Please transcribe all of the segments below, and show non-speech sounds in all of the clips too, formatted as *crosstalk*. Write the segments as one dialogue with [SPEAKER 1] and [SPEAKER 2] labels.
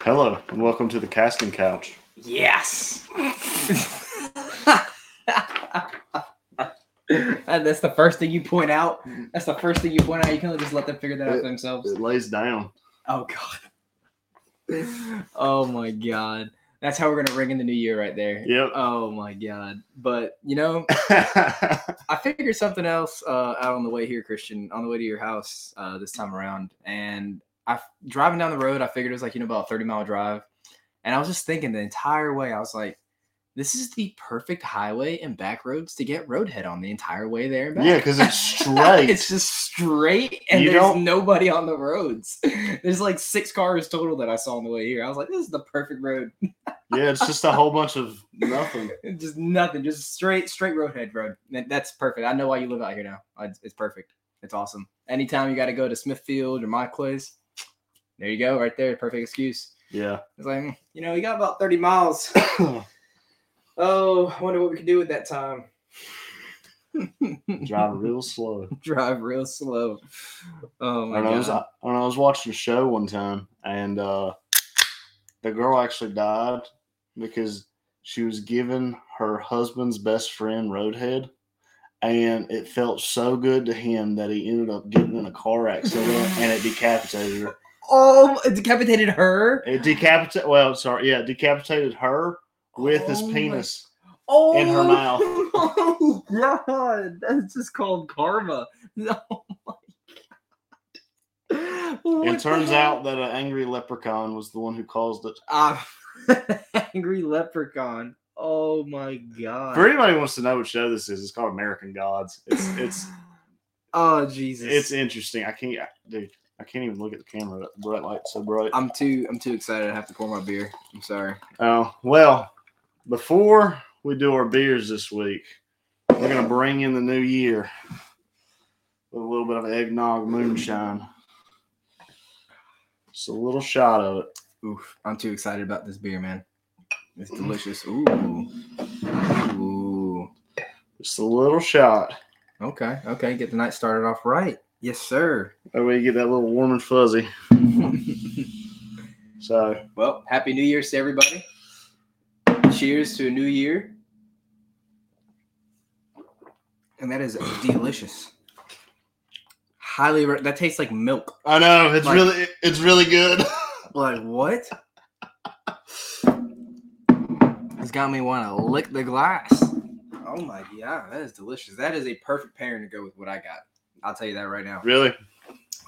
[SPEAKER 1] Hello, and welcome to the casting couch.
[SPEAKER 2] Yes. *laughs* And that's the first thing you point out. That's the first thing you point out. You can't just let them figure that out for themselves.
[SPEAKER 1] It lays down.
[SPEAKER 2] Oh god. *laughs* Oh my god. That's how we're gonna ring in the new year right there.
[SPEAKER 1] *laughs* Yep.
[SPEAKER 2] Oh my god. But you know, I figured something else uh, out on the way here, Christian, on the way to your house uh, this time around. And I driving down the road, I figured it was like you know about a thirty mile drive, and I was just thinking the entire way. I was like, this is the perfect highway and back roads to get roadhead on the entire way there and back.
[SPEAKER 1] yeah, because *laughs* it's
[SPEAKER 2] *laughs*
[SPEAKER 1] straight.
[SPEAKER 2] it's just straight, and
[SPEAKER 1] You
[SPEAKER 2] there's
[SPEAKER 1] don't-
[SPEAKER 2] nobody on the roads. *laughs* there's like six cars total that I saw on the way here. I was like, this is the perfect road.
[SPEAKER 1] yeah, it's just a whole bunch of nothing.
[SPEAKER 2] just nothing, just straight, straight roadhead road. That- That's perfect. I know why you live out here now. It's, it's perfect. It's awesome. Anytime you got to go to Smithfield or my place, there you go, right there. Perfect excuse.
[SPEAKER 1] *coughs* Yeah.
[SPEAKER 2] It's like, mm, you know, you got about 30 miles. Oh, I wonder what we could do with that time.
[SPEAKER 1] *laughs*
[SPEAKER 2] *laughs*
[SPEAKER 1] Drive real slow.
[SPEAKER 2] Drive real slow. Oh my
[SPEAKER 1] When I, was, uh,
[SPEAKER 2] god.
[SPEAKER 1] when I was watching a show one time, and uh, the girl actually died because she was giving her husband's best friend Roadhead, and it felt so good to him that he ended up getting in a car accident and it decapitated her.
[SPEAKER 2] Oh, it decapitated her.
[SPEAKER 1] It decapitated. Well, sorry, yeah, decapitated her with his
[SPEAKER 2] Oh my-
[SPEAKER 1] penis.
[SPEAKER 2] Oh,
[SPEAKER 1] in her mouth.
[SPEAKER 2] Oh *laughs* my god, that's just called karma. *laughs* No, oh my god. What
[SPEAKER 1] It
[SPEAKER 2] the
[SPEAKER 1] turns
[SPEAKER 2] hell?
[SPEAKER 1] out that an angry leprechaun was the one who caused it.
[SPEAKER 2] Ah, *laughs* angry leprechaun. Oh my god. *sighs*
[SPEAKER 1] For anybody who wants to know what show this is, it's called American Gods.
[SPEAKER 2] *laughs*
[SPEAKER 1] It's it's
[SPEAKER 2] oh Jesus.
[SPEAKER 1] it's interesting. I can't, I, dude. I can't even look at the camera. That bright light's so bright.
[SPEAKER 2] I'm too. I'm too excited. I have to pour my beer. I'm sorry.
[SPEAKER 1] Oh well, before we do our beers this week, we're gonna bring in the new year with a little bit of eggnog moonshine. Just a little shot of it.
[SPEAKER 2] Oof. I'm too excited about this beer, man. It's
[SPEAKER 1] Mm.
[SPEAKER 2] delicious. Ooh. Ooh.
[SPEAKER 1] Just a little shot.
[SPEAKER 2] Okay. Okay. Get the night started off right. Yes, sir.
[SPEAKER 1] That way you get that little warm and
[SPEAKER 2] *laughs*
[SPEAKER 1] fuzzy. So
[SPEAKER 2] Well, happy New Year's to everybody. Cheers to a new year. And that is delicious. Highly, re- that tastes like milk.
[SPEAKER 1] I know it's
[SPEAKER 2] Like-
[SPEAKER 1] really it's really
[SPEAKER 2] *laughs*
[SPEAKER 1] good.
[SPEAKER 2] Like what? It's got me want to lick the glass. Oh my god, that is delicious. That is a perfect pairing to go with what I got. I'll tell you that right now.
[SPEAKER 1] really?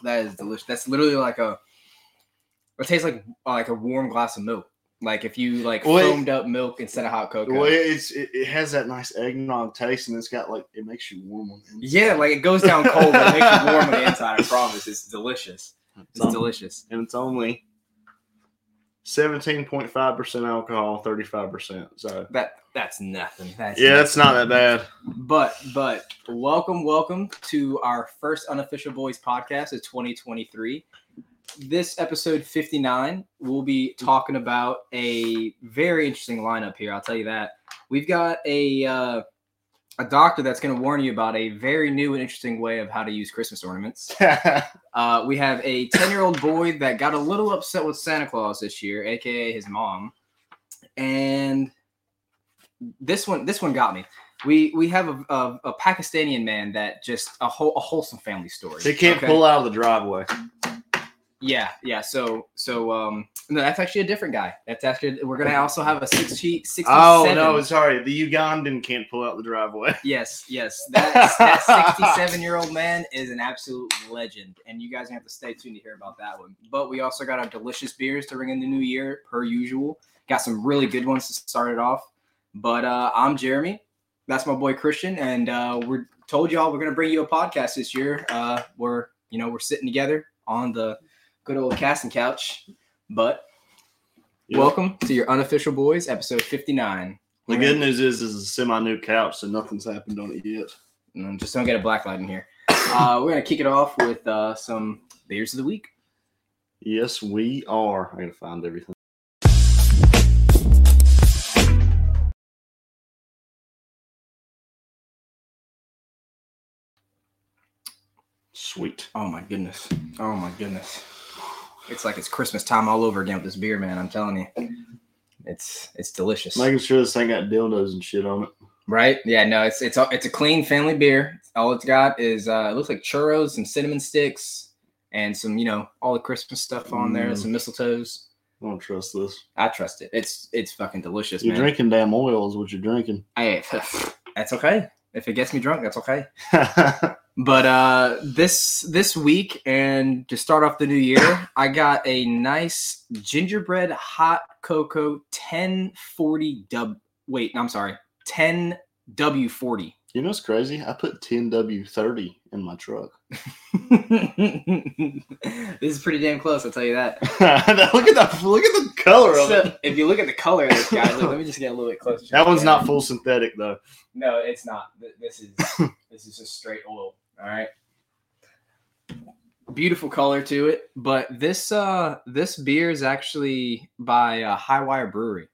[SPEAKER 2] That is delicious. That's literally like a. It tastes like like a warm glass of milk. Like if you like
[SPEAKER 1] Well, it-
[SPEAKER 2] foamed up milk instead of hot cocoa.
[SPEAKER 1] Well, it's it, it has that nice eggnog taste, and it's got like it makes you warm on the inside.
[SPEAKER 2] yeah, like it goes down cold, but it makes you warm on the inside. I promise, it's delicious. It's
[SPEAKER 1] So-
[SPEAKER 2] delicious.
[SPEAKER 1] and it's only seventeen point five percent alcohol, thirty five percent. So
[SPEAKER 2] That that's nothing. That's
[SPEAKER 1] yeah, it's not that
[SPEAKER 2] *laughs*
[SPEAKER 1] bad.
[SPEAKER 2] But but welcome, welcome to our first unofficial boys podcast of 2023. This episode 59, we'll be talking about a very interesting lineup here. I'll tell you that. We've got a uh, a doctor that's going to warn you about a very new and interesting way of how to use Christmas ornaments. Uh, we have a 10 year old boy that got a little upset with Santa Claus this year, aka his mom. And this one, this one got me. We we have a, a, a Pakistani man that just a whole a wholesome family story.
[SPEAKER 1] They can't
[SPEAKER 2] okay?
[SPEAKER 1] pull out of the driveway.
[SPEAKER 2] Yeah, yeah. So so um no, that's actually a different guy. That's actually we're gonna also have a six sheet six.
[SPEAKER 1] Oh no, sorry, the Ugandan can't pull out the driveway. *laughs*
[SPEAKER 2] Yes, yes. That's, that 67 year old man is an absolute legend. And you guys are gonna have to stay tuned to hear about that one. But we also got our delicious beers to ring in the new year, per usual. Got some really good ones to start it off. But uh, I'm Jeremy. That's my boy Christian. And uh, we're told y'all we're going to bring you a podcast this year. Uh, we're, you know, we're sitting together on the good old casting couch. But
[SPEAKER 1] Yeah.
[SPEAKER 2] welcome to your unofficial boys, episode 59.
[SPEAKER 1] The good news is, is it's a semi-new couch, so nothing's happened on it yet.
[SPEAKER 2] Mm, Just don't get a black light in here. Uh, we're gonna kick it off with uh, some beers of the week.
[SPEAKER 1] Yes, we are. I gotta find everything. Sweet.
[SPEAKER 2] Oh my goodness! Oh my goodness! It's like it's Christmas time all over again with this beer, man. I'm telling you, it's it's delicious,
[SPEAKER 1] Making sure this thing got dildos and shit on it.
[SPEAKER 2] right? Yeah, no, it's it's a- it's a clean family beer. All it's got is uh, it looks like churros, some cinnamon sticks, and some you know all the Christmas stuff on there,
[SPEAKER 1] Mm.
[SPEAKER 2] some mistletoes.
[SPEAKER 1] I don't trust this.
[SPEAKER 2] I trust it. It's it's fucking delicious,
[SPEAKER 1] you're
[SPEAKER 2] man.
[SPEAKER 1] drinking damn oil is what you're drinking.
[SPEAKER 2] Hey, *sighs* that's okay. If it gets me drunk, that's okay.
[SPEAKER 1] I
[SPEAKER 2] But uh this this week and to start off the
[SPEAKER 1] *coughs*
[SPEAKER 2] new year, I got a nice gingerbread hot cocoa 1040 dub wait, no, I'm sorry. 10 *laughs* W40.
[SPEAKER 1] You know what's crazy? I put 10W30 in my truck. *laughs*
[SPEAKER 2] this is pretty damn close, I'll tell
[SPEAKER 1] *laughs*
[SPEAKER 2] you that.
[SPEAKER 1] look at the look at the color of it.
[SPEAKER 2] So, if you look at the color of this guy, look, let me just get a little bit closer.
[SPEAKER 1] That one's not full synthetic though.
[SPEAKER 2] No, it's not. Th- This is this is just straight oil. All right. Beautiful color to it, but this uh this beer is actually by uh, Highwire Brewery.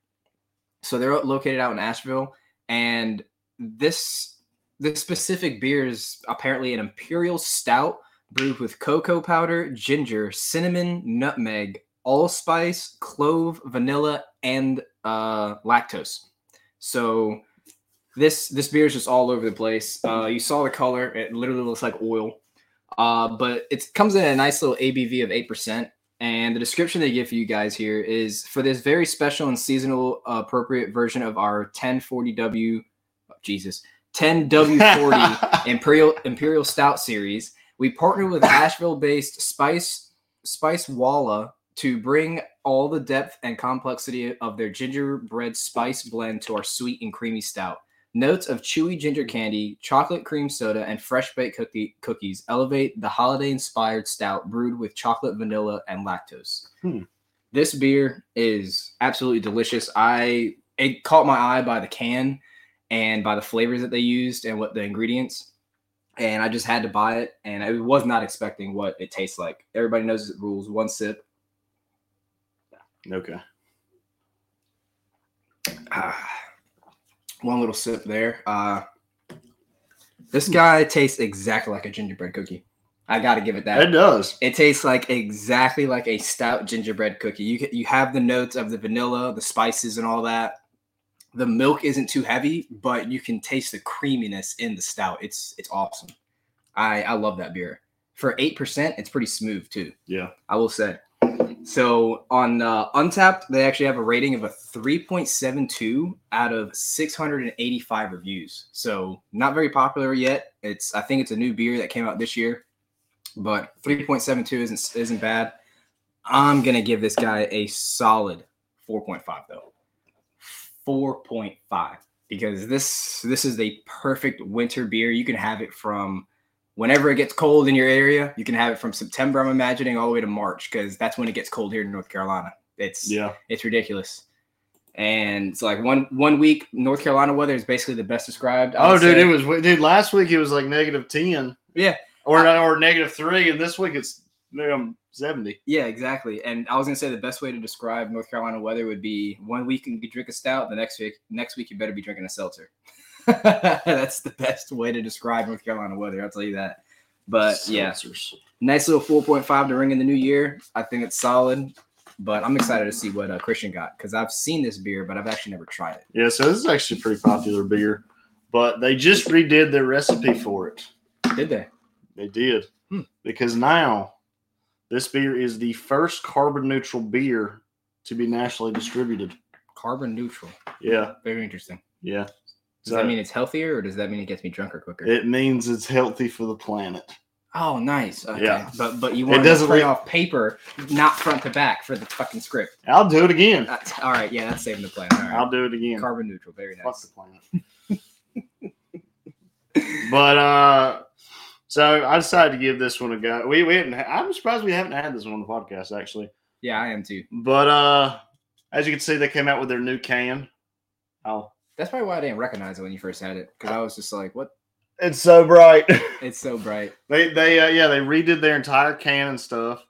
[SPEAKER 2] So they're located out in Asheville, and this this specific beer is apparently an imperial stout brewed with cocoa powder, ginger, cinnamon, nutmeg, allspice, clove, vanilla, and uh, lactose. So this this beer is just all over the place. Uh, you saw the color; it literally looks like oil. Uh, but it comes in at a nice little ABV of eight percent. And the description they give for you guys here is for this very special and seasonal uh, appropriate version of our 1040W, oh, Jesus, 10W40 *laughs* Imperial Imperial Stout series. We partnered with Asheville-based Spice Spice Walla to bring all the depth and complexity of their gingerbread spice blend to our sweet and creamy stout. Notes of chewy ginger candy, chocolate cream soda, and fresh baked cookie, cookies elevate the holiday-inspired stout brewed with chocolate, vanilla, and lactose.
[SPEAKER 1] Hmm.
[SPEAKER 2] This beer is absolutely delicious. I it caught my eye by the can and by the flavors that they used and what the ingredients. And I just had to buy it, and I was not expecting what it tastes like. Everybody knows the rules. One sip.
[SPEAKER 1] *laughs*
[SPEAKER 2] *sighs*
[SPEAKER 1] okay.
[SPEAKER 2] Ah, one little sip there. Uh, this guy tastes exactly like a gingerbread cookie. I got to give it that.
[SPEAKER 1] It does.
[SPEAKER 2] It tastes like exactly like a stout gingerbread cookie. You ca- you have the notes of the vanilla, the spices, and all that. The milk isn't too heavy, but you can taste the creaminess in the stout. It's it's awesome. I I love that beer. For eight percent, it's pretty smooth too.
[SPEAKER 1] Yeah.
[SPEAKER 2] I will say. So on uh, Untapped, they actually have a rating of a 3.72 out of 685 reviews. So not very popular yet. It's I think it's a new beer that came out this year, but 3.72 isn't isn't bad. I'm gonna give this guy a solid 4.5 though. 4.5 because this this is the perfect winter beer. You can have it from whenever it gets cold in your area, you can have it from September, I'm imagining, all the way to March, because that's when it gets cold here in North Carolina. It's
[SPEAKER 1] Yeah.
[SPEAKER 2] it's ridiculous. And it's like one one week, North Carolina weather is basically the best described. I
[SPEAKER 1] Oh,
[SPEAKER 2] would
[SPEAKER 1] dude,
[SPEAKER 2] say.
[SPEAKER 1] it was dude. Last week it was like negative ten.
[SPEAKER 2] Yeah.
[SPEAKER 1] Or not, or negative three, and this week it's um seventy.
[SPEAKER 2] yeah, exactly. And I was gonna say the best way to describe North Carolina weather would be one week you can drink a stout, the next week next week you better be drinking a seltzer. *laughs* that's the best way to describe North Carolina weather. I'll tell you that. But yeah,
[SPEAKER 1] Seltzers.
[SPEAKER 2] nice little 4.5 to ring in the new year. I think it's solid, but I'm excited to see what uh, Christian got because I've seen this beer, but I've actually never tried it.
[SPEAKER 1] Yeah. So this is actually a pretty popular beer, but they just redid their recipe for it.
[SPEAKER 2] Did they?
[SPEAKER 1] They did.
[SPEAKER 2] Hmm.
[SPEAKER 1] Because now this beer is the first carbon neutral beer to be nationally distributed.
[SPEAKER 2] Carbon neutral.
[SPEAKER 1] Yeah.
[SPEAKER 2] Very interesting.
[SPEAKER 1] Yeah.
[SPEAKER 2] Does that mean it's healthier or does that mean it gets me drunker quicker?
[SPEAKER 1] it means it's healthy for the planet.
[SPEAKER 2] oh, nice. Okay.
[SPEAKER 1] Yeah.
[SPEAKER 2] But but you
[SPEAKER 1] It
[SPEAKER 2] want to
[SPEAKER 1] doesn't
[SPEAKER 2] play
[SPEAKER 1] re-
[SPEAKER 2] off paper, not front to back for the fucking script.
[SPEAKER 1] I'll do it again.
[SPEAKER 2] That's, all right. Yeah, that's saving the planet. All right.
[SPEAKER 1] I'll do it again.
[SPEAKER 2] Carbon neutral. Very
[SPEAKER 1] Fuck the
[SPEAKER 2] nice.
[SPEAKER 1] planet. but uh so I decided to give this one a go. We we haven't ha- I'm surprised we haven't had this one on the podcast actually.
[SPEAKER 2] Yeah, I am too.
[SPEAKER 1] But uh as you can see they came out with their new can. Oh.
[SPEAKER 2] That's probably why I didn't recognize it when you first had it because I was just like, what?
[SPEAKER 1] It's so bright. *laughs*
[SPEAKER 2] It's so bright.
[SPEAKER 1] They they uh, yeah they redid their entire can and stuff,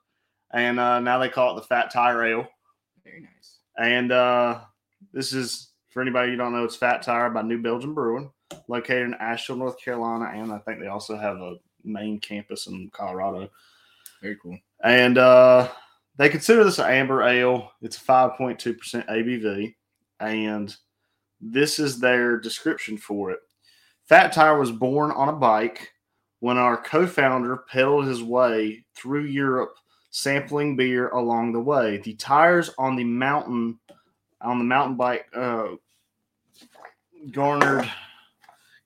[SPEAKER 1] and uh, now they call it the Fat Tire Ale.
[SPEAKER 2] Very nice.
[SPEAKER 1] And uh, this is for anybody you don't know, it's Fat Tire by New Belgium Brewing, located in Asheville, North Carolina, and I think they also have a main campus in Colorado.
[SPEAKER 2] Very cool.
[SPEAKER 1] And uh, they consider this an amber ale. It's a 5.2% ABV, and this is their description for it. Fat Tire was born on a bike when our co founder pedaled his way through Europe, sampling beer along the way. The tires on the mountain, on the mountain bike, uh, garnered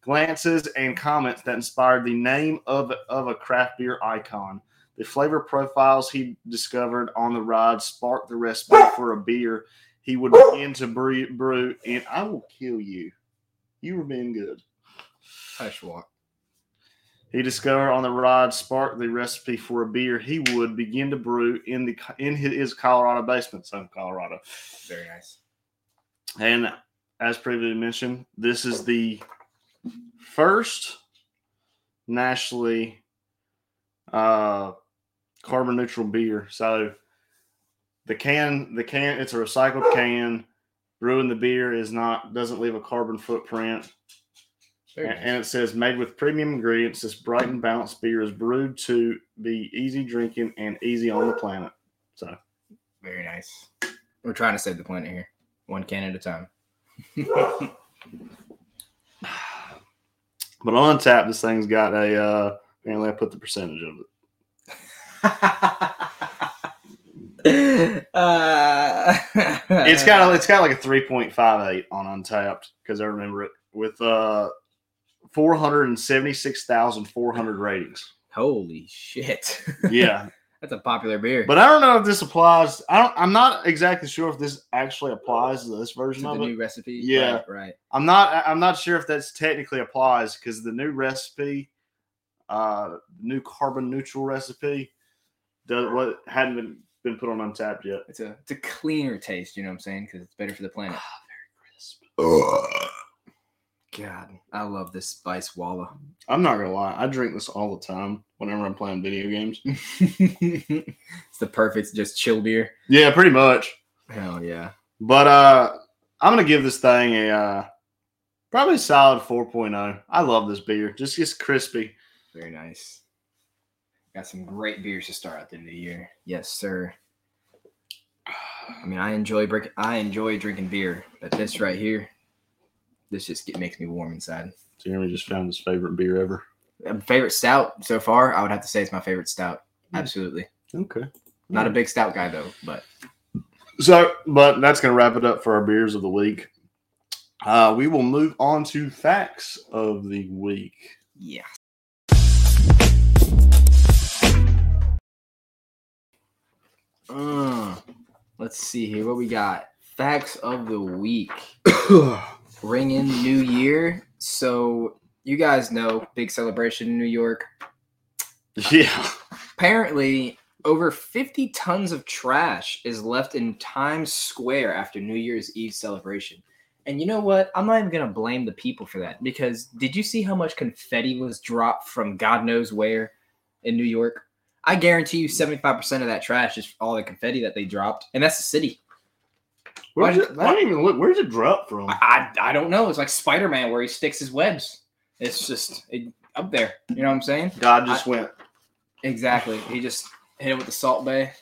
[SPEAKER 1] glances and comments that inspired the name of, of a craft beer icon. The flavor profiles he discovered on the ride sparked the recipe for a beer he would begin to brew, brew and I will kill you. You were being good.
[SPEAKER 2] Hush walk.
[SPEAKER 1] He discovered on the ride sparked the recipe for a beer he would begin to brew in the in his Colorado basement, so Colorado.
[SPEAKER 2] Very nice.
[SPEAKER 1] And as previously mentioned, this is the first nationally uh, carbon neutral beer. So the can, the can, it's a recycled can. Brewing the beer is not doesn't leave a carbon footprint.
[SPEAKER 2] Very nice.
[SPEAKER 1] And it says made with premium ingredients, this bright and balanced beer is brewed to be easy drinking and easy on the planet. So
[SPEAKER 2] Very nice. We're trying to save the planet here, one can at a time. *laughs*
[SPEAKER 1] but on tap, this thing's got a uh apparently I put the percentage of it.
[SPEAKER 2] uh,
[SPEAKER 1] It's got a, it's got like a three point five eight on untapped because I remember it with uh four hundred and seventy six thousand four hundred ratings.
[SPEAKER 2] holy shit.
[SPEAKER 1] Yeah.
[SPEAKER 2] *laughs* That's a popular beer.
[SPEAKER 1] But I don't know if this applies. I don't I'm not exactly sure if this actually applies to this
[SPEAKER 2] to
[SPEAKER 1] version
[SPEAKER 2] the
[SPEAKER 1] of it.
[SPEAKER 2] new recipe.
[SPEAKER 1] Yeah.
[SPEAKER 2] Right. right.
[SPEAKER 1] I'm not. I- I'm not sure if that's technically applies because the new recipe, uh, new carbon neutral recipe, does what hadn't been been put on untapped yet.
[SPEAKER 2] It's a it's a cleaner taste. You know what I'm saying? Because it's better for the planet. God, I love this spice walla. *laughs*
[SPEAKER 1] I'm not gonna lie. I drink this all the time whenever I'm playing video games.
[SPEAKER 2] it's the perfect just chill beer.
[SPEAKER 1] yeah, pretty much.
[SPEAKER 2] Hell yeah.
[SPEAKER 1] But uh, I'm gonna give this thing a uh, probably a solid 4.0. I love this beer. Just gets crispy.
[SPEAKER 2] Very nice. Got some great beers to start out the new year. Yes, sir. I mean, I enjoy break. I enjoy drinking beer, but this right here, this just get, makes me warm inside.
[SPEAKER 1] Jeremy just found his favorite beer ever.
[SPEAKER 2] Um, Favorite stout so far, I would have to say it's my favorite stout. Absolutely.
[SPEAKER 1] Okay.
[SPEAKER 2] Not a big stout guy though, but
[SPEAKER 1] So, but that's going to wrap it up for our beers of the week. Uh, we will move on to facts of the week. *coughs*
[SPEAKER 2] yeah. Mm, let's see here what we got. Facts of the week. Ring in New Year. So you guys know big celebration in New York.
[SPEAKER 1] yeah.
[SPEAKER 2] Apparently, over 50 tons of trash is left in Times Square after New Year's Eve celebration. And you know what? I'm not even going to blame the people for that because did you see how much confetti was dropped from God knows where in New York? I guarantee you 75% of that trash is all the confetti that they dropped. And that's the city.
[SPEAKER 1] Where's
[SPEAKER 2] Why-
[SPEAKER 1] it, I don't even look. Where's it drop from?
[SPEAKER 2] I, I I don't know. It's like Spider Man where he sticks his webs. It's just it, up there. You know what I'm saying?
[SPEAKER 1] God just went.
[SPEAKER 2] Exactly. He just hit it with the salt bay.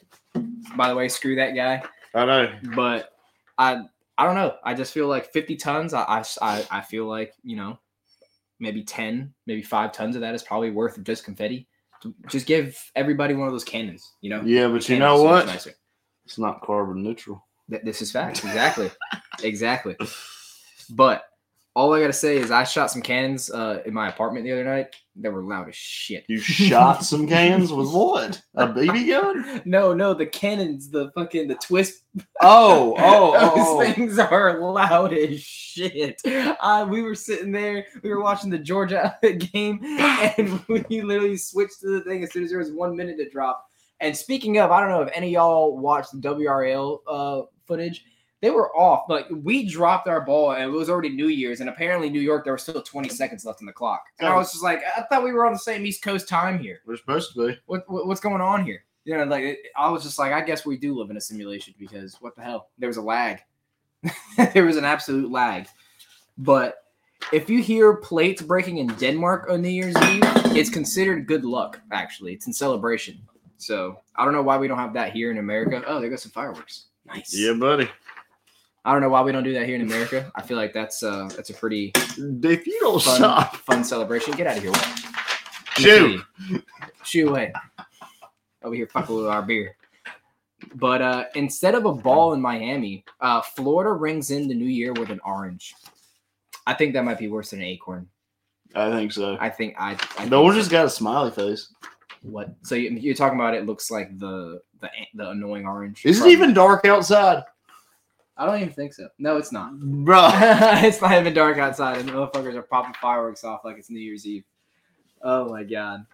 [SPEAKER 2] By the way, screw that guy.
[SPEAKER 1] I know.
[SPEAKER 2] But I I don't know. I just feel like 50 tons. I I, I- I feel like you know maybe 10, maybe five tons of that is probably worth of just confetti. Just give everybody one of those cannons. You know.
[SPEAKER 1] Yeah, but you
[SPEAKER 2] Cannons
[SPEAKER 1] know
[SPEAKER 2] so
[SPEAKER 1] what?
[SPEAKER 2] much nicer.
[SPEAKER 1] It's not carbon neutral.
[SPEAKER 2] Th- This is fact. Exactly. exactly. But all I gotta say is I shot some cannons uh, in my apartment the other night that were loud as shit.
[SPEAKER 1] You shot some cans with what? A BB gun?
[SPEAKER 2] *laughs* No, no, the cannons, the fucking the twist.
[SPEAKER 1] Oh, *laughs* oh,
[SPEAKER 2] *laughs* those
[SPEAKER 1] oh,
[SPEAKER 2] things are loud as shit. Uh, we were sitting there, we were watching the Georgia *laughs*
[SPEAKER 1] *sighs*
[SPEAKER 2] game, and we literally switched to the thing as soon as there was one minute to drop. And speaking of, I don't know if any of y'all watched the WRL uh, footage. They were off. Like we dropped our ball, and it was already New Year's, and apparently New York there was still 20 seconds left in the clock. And
[SPEAKER 1] Oh.
[SPEAKER 2] I was just like, I thought we were on the same East Coast time here
[SPEAKER 1] We're supposed to be.
[SPEAKER 2] what, what what's going on here? You know, like it, I was just like, I guess we do live in a simulation because what the hell? There was a lag. *laughs* there was an absolute lag. But if you hear plates breaking in Denmark on New Year's Eve, it's considered good luck. Actually, it's in celebration. So I don't know why we don't have that here in America. Oh, there goes some fireworks. Nice.
[SPEAKER 1] Yeah, buddy.
[SPEAKER 2] I don't know why we don't do that here in America. I feel like that's uh that's a pretty
[SPEAKER 1] If you don't
[SPEAKER 2] fun
[SPEAKER 1] stop,
[SPEAKER 2] fun celebration. Get out of here. Walt.
[SPEAKER 1] shoot.
[SPEAKER 2] Shoo away. Over here fucking with our beer. But uh, instead of a ball in Miami, uh, Florida rings in the new year with an orange. I think that might be worse than an acorn.
[SPEAKER 1] I think so.
[SPEAKER 2] I think I. I
[SPEAKER 1] The
[SPEAKER 2] think
[SPEAKER 1] orange has got a smiley face.
[SPEAKER 2] what? So you, you're talking about it looks like the the the annoying orange.
[SPEAKER 1] Is it
[SPEAKER 2] from-
[SPEAKER 1] even dark outside?
[SPEAKER 2] I don't even think so. No, it's not.
[SPEAKER 1] Bruh.
[SPEAKER 2] *laughs* it's not even dark outside, and the motherfuckers are popping fireworks off like it's New Year's Eve. Oh my god!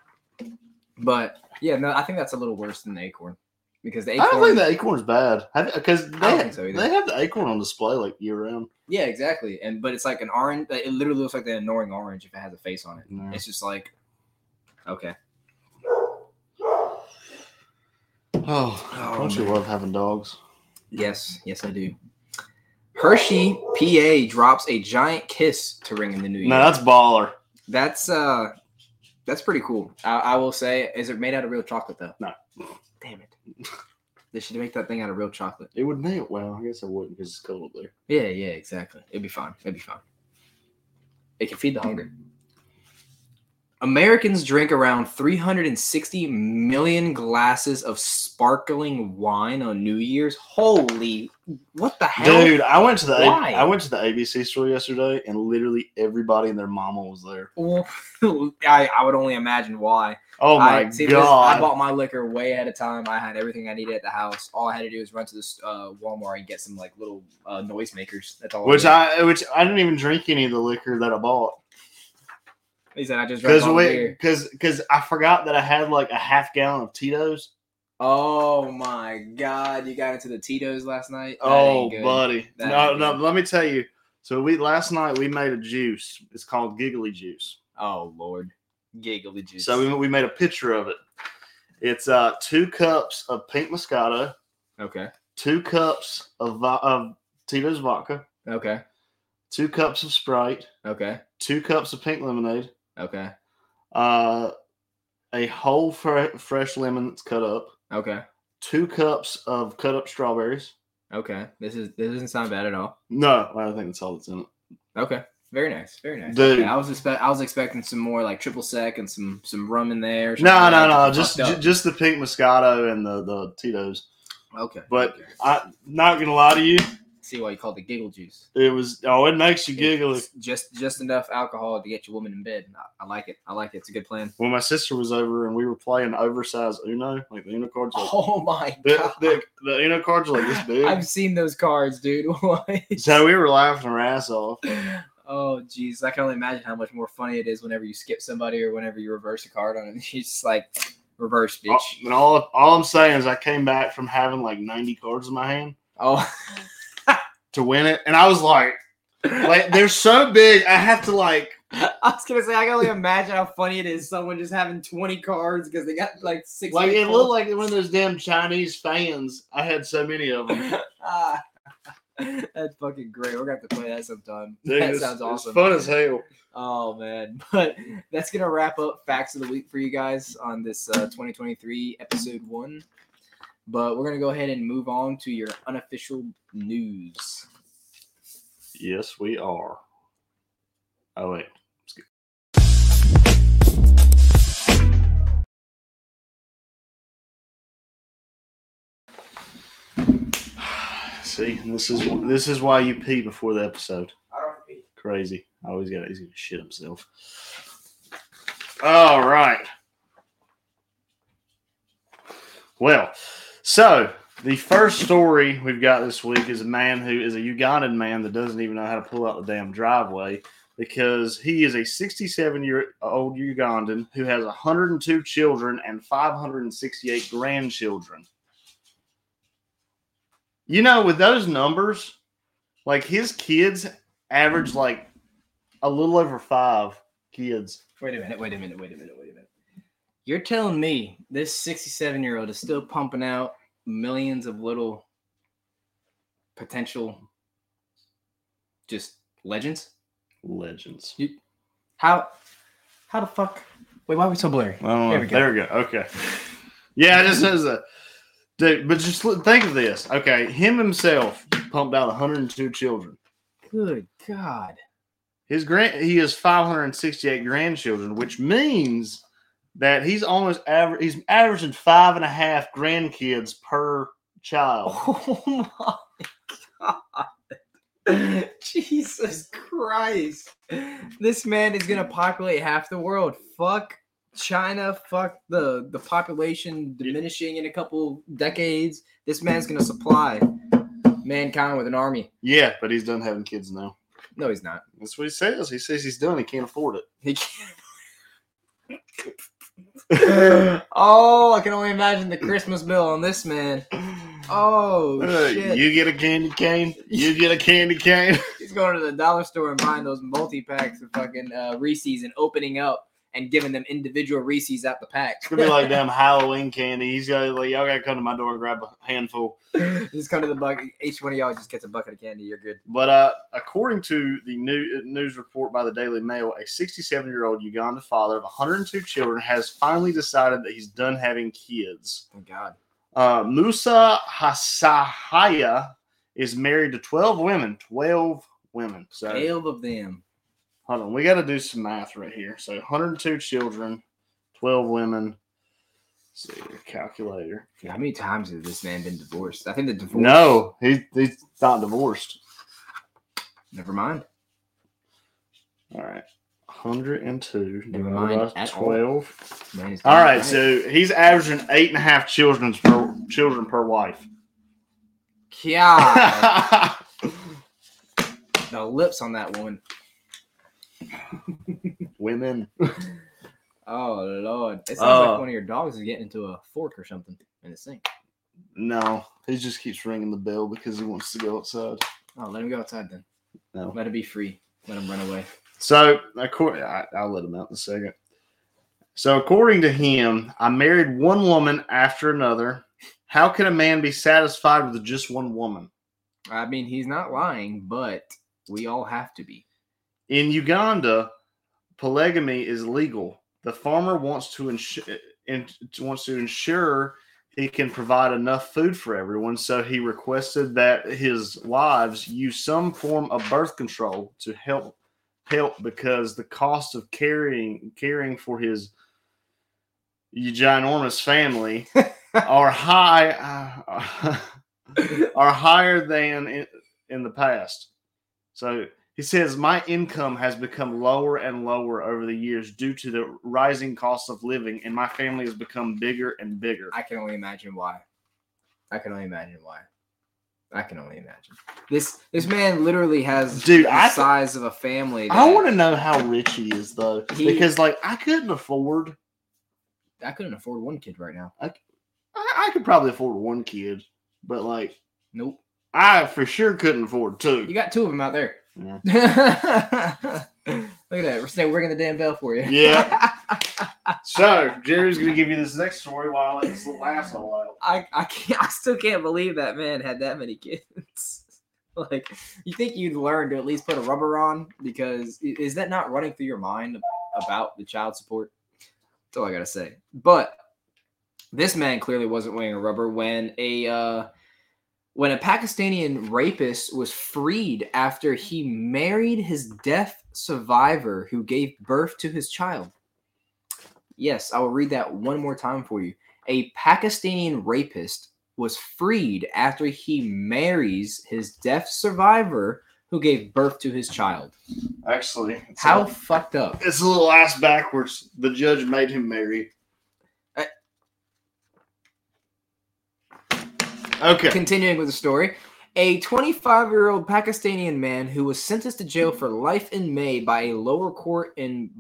[SPEAKER 2] But yeah, no, I think that's a little worse than the acorn because the acorn.
[SPEAKER 1] *laughs* I don't think the acorn's bad. Because they,
[SPEAKER 2] think so either.
[SPEAKER 1] they have the acorn on display like year round.
[SPEAKER 2] Yeah, exactly. And but it's like an orange. It literally looks like an annoying orange if it has a face on it.
[SPEAKER 1] Yeah.
[SPEAKER 2] It's just like, okay,
[SPEAKER 1] Oh, don't you
[SPEAKER 2] man.
[SPEAKER 1] love having dogs?
[SPEAKER 2] yes, yes, I do. Hershey, PA, drops a giant kiss to ring in the new year.
[SPEAKER 1] No, that's baller.
[SPEAKER 2] That's uh, that's pretty cool. I, I will say, is it made out of real chocolate though?
[SPEAKER 1] No.
[SPEAKER 2] Damn it. They should make that thing out of real chocolate.
[SPEAKER 1] It would nail. Well, I guess it wouldn't because it's cold up there.
[SPEAKER 2] Yeah, yeah, exactly. It'd be fine. It'd be fine. It can feed the hungry. Americans drink around 360 million glasses of sparkling wine on New Year's. Holy, what the hell?
[SPEAKER 1] Dude, I went to the
[SPEAKER 2] Why?
[SPEAKER 1] I went to the ABC store yesterday, and literally everybody and their mama was there.
[SPEAKER 2] Well, *laughs* I, I would only imagine why.
[SPEAKER 1] Oh my
[SPEAKER 2] I, see, this- I
[SPEAKER 1] god!
[SPEAKER 2] bought my liquor way ahead of time. I had everything I needed at the house. All I had to do was run to this uh, Walmart and get some like little uh, noisemakers. That's all.
[SPEAKER 1] which
[SPEAKER 2] I,
[SPEAKER 1] I which I didn't even drink any of the liquor that I bought
[SPEAKER 2] did. he said I just drank
[SPEAKER 1] because
[SPEAKER 2] all the
[SPEAKER 1] we
[SPEAKER 2] beer.
[SPEAKER 1] because because I forgot that I had like a half gallon of Tito's.
[SPEAKER 2] Oh my god, you got into the Tito's last night. That
[SPEAKER 1] Oh,
[SPEAKER 2] ain't good.
[SPEAKER 1] buddy!
[SPEAKER 2] That
[SPEAKER 1] no,
[SPEAKER 2] ain't
[SPEAKER 1] no.
[SPEAKER 2] good.
[SPEAKER 1] Let me tell you. So we last night we made a juice. It's called Giggly Juice.
[SPEAKER 2] Oh lord, giggly juice.
[SPEAKER 1] So we, we made a picture of it. It's uh, two cups of pink Moscato,
[SPEAKER 2] okay,
[SPEAKER 1] two cups of, vo- of Tito's vodka,
[SPEAKER 2] okay,
[SPEAKER 1] two cups of Sprite,
[SPEAKER 2] okay,
[SPEAKER 1] two cups of pink lemonade,
[SPEAKER 2] okay,
[SPEAKER 1] uh, a whole fre- fresh lemon that's cut up,
[SPEAKER 2] okay,
[SPEAKER 1] two cups of cut up strawberries.
[SPEAKER 2] okay. This is this doesn't sound bad at all.
[SPEAKER 1] No, I don't think that's all that's in it.
[SPEAKER 2] Okay. Very nice, very nice.
[SPEAKER 1] Dude.
[SPEAKER 2] Okay, I was expect I was expecting some more like triple sec and some some rum in there. or
[SPEAKER 1] No,
[SPEAKER 2] something
[SPEAKER 1] no,
[SPEAKER 2] like that.
[SPEAKER 1] no. Just
[SPEAKER 2] Fucked up.
[SPEAKER 1] j- just the pink Moscato and the the Tito's.
[SPEAKER 2] Okay.
[SPEAKER 1] But-
[SPEAKER 2] okay.
[SPEAKER 1] I not gonna lie to you,
[SPEAKER 2] see why you called it giggle juice.
[SPEAKER 1] it was oh, it makes you giggle.
[SPEAKER 2] It's Just just enough alcohol to get your woman in bed. I, I like it. I like it. It's a good plan.
[SPEAKER 1] when my sister was over and we were playing oversized Uno, like the Uno cards, like,
[SPEAKER 2] Oh my
[SPEAKER 1] the, the, the Uno cards are like this big.
[SPEAKER 2] I've seen those cards, dude. *laughs* What?
[SPEAKER 1] so we were laughing our ass off.
[SPEAKER 2] oh jeez, I can only imagine how much more funny it is whenever you skip somebody or whenever you reverse a card on it. *laughs* You're just like reverse, bitch.
[SPEAKER 1] And all all I'm saying is I came back from having like 90 cards in my hand
[SPEAKER 2] Oh, *laughs*
[SPEAKER 1] to win it, and I was like, like they're so big, I have to like.
[SPEAKER 2] I was gonna say I can only imagine how funny it is someone just having twenty cards because they got like six.
[SPEAKER 1] Like it
[SPEAKER 2] people.
[SPEAKER 1] looked like one of those damn Chinese fans. I had so many
[SPEAKER 2] *laughs*
[SPEAKER 1] of them.
[SPEAKER 2] Ah, that's fucking great. We're gonna have to play that sometime.
[SPEAKER 1] Dude,
[SPEAKER 2] that
[SPEAKER 1] it's-
[SPEAKER 2] sounds awesome.
[SPEAKER 1] It's fun as hell.
[SPEAKER 2] Oh man, *laughs* but that's gonna wrap up facts of the week for you guys on this uh, 2023 episode one. But we're gonna go ahead and move on to your unofficial news.
[SPEAKER 1] Yes, we are. Oh wait. *sighs* See, this is this is why you pee before the episode. Crazy. I always got he's gonna shit himself. All right. Well, so the first story we've got this week is a man who is a Ugandan man that doesn't even know how to pull out the damn driveway because he is a 67 year old Ugandan who has 102 children and 568 grandchildren. You know, with those numbers, like his kids average like a little over five kids.
[SPEAKER 2] Wait a minute. Wait a minute. Wait a minute. Wait a minute. You're telling me this 67 year old is still pumping out millions of little potential just legends?
[SPEAKER 1] Legends.
[SPEAKER 2] How? How the fuck? Wait, why are we so blurry?
[SPEAKER 1] Oh,
[SPEAKER 2] There
[SPEAKER 1] there
[SPEAKER 2] we
[SPEAKER 1] we
[SPEAKER 2] go.
[SPEAKER 1] go. Okay. Yeah, it just says that. Dude, but just look- think of this. Okay, him himself pumped out 102 children.
[SPEAKER 2] Good God.
[SPEAKER 1] His grand he has 568 grandchildren, which means that he's almost aver- he's averaging five and a half grandkids per child.
[SPEAKER 2] *laughs* Oh my God. *laughs* Jesus Christ. This man is going to populate half the world. Fuck China. Fuck the, the population diminishing in a couple decades. This man's going to supply mankind with an army.
[SPEAKER 1] Yeah, but he's done having kids now.
[SPEAKER 2] No, he's not. *laughs*
[SPEAKER 1] That's what he says. He says he's done. He can't afford it.
[SPEAKER 2] He
[SPEAKER 1] *laughs*
[SPEAKER 2] can't. oh, I can only imagine the Christmas bill on this man. *laughs* Oh,
[SPEAKER 1] Uh,
[SPEAKER 2] shit.
[SPEAKER 1] you get a candy cane. You get a candy *laughs* cane.
[SPEAKER 2] He's going to the dollar store and buying those multi packs of fucking uh, Reese's and opening up and giving them individual Reese's out the pack.
[SPEAKER 1] It's gonna be like damn Halloween candy. He's got like y'all gotta come to my door and grab a handful.
[SPEAKER 2] *laughs* just come to the bucket. Each one of y'all just gets a bucket of candy. You're good.
[SPEAKER 1] But uh, according to the new uh, news report by the Daily Mail, a 67 year old Uganda father of 102 children has finally decided that he's done having kids.
[SPEAKER 2] Oh, God.
[SPEAKER 1] Uh, Musa Hasahaya is married to 12 women. 12 women. So
[SPEAKER 2] Twelve of them.
[SPEAKER 1] hold on, we got to do some math right here. So 102 children, 12 women. Let's see your calculator.
[SPEAKER 2] Yeah, how many times has this man been divorced? I think the divorce.
[SPEAKER 1] No, he, he's not divorced.
[SPEAKER 2] Never mind.
[SPEAKER 1] All right, 102
[SPEAKER 2] Never mind
[SPEAKER 1] divided by
[SPEAKER 2] at all.
[SPEAKER 1] 12.
[SPEAKER 2] Man, he's
[SPEAKER 1] All
[SPEAKER 2] doing
[SPEAKER 1] right, so he's averaging eight and a half children per children per wife.
[SPEAKER 2] God, the lips on that one.
[SPEAKER 1] *laughs* Women.
[SPEAKER 2] Oh, Lord. It sounds
[SPEAKER 1] Oh.
[SPEAKER 2] like one of your dogs is getting into a fork or something in the sink.
[SPEAKER 1] No, he just keeps ringing the bell because he wants to go outside.
[SPEAKER 2] Oh, let him go outside then.
[SPEAKER 1] No.
[SPEAKER 2] Let him be free. Let him run away.
[SPEAKER 1] So, according, I, I'll let him out in a second. So, according to him, I married one woman after another. How can a man be satisfied with just one woman?
[SPEAKER 2] I mean, he's not lying, but we all have to be.
[SPEAKER 1] In Uganda, polygamy is legal. The farmer wants to ensure wants to ensure he can provide enough food for everyone, so he requested that his wives use some form of birth control to help help because the cost of carrying caring for his ginormous family are high uh, *laughs* are higher than in, in the past. So he says, My income has become lower and lower over the years due to the rising cost of living, and my family has become bigger and bigger.
[SPEAKER 2] I can only imagine why. I can only imagine why. I can only imagine. This this man literally has
[SPEAKER 1] Dude,
[SPEAKER 2] the
[SPEAKER 1] I th-
[SPEAKER 2] size of a family.
[SPEAKER 1] I
[SPEAKER 2] that-
[SPEAKER 1] want to know how rich he is, though,
[SPEAKER 2] He-
[SPEAKER 1] because like I couldn't afford.
[SPEAKER 2] I couldn't afford one kid right now.
[SPEAKER 1] I, I could probably afford one kid, but like
[SPEAKER 2] Nope.
[SPEAKER 1] I for sure couldn't afford
[SPEAKER 2] You
[SPEAKER 1] two.
[SPEAKER 2] got two of them out there. *laughs*
[SPEAKER 1] Yeah.
[SPEAKER 2] Look at that. We're still ringing the damn bell for you. *laughs*
[SPEAKER 1] Yeah. So Jerry's gonna give you this next story while I let this little asshole out.
[SPEAKER 2] I, I can't *laughs* I still can't believe that man had that many kids. *laughs* like you think you'd learn to at least put a rubber on because i- is that not running through your mind about the child support? That's all I gotta say. But this man clearly wasn't wearing a rubber when a uh, when a Pakistani rapist was freed after he married his deaf survivor who gave birth to his child. Yes, I will read that one more time for you a Pakistani rapist was freed after he marries his deaf survivor who gave birth to his child.
[SPEAKER 1] Actually, it's
[SPEAKER 2] How
[SPEAKER 1] a-
[SPEAKER 2] fucked up.
[SPEAKER 1] It's a little ass backwards. The judge made him marry.
[SPEAKER 2] Uh,
[SPEAKER 1] Okay.
[SPEAKER 2] Continuing with the story, a 25 year old Pakistani man who was sentenced to jail for life in May by a lower court in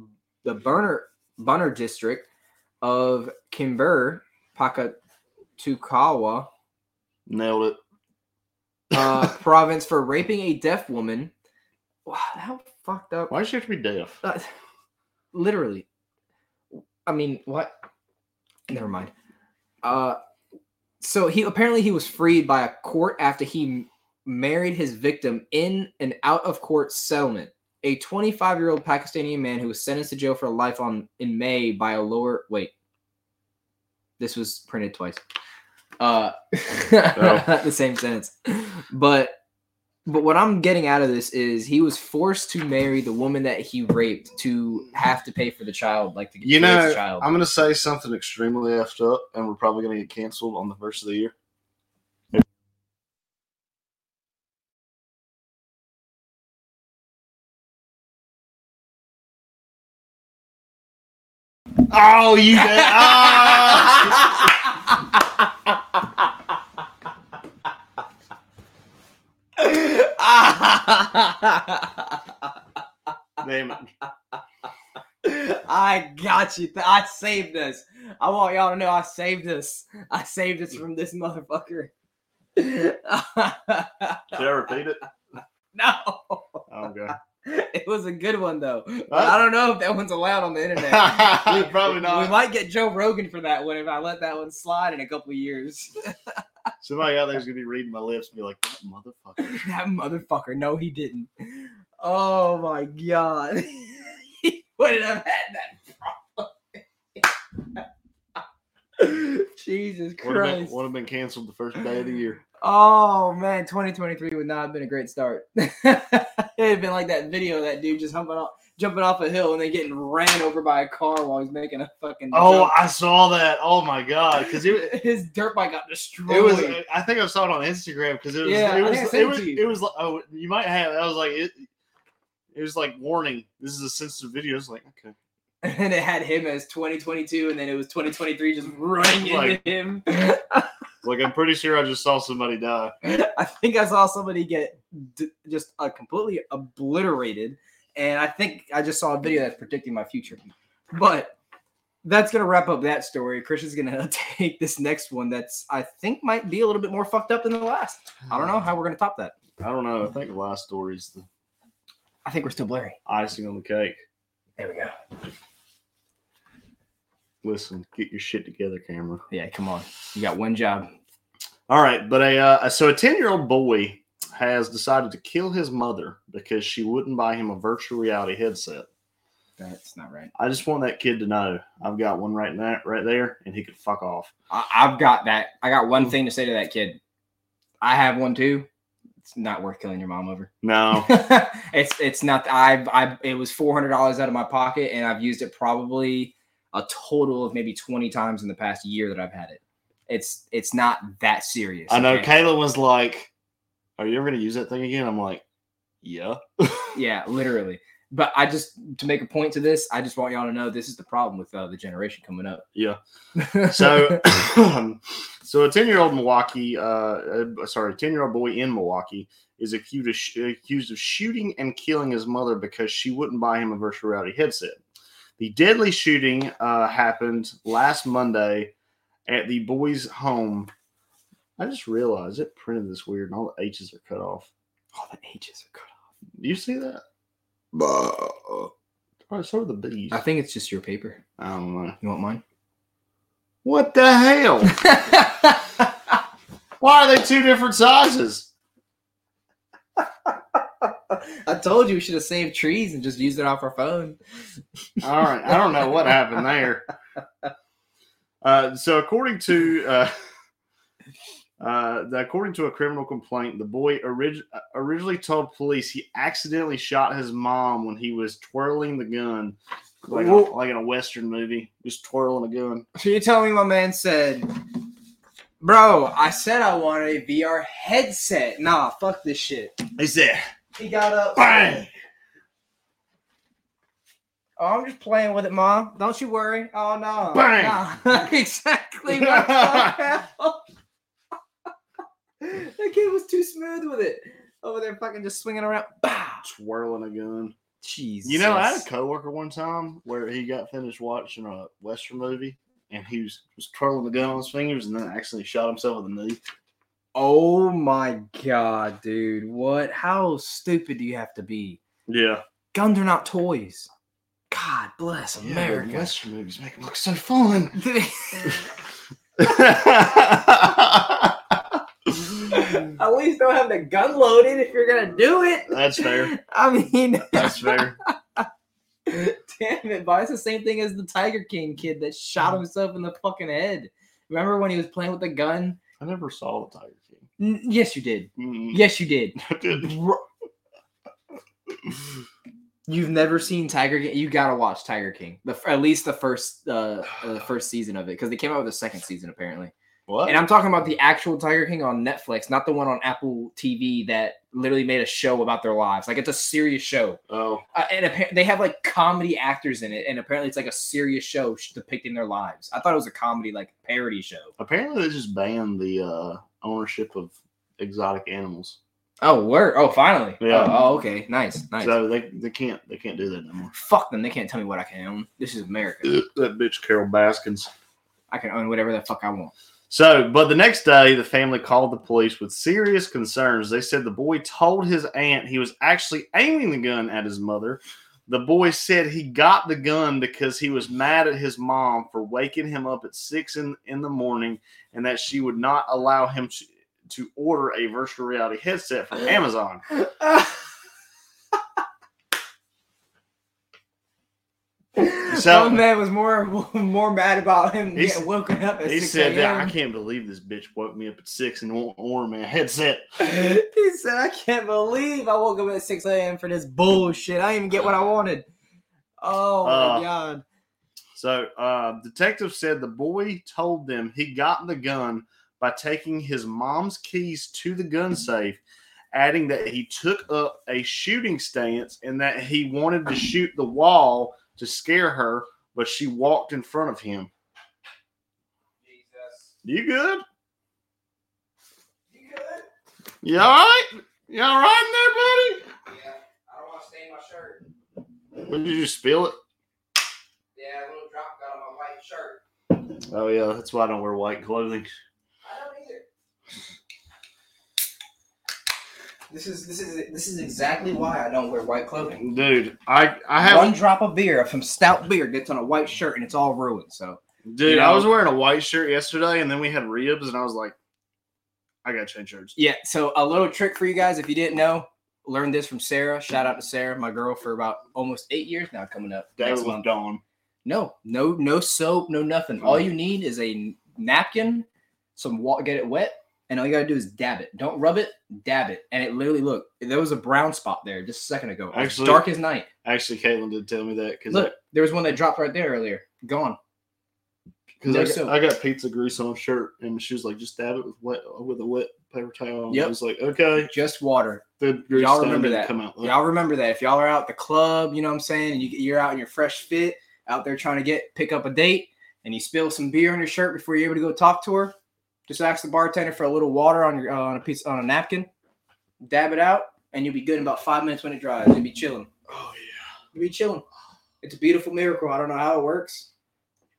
[SPEAKER 2] the Burner, Bunner district of Kimber, Pakatukawa,
[SPEAKER 1] Nailed it.
[SPEAKER 2] uh, province for raping a deaf woman. Wow, how fucked up
[SPEAKER 1] Why does she have to be deaf?
[SPEAKER 2] Uh, literally. I mean, what? Never mind. Uh, so he apparently he was freed by a court after he m- married his victim in an out of court settlement. A 25 year old Pakistani man who was sentenced to jail for life on in May by a lower wait. This was printed twice. Uh, *laughs* not the same sentence. But but what I'm getting out of this is he was forced to marry the woman that he raped to have to pay for the child, like to,
[SPEAKER 1] You
[SPEAKER 2] to raise
[SPEAKER 1] know,
[SPEAKER 2] the child. *laughs*
[SPEAKER 1] I'm gonna say something extremely effed up, and we're probably gonna get canceled on the first of the year. Oh, you *laughs* did! Ah! *laughs* Damn it.
[SPEAKER 2] I got you. Th- I saved this. I want y'all to know I saved this. I saved this from this motherfucker. *laughs*
[SPEAKER 1] Did I repeat it?
[SPEAKER 2] no,
[SPEAKER 1] Oh, God. *laughs*
[SPEAKER 2] *laughs* it was a good one though. But I don't know if that one's allowed on
[SPEAKER 1] *laughs*
[SPEAKER 2] the internet. We-
[SPEAKER 1] probably
[SPEAKER 2] we-
[SPEAKER 1] not.
[SPEAKER 2] We might get Joe Rogan for that one if I let that one slide in a couple of years. *laughs*
[SPEAKER 1] Somebody out there's gonna be reading my lips and be like, "That motherfucker."
[SPEAKER 2] that motherfucker. No, he didn't. Oh my god. *laughs* he wouldn't have had that problem. *laughs* Jesus
[SPEAKER 1] Would have been,
[SPEAKER 2] Christ.
[SPEAKER 1] would've been canceled the first day of the year.
[SPEAKER 2] Oh man, 2023 would not have been a great start. *laughs* It'd have been like that video of that dude just humping off, jumping off a hill and then getting ran over by a car while he's making a fucking.
[SPEAKER 1] Oh,
[SPEAKER 2] jump.
[SPEAKER 1] I saw that. Oh my god, because
[SPEAKER 2] *laughs*
[SPEAKER 1] it,
[SPEAKER 2] his dirt bike got destroyed.
[SPEAKER 1] it was. I think I saw it on Instagram because it was.
[SPEAKER 2] Yeah,
[SPEAKER 1] it
[SPEAKER 2] I
[SPEAKER 1] was.
[SPEAKER 2] think I sent
[SPEAKER 1] It
[SPEAKER 2] it
[SPEAKER 1] was,
[SPEAKER 2] to
[SPEAKER 1] it
[SPEAKER 2] you.
[SPEAKER 1] was. like, oh, you might have. I was like, it. It was like warning. This is a sensitive video. It's like okay.
[SPEAKER 2] and it had him as 2022, and then it was 2023 just running
[SPEAKER 1] Like-
[SPEAKER 2] into him.
[SPEAKER 1] It's like I'm pretty sure I just saw somebody die.
[SPEAKER 2] *laughs* I think I saw somebody get d- just uh, completely obliterated, and I think I just saw a video that's predicting my future. But that's gonna wrap up that story. Christian's gonna *laughs* take this next one that's I think might be a little bit more fucked up than the last. I don't know how we're gonna top that.
[SPEAKER 1] I don't know. I think the last story's the
[SPEAKER 2] I think we're still blurry.
[SPEAKER 1] icing on the cake.
[SPEAKER 2] There we go.
[SPEAKER 1] Listen, get your shit together, camera.
[SPEAKER 2] Yeah, come on. You got one job.
[SPEAKER 1] All right, but a uh, so a ten year old boy has decided to kill his mother because she wouldn't buy him a virtual reality headset.
[SPEAKER 2] That's not right.
[SPEAKER 1] I just want that kid to know I've got one right now, right there, and he could fuck off.
[SPEAKER 2] I- I've got that. I got one thing to say to that kid. I have one too. It's not worth killing your mom over.
[SPEAKER 1] No,
[SPEAKER 2] *laughs* it's it's not I've I it was four hundred dollars out of my pocket and I've used it probably a total of maybe twenty times in the past year that I've had it. It's it's not that serious.
[SPEAKER 1] I know.
[SPEAKER 2] okay?
[SPEAKER 1] Kayla was like, "Are you ever gonna use that thing again?" I'm like, "Yeah."
[SPEAKER 2] Yeah, literally. But I just to make a point to this, I just want y'all to know this is the problem with uh, the generation coming up. *laughs*
[SPEAKER 1] Yeah. So, *clears throat* so a ten year old Milwaukee, uh, uh, sorry, ten year old boy in Milwaukee is accused of, sh- accused of shooting and killing his mother because she wouldn't buy him a virtual reality headset. The deadly shooting uh, happened last Monday at the boy's home. I just realized it printed this weird, and all the H's are cut off.
[SPEAKER 2] all the ages are cut
[SPEAKER 1] Do you see that? All right, so are the B's.
[SPEAKER 2] off. I think it's just your paper.
[SPEAKER 1] I don't know.
[SPEAKER 2] You want *laughs* mine?
[SPEAKER 1] What the hell? Why are they two different sizes?
[SPEAKER 2] I told you we should have saved trees and just used it off our phone.
[SPEAKER 1] All right, I don't know what happened there. Uh, so, according to uh, uh, the- according to a criminal complaint, the boy orig- uh, originally told police he accidentally shot his mom when he was twirling the gun, like a-
[SPEAKER 2] Whoa.
[SPEAKER 1] like in a western movie, just twirling a gun.
[SPEAKER 2] So you're telling me my man said, Bro, I said I wanted a VR headset. Nah, fuck this shit.
[SPEAKER 1] He said,
[SPEAKER 2] He got up.
[SPEAKER 1] "Bang!"
[SPEAKER 2] Oh, I'm just playing with it, Mom. Don't you worry. Oh, no.
[SPEAKER 1] Bang.
[SPEAKER 2] Nah. *laughs* exactly. What the hell? *laughs* that kid was too smooth with it. Over there, fucking just swinging around. Bah.
[SPEAKER 1] Twirling a gun.
[SPEAKER 2] Jesus.
[SPEAKER 1] You know, I had a coworker one time where he got finished watching a western movie and he was, was twirling the gun on his fingers and then actually shot himself in the knee.
[SPEAKER 2] Oh my god, dude. What? How stupid do you have to be?
[SPEAKER 1] Yeah,
[SPEAKER 2] guns are not toys. God bless
[SPEAKER 1] but
[SPEAKER 2] America.
[SPEAKER 1] western movies make it look so fun. *laughs*
[SPEAKER 2] *laughs* At least don't have the gun loaded if you're gonna do it.
[SPEAKER 1] That's fair.
[SPEAKER 2] *laughs* I mean,
[SPEAKER 1] That's fair.
[SPEAKER 2] Mm. damn it, but it's the same thing as the Tiger King kid that shot himself in the fucking head. Remember when he was playing with the gun?
[SPEAKER 1] I never saw the Tiger King.
[SPEAKER 2] N- yes, you did.
[SPEAKER 1] Mm,
[SPEAKER 2] Yes, you did.
[SPEAKER 1] I didn't.
[SPEAKER 2] You've never seen Tiger King. You gotta watch Tiger King. The f- at least the first uh, uh the first season of it because they came out with a second season apparently.
[SPEAKER 1] What?
[SPEAKER 2] And I'm talking about the actual Tiger King on Netflix, not the one on Apple TV that literally made a show about their lives. Like it's a serious show,
[SPEAKER 1] oh,
[SPEAKER 2] uh, and appa- they have like comedy actors in it, and apparently it's like a serious show sh- depicting their lives. I thought it was a comedy like parody show.
[SPEAKER 1] apparently they just banned the uh, ownership of exotic animals.
[SPEAKER 2] Oh, word. Oh, finally.
[SPEAKER 1] Yeah.
[SPEAKER 2] Oh, oh, okay. Nice. Nice.
[SPEAKER 1] So they, they can't they can't do that anymore.
[SPEAKER 2] Fuck them. They can't tell me what I can own. This is America.
[SPEAKER 1] that bitch Carol Baskins.
[SPEAKER 2] I can own whatever the fuck I want.
[SPEAKER 1] So, but the next day, the family called the police with serious concerns. They said the boy told his aunt he was actually aiming the gun at his mother. The boy said he got the gun because he was mad at his mom for waking him up at six in, in the morning and that she would not allow him to, to order a virtual reality headset from Amazon.
[SPEAKER 2] *laughs*
[SPEAKER 1] So-
[SPEAKER 2] one man was more more mad about him
[SPEAKER 1] He
[SPEAKER 2] getting
[SPEAKER 1] s-
[SPEAKER 2] woken up at
[SPEAKER 1] He
[SPEAKER 2] 6
[SPEAKER 1] said, that, I
[SPEAKER 2] a.m..
[SPEAKER 1] can't believe this bitch woke me up at six and won't order me a headset.
[SPEAKER 2] *laughs* he said, I can't believe I woke up at 6 a.m. for this bullshit. I didn't even get what I wanted. Oh my
[SPEAKER 1] Uh,
[SPEAKER 2] god.
[SPEAKER 1] So, uh, detective said the boy told them he got the gun by taking his mom's keys to the gun safe, adding that he took up a shooting stance and that he wanted to shoot the wall to scare her, but she walked in front of him. You good? You all right? You all right in there, buddy? What did you spill it? Oh yeah, that's why I don't wear white clothing.
[SPEAKER 2] This is this is this is exactly why I don't wear white clothing.
[SPEAKER 1] Dude, I I have
[SPEAKER 2] One drop of beer, some stout beer, gets on a white shirt, and it's all ruined. So
[SPEAKER 1] Dude,
[SPEAKER 2] You
[SPEAKER 1] I
[SPEAKER 2] know?
[SPEAKER 1] was wearing a white shirt yesterday, and then we had ribs, and I was like, I gotta change shirts.
[SPEAKER 2] Yeah, so a little trick for you guys if you didn't know, learned this from Sarah. Shout out to Sarah, my girl for about almost eight years now coming up
[SPEAKER 1] That
[SPEAKER 2] next
[SPEAKER 1] was
[SPEAKER 2] month.
[SPEAKER 1] gone.
[SPEAKER 2] No, no, no soap, no nothing.
[SPEAKER 1] Mm.
[SPEAKER 2] All you need is a napkin, some water, get it wet, and all you gotta do is dab it. Don't rub it, dab it. And it literally look, there was a brown spot there just a second ago. It was
[SPEAKER 1] Actually-
[SPEAKER 2] dark as night.
[SPEAKER 1] Actually, Caitlin did tell me that because
[SPEAKER 2] Look, there was one that dropped right there earlier. Gone. no
[SPEAKER 1] because
[SPEAKER 2] soap.
[SPEAKER 1] I, got pizza grease on a shirt, and she was like, just dab it with wet with a wet paper towel. And
[SPEAKER 2] Yep.
[SPEAKER 1] I was like, okay,
[SPEAKER 2] Just water.
[SPEAKER 1] the grease
[SPEAKER 2] Y'all
[SPEAKER 1] stain
[SPEAKER 2] remember
[SPEAKER 1] didn't
[SPEAKER 2] that.
[SPEAKER 1] Come out.
[SPEAKER 2] Y'all remember that if y'all are out at the club, you know what I'm saying, and you, you're out in your fresh fit, out there trying to get pick up a date, and you spill some beer on your shirt before you're able to go talk to her, just ask the bartender for a little water on your uh, on a piece on a napkin, dab it out, and you'll be good in about five minutes when it dries. You'll be chilling.
[SPEAKER 1] Oh
[SPEAKER 2] You'll be chilling. It's a beautiful miracle. I don't know how it works.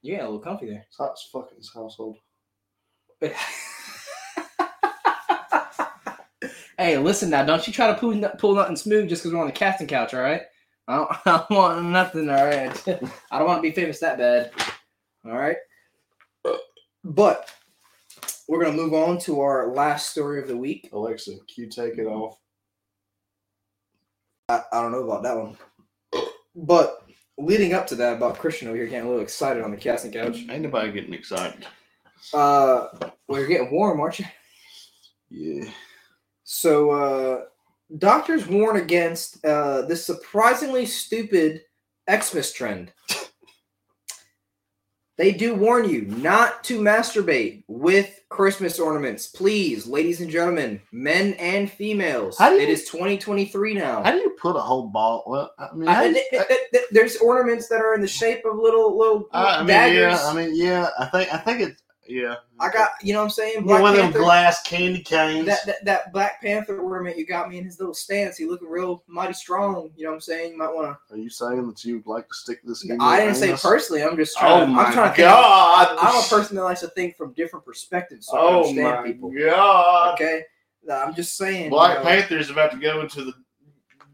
[SPEAKER 2] You got a little comfy there.
[SPEAKER 1] yeah, it's hot as fuck in this household.
[SPEAKER 2] *laughs* hey, listen now. Don't you try to pull, no- pull nothing smooth just because we're on the casting couch, all right? I don't, *laughs* I don't want nothing, all right? *laughs* I don't want to be famous that bad, all right? But we're going to move on to our last story of the week.
[SPEAKER 1] Alexa, can you take it off?
[SPEAKER 2] I, I don't know about that one. But leading up to that, about Christian over here getting a little excited on the casting couch,
[SPEAKER 1] Ain't nobody getting excited.
[SPEAKER 2] uh, we're getting warm, aren't you?
[SPEAKER 1] Yeah.
[SPEAKER 2] So, uh, doctors warn against uh, this surprisingly stupid Xmas trend. they do warn you not to masturbate with Christmas ornaments. Please, ladies and gentlemen, men and females.
[SPEAKER 1] How do you-
[SPEAKER 2] it is 2023 now.
[SPEAKER 1] How do you put a whole ball? Well, I mean, how
[SPEAKER 2] I-
[SPEAKER 1] do
[SPEAKER 2] I-
[SPEAKER 1] you-
[SPEAKER 2] th- th- th- there's ornaments that are in the shape of little little
[SPEAKER 1] Uh, I, I mean,
[SPEAKER 2] daggers.
[SPEAKER 1] yeah, I mean, yeah. I think I think it's yeah.
[SPEAKER 2] I got you know what I'm saying.
[SPEAKER 1] one of them
[SPEAKER 2] Panther-
[SPEAKER 1] glass candy canes.
[SPEAKER 2] that, that that Black Panther ornament you got me in his little stance. He looking real mighty strong. You know what I'm saying? You might want
[SPEAKER 1] Are you saying that you would like to stick this?
[SPEAKER 2] to.
[SPEAKER 1] in
[SPEAKER 2] I
[SPEAKER 1] your
[SPEAKER 2] didn't say
[SPEAKER 1] anus?
[SPEAKER 2] personally. I'm just
[SPEAKER 1] Oh
[SPEAKER 2] trying.
[SPEAKER 1] my
[SPEAKER 2] I'm trying to think.
[SPEAKER 1] god!
[SPEAKER 2] I'm a person that likes to think from different perspectives, so I
[SPEAKER 1] Oh
[SPEAKER 2] understand
[SPEAKER 1] my
[SPEAKER 2] people.
[SPEAKER 1] god!
[SPEAKER 2] Okay, Nah, I'm just saying.
[SPEAKER 1] Black
[SPEAKER 2] you know,
[SPEAKER 1] Panther is about to go into the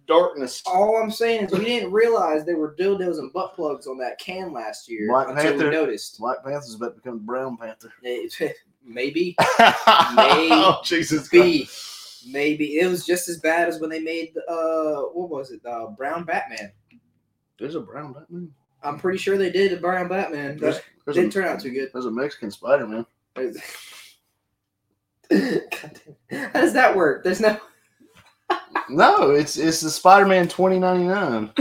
[SPEAKER 1] darkness.
[SPEAKER 2] All I'm saying is we didn't realize there were dildos and butt plugs on that can last year
[SPEAKER 1] Black
[SPEAKER 2] until
[SPEAKER 1] Panther-
[SPEAKER 2] we noticed.
[SPEAKER 1] Black Panther is about to become Brown Panther.
[SPEAKER 2] It- *laughs* Maybe,
[SPEAKER 1] *laughs* oh Jesus! Christ.
[SPEAKER 2] be, maybe it was just as bad as when they made uh what was it? Uh, Brown Batman.
[SPEAKER 1] There's a Brown Batman.
[SPEAKER 2] I'm pretty sure they did a Brown Batman.
[SPEAKER 1] There's,
[SPEAKER 2] That
[SPEAKER 1] there's
[SPEAKER 2] didn't
[SPEAKER 1] a,
[SPEAKER 2] turn out too good. *laughs*
[SPEAKER 1] there's a Mexican Spider Man.
[SPEAKER 2] God damn. How does that work? There's no.
[SPEAKER 1] No, it's it's the Spider Man twenty ninety
[SPEAKER 2] *laughs*
[SPEAKER 1] nine.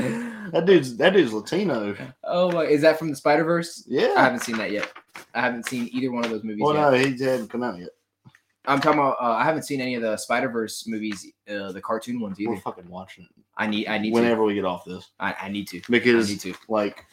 [SPEAKER 1] That dude's that dude's Latino.
[SPEAKER 2] Oh, my- is that from the Spider Verse? I
[SPEAKER 1] Yeah.
[SPEAKER 2] haven't seen that yet. I haven't seen either one of those movies
[SPEAKER 1] Well,
[SPEAKER 2] yet.
[SPEAKER 1] no, he hadn't come out yet.
[SPEAKER 2] I'm talking about. Uh, I haven't seen any of the Spider Verse movies, uh, the cartoon ones
[SPEAKER 1] We're
[SPEAKER 2] either.
[SPEAKER 1] fucking watching it
[SPEAKER 2] I need. I need to.
[SPEAKER 1] whenever we get off this
[SPEAKER 2] I, I need to. I
[SPEAKER 1] because
[SPEAKER 2] need to.
[SPEAKER 1] like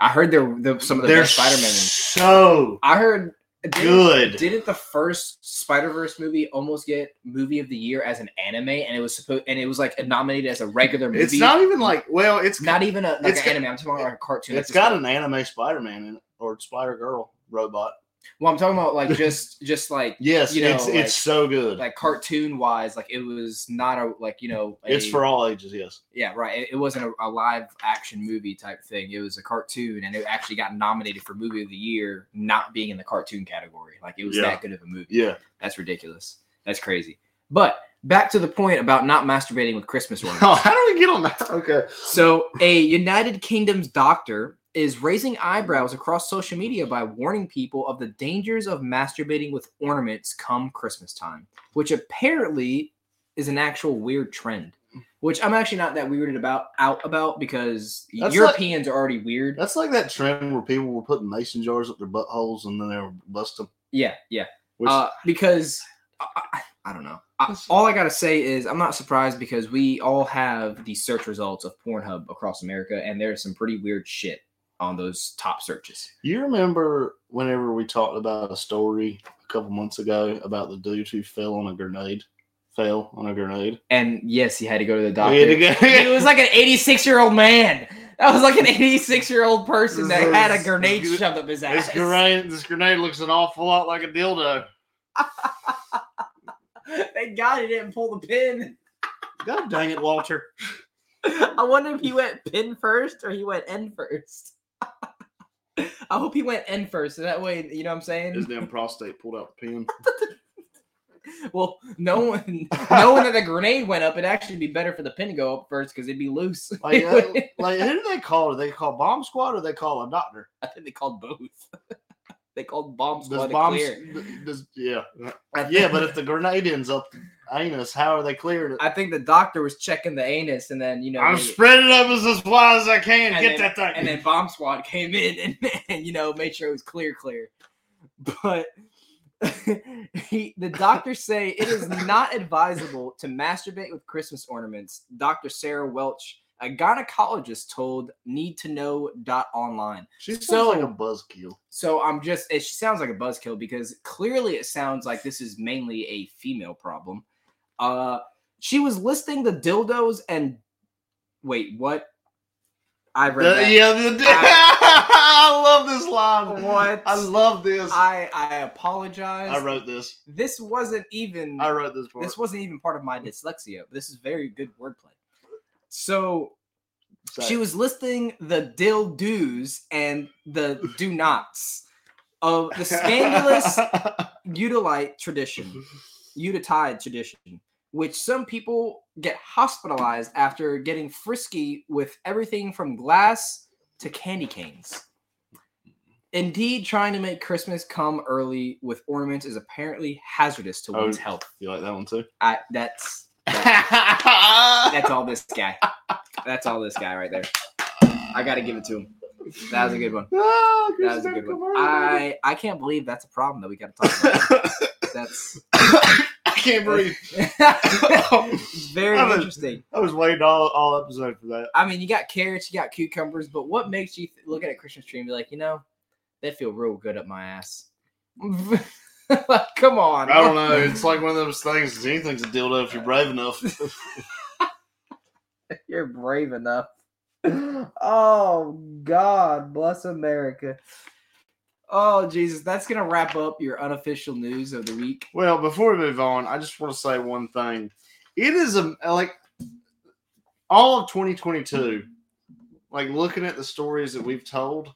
[SPEAKER 2] I heard there the, some of the
[SPEAKER 1] they're
[SPEAKER 2] best Spider Man.
[SPEAKER 1] so
[SPEAKER 2] I heard. didn't-
[SPEAKER 1] good.
[SPEAKER 2] Didn't the first Spider Verse movie almost get movie of the year as an anime, and it was supposed and it was like nominated as a regular movie?
[SPEAKER 1] It's not even like well, it's
[SPEAKER 2] not even a like
[SPEAKER 1] it's
[SPEAKER 2] an
[SPEAKER 1] got-
[SPEAKER 2] anime. I'm talking about like a cartoon.
[SPEAKER 1] it's
[SPEAKER 2] episode.
[SPEAKER 1] got an anime Spider Man in it or Spider Girl robot.
[SPEAKER 2] Well, I'm talking
[SPEAKER 1] *laughs*
[SPEAKER 2] about like just just like
[SPEAKER 1] Yes,
[SPEAKER 2] You know,
[SPEAKER 1] it's
[SPEAKER 2] like-
[SPEAKER 1] it's so good.
[SPEAKER 2] like cartoon wise, like it was not a like you know a-
[SPEAKER 1] it's for all ages. Yes.
[SPEAKER 2] yeah right. It, it wasn't a, a live action movie type thing. It was a cartoon, and it actually got nominated for movie of the year, not being in the cartoon category. Like it was
[SPEAKER 1] Yeah.
[SPEAKER 2] that good of a movie.
[SPEAKER 1] *laughs* Yeah.
[SPEAKER 2] That's ridiculous. That's crazy. But back to the point about not masturbating with Christmas ornaments.
[SPEAKER 1] Oh, how do we get on that? Okay.
[SPEAKER 2] So, a United Kingdom's doctor is raising eyebrows across social media by warning people of the dangers of masturbating with ornaments come Christmas time, which apparently is an actual weird trend. Which I'm actually not that weirded about out about because
[SPEAKER 1] That's
[SPEAKER 2] Europeans are already weird.
[SPEAKER 1] That's like that trend where people were putting mason jars up their buttholes and then they were busting.
[SPEAKER 2] Yeah, yeah.
[SPEAKER 1] Which
[SPEAKER 2] uh, because I, I, I don't know. I, all I gotta say is I'm not surprised because we all have the search results of Pornhub across America, and there's some pretty weird shit on those top searches.
[SPEAKER 1] you remember whenever we talked about a story a couple months ago about the dude who fell on a grenade, fell on a grenade.
[SPEAKER 2] And yes, he had to go to the
[SPEAKER 1] We
[SPEAKER 2] doctor.
[SPEAKER 1] had to go-
[SPEAKER 2] *laughs* It was like an 86 year old man. That was like an 86 year old person that had a grenade shoved up his
[SPEAKER 1] *laughs*
[SPEAKER 2] ass.
[SPEAKER 1] this grenade, this grenade looks an awful lot like a dildo.
[SPEAKER 2] *laughs* Thank God he didn't pull the pin. *laughs*
[SPEAKER 1] God dang it, Walter!
[SPEAKER 2] I wonder if he went pin first or he went end first. *laughs* I hope he went end first, so that way you know what I'm
[SPEAKER 1] His
[SPEAKER 2] saying.
[SPEAKER 1] damn prostate pulled out the pin.
[SPEAKER 2] Well, no one, knowing that the grenade went up, it'd actually be better for the pin to go up first because it'd be loose.
[SPEAKER 1] *laughs*
[SPEAKER 2] *laughs*
[SPEAKER 1] Like, uh, like who do they call? Do they call bomb squad or do they call a doctor?
[SPEAKER 2] I think they called both. *laughs* they called bomb squad
[SPEAKER 1] Does
[SPEAKER 2] to
[SPEAKER 1] bombs?
[SPEAKER 2] clear.
[SPEAKER 1] Does, *laughs* yeah,
[SPEAKER 2] I
[SPEAKER 1] yeah.
[SPEAKER 2] think- *laughs*
[SPEAKER 1] But if the grenade ends up the anus, how are they cleared?
[SPEAKER 2] I think the doctor was checking the anus, and then you know,
[SPEAKER 1] I'm
[SPEAKER 2] they-
[SPEAKER 1] spreading up as as wide as I can.
[SPEAKER 2] And
[SPEAKER 1] Get
[SPEAKER 2] then-
[SPEAKER 1] that thing.
[SPEAKER 2] and then bomb squad *laughs* came in and, and you know made sure it was clear, clear. *laughs* But *laughs* he, the doctors say it is not advisable to masturbate with Christmas ornaments. Dr. Sarah Welch, a gynecologist, told Need to Know online.
[SPEAKER 1] she sounds
[SPEAKER 2] so-
[SPEAKER 1] like a buzzkill.
[SPEAKER 2] So I'm just it sounds like a buzzkill because clearly it sounds like this is mainly a female problem. Uh she was listing the dildos and wait, what? I read
[SPEAKER 1] The-
[SPEAKER 2] that.
[SPEAKER 1] yeah, the, *laughs* I love this line.
[SPEAKER 2] What?
[SPEAKER 1] I love this. I,
[SPEAKER 2] I I apologize.
[SPEAKER 1] wrote this.
[SPEAKER 2] this wasn't even
[SPEAKER 1] I wrote this part.
[SPEAKER 2] this wasn't even part of my dyslexia. but This is very good wordplay. So
[SPEAKER 1] Sorry.
[SPEAKER 2] she was listing the dill do's and the do nots of
[SPEAKER 1] *laughs*
[SPEAKER 2] the scandalous Udalite tradition, Udatide tradition, which some people get hospitalized after getting frisky with everything from glass to candy canes. Indeed, trying to make Christmas come early with ornaments is apparently hazardous to
[SPEAKER 1] Oh.
[SPEAKER 2] one's health.
[SPEAKER 1] you like that one
[SPEAKER 2] *laughs*
[SPEAKER 1] too? *laughs*
[SPEAKER 2] I, that's that's all this guy. That's all this guy right there. I gotta give it to him. That was a good one.
[SPEAKER 1] Ah,
[SPEAKER 2] That was a good one. I I can't believe that's a problem that we gotta talk about. That's
[SPEAKER 1] *laughs*
[SPEAKER 2] *laughs*
[SPEAKER 1] I can't breathe.
[SPEAKER 2] Very
[SPEAKER 1] I'm a-
[SPEAKER 2] interesting.
[SPEAKER 1] I was waiting all, all episode for that.
[SPEAKER 2] I mean, you got carrots, you got cucumbers, but what makes you th- look at a Christmas tree and be like, you know, they feel real good up my ass? *laughs* Like, Come on.
[SPEAKER 1] I don't know.
[SPEAKER 2] *laughs*
[SPEAKER 1] It's like one of those things. Anything's a dildo if you're brave *laughs* enough.
[SPEAKER 2] You're brave enough. Oh, God. Bless America. Oh, Jesus. That's going to wrap up your unofficial news of the week.
[SPEAKER 1] Well, before we move on, I just want to say one thing. It is a like all of 2022. Like looking at the stories that we've told,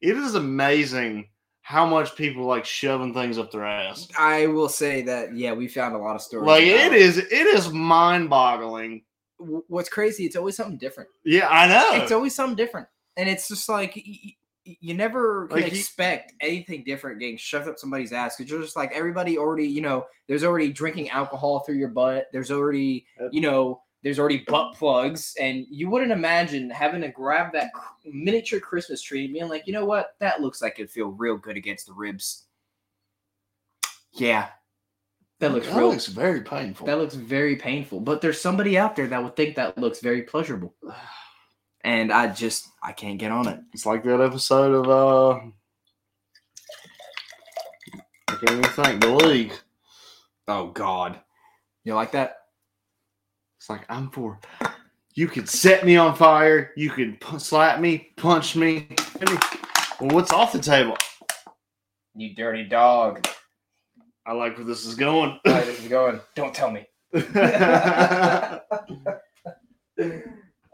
[SPEAKER 1] it is amazing how much people like shoving things up their ass.
[SPEAKER 2] I will say that, yeah, we found a lot of stories.
[SPEAKER 1] Like it
[SPEAKER 2] about
[SPEAKER 1] is, it is mind-boggling.
[SPEAKER 2] w- What's crazy, it's always something different.
[SPEAKER 1] Yeah, I know.
[SPEAKER 2] It's always something different. And it's just like, y- y- you never can
[SPEAKER 1] Like, you-
[SPEAKER 2] expect anything different getting shoved up somebody's ass because you're just like everybody already, you know, there's already drinking alcohol through your butt. There's already,
[SPEAKER 1] Yep.
[SPEAKER 2] you know, there's already butt plugs, and you wouldn't imagine having to grab that cr- miniature Christmas tree and being like, you know what, that looks like it'd feel real good against the ribs. Yeah, that looks
[SPEAKER 1] that
[SPEAKER 2] real.
[SPEAKER 1] looks very painful.
[SPEAKER 2] that looks very painful. But there's somebody out there that would think that looks very *sighs* pleasurable, and I just I can't get on it.
[SPEAKER 1] It's like that episode of uh I can't even think. The league.
[SPEAKER 2] Oh God. You like that?
[SPEAKER 1] It's like I'm for. You could set me on fire. You could pu- slap me, punch me. hit me. Well, what's off the table?
[SPEAKER 2] You dirty *coughs* dog.
[SPEAKER 1] I like where this is going. *laughs*
[SPEAKER 2] All right, this is going. Don't tell me.
[SPEAKER 1] but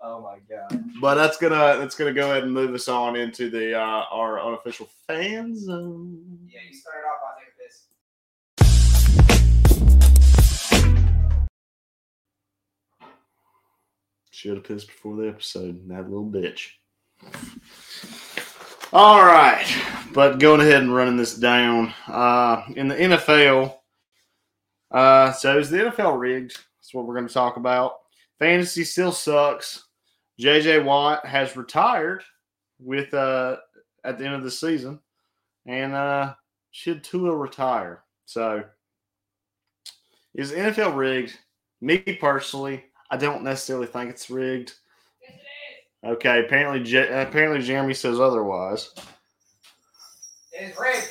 [SPEAKER 2] Oh my god.
[SPEAKER 1] that's gonna that's gonna go ahead and move us on into the uh, our unofficial fan zone.
[SPEAKER 2] Yeah, you started off on like this.
[SPEAKER 1] Should have pissed before the episode. That little bitch. All right, but going ahead and running this down. Uh, in the NFL, uh, so is the NFL rigged? That's what we're going to talk about. Fantasy still sucks. JJ Watt has retired with uh, at the end of the season, and uh, should Tua retire? So is the NFL rigged? Me personally, I don't necessarily think it's rigged. Okay, apparently, Je- apparently Jeremy says
[SPEAKER 2] *laughs*
[SPEAKER 1] otherwise.
[SPEAKER 2] It is rigged.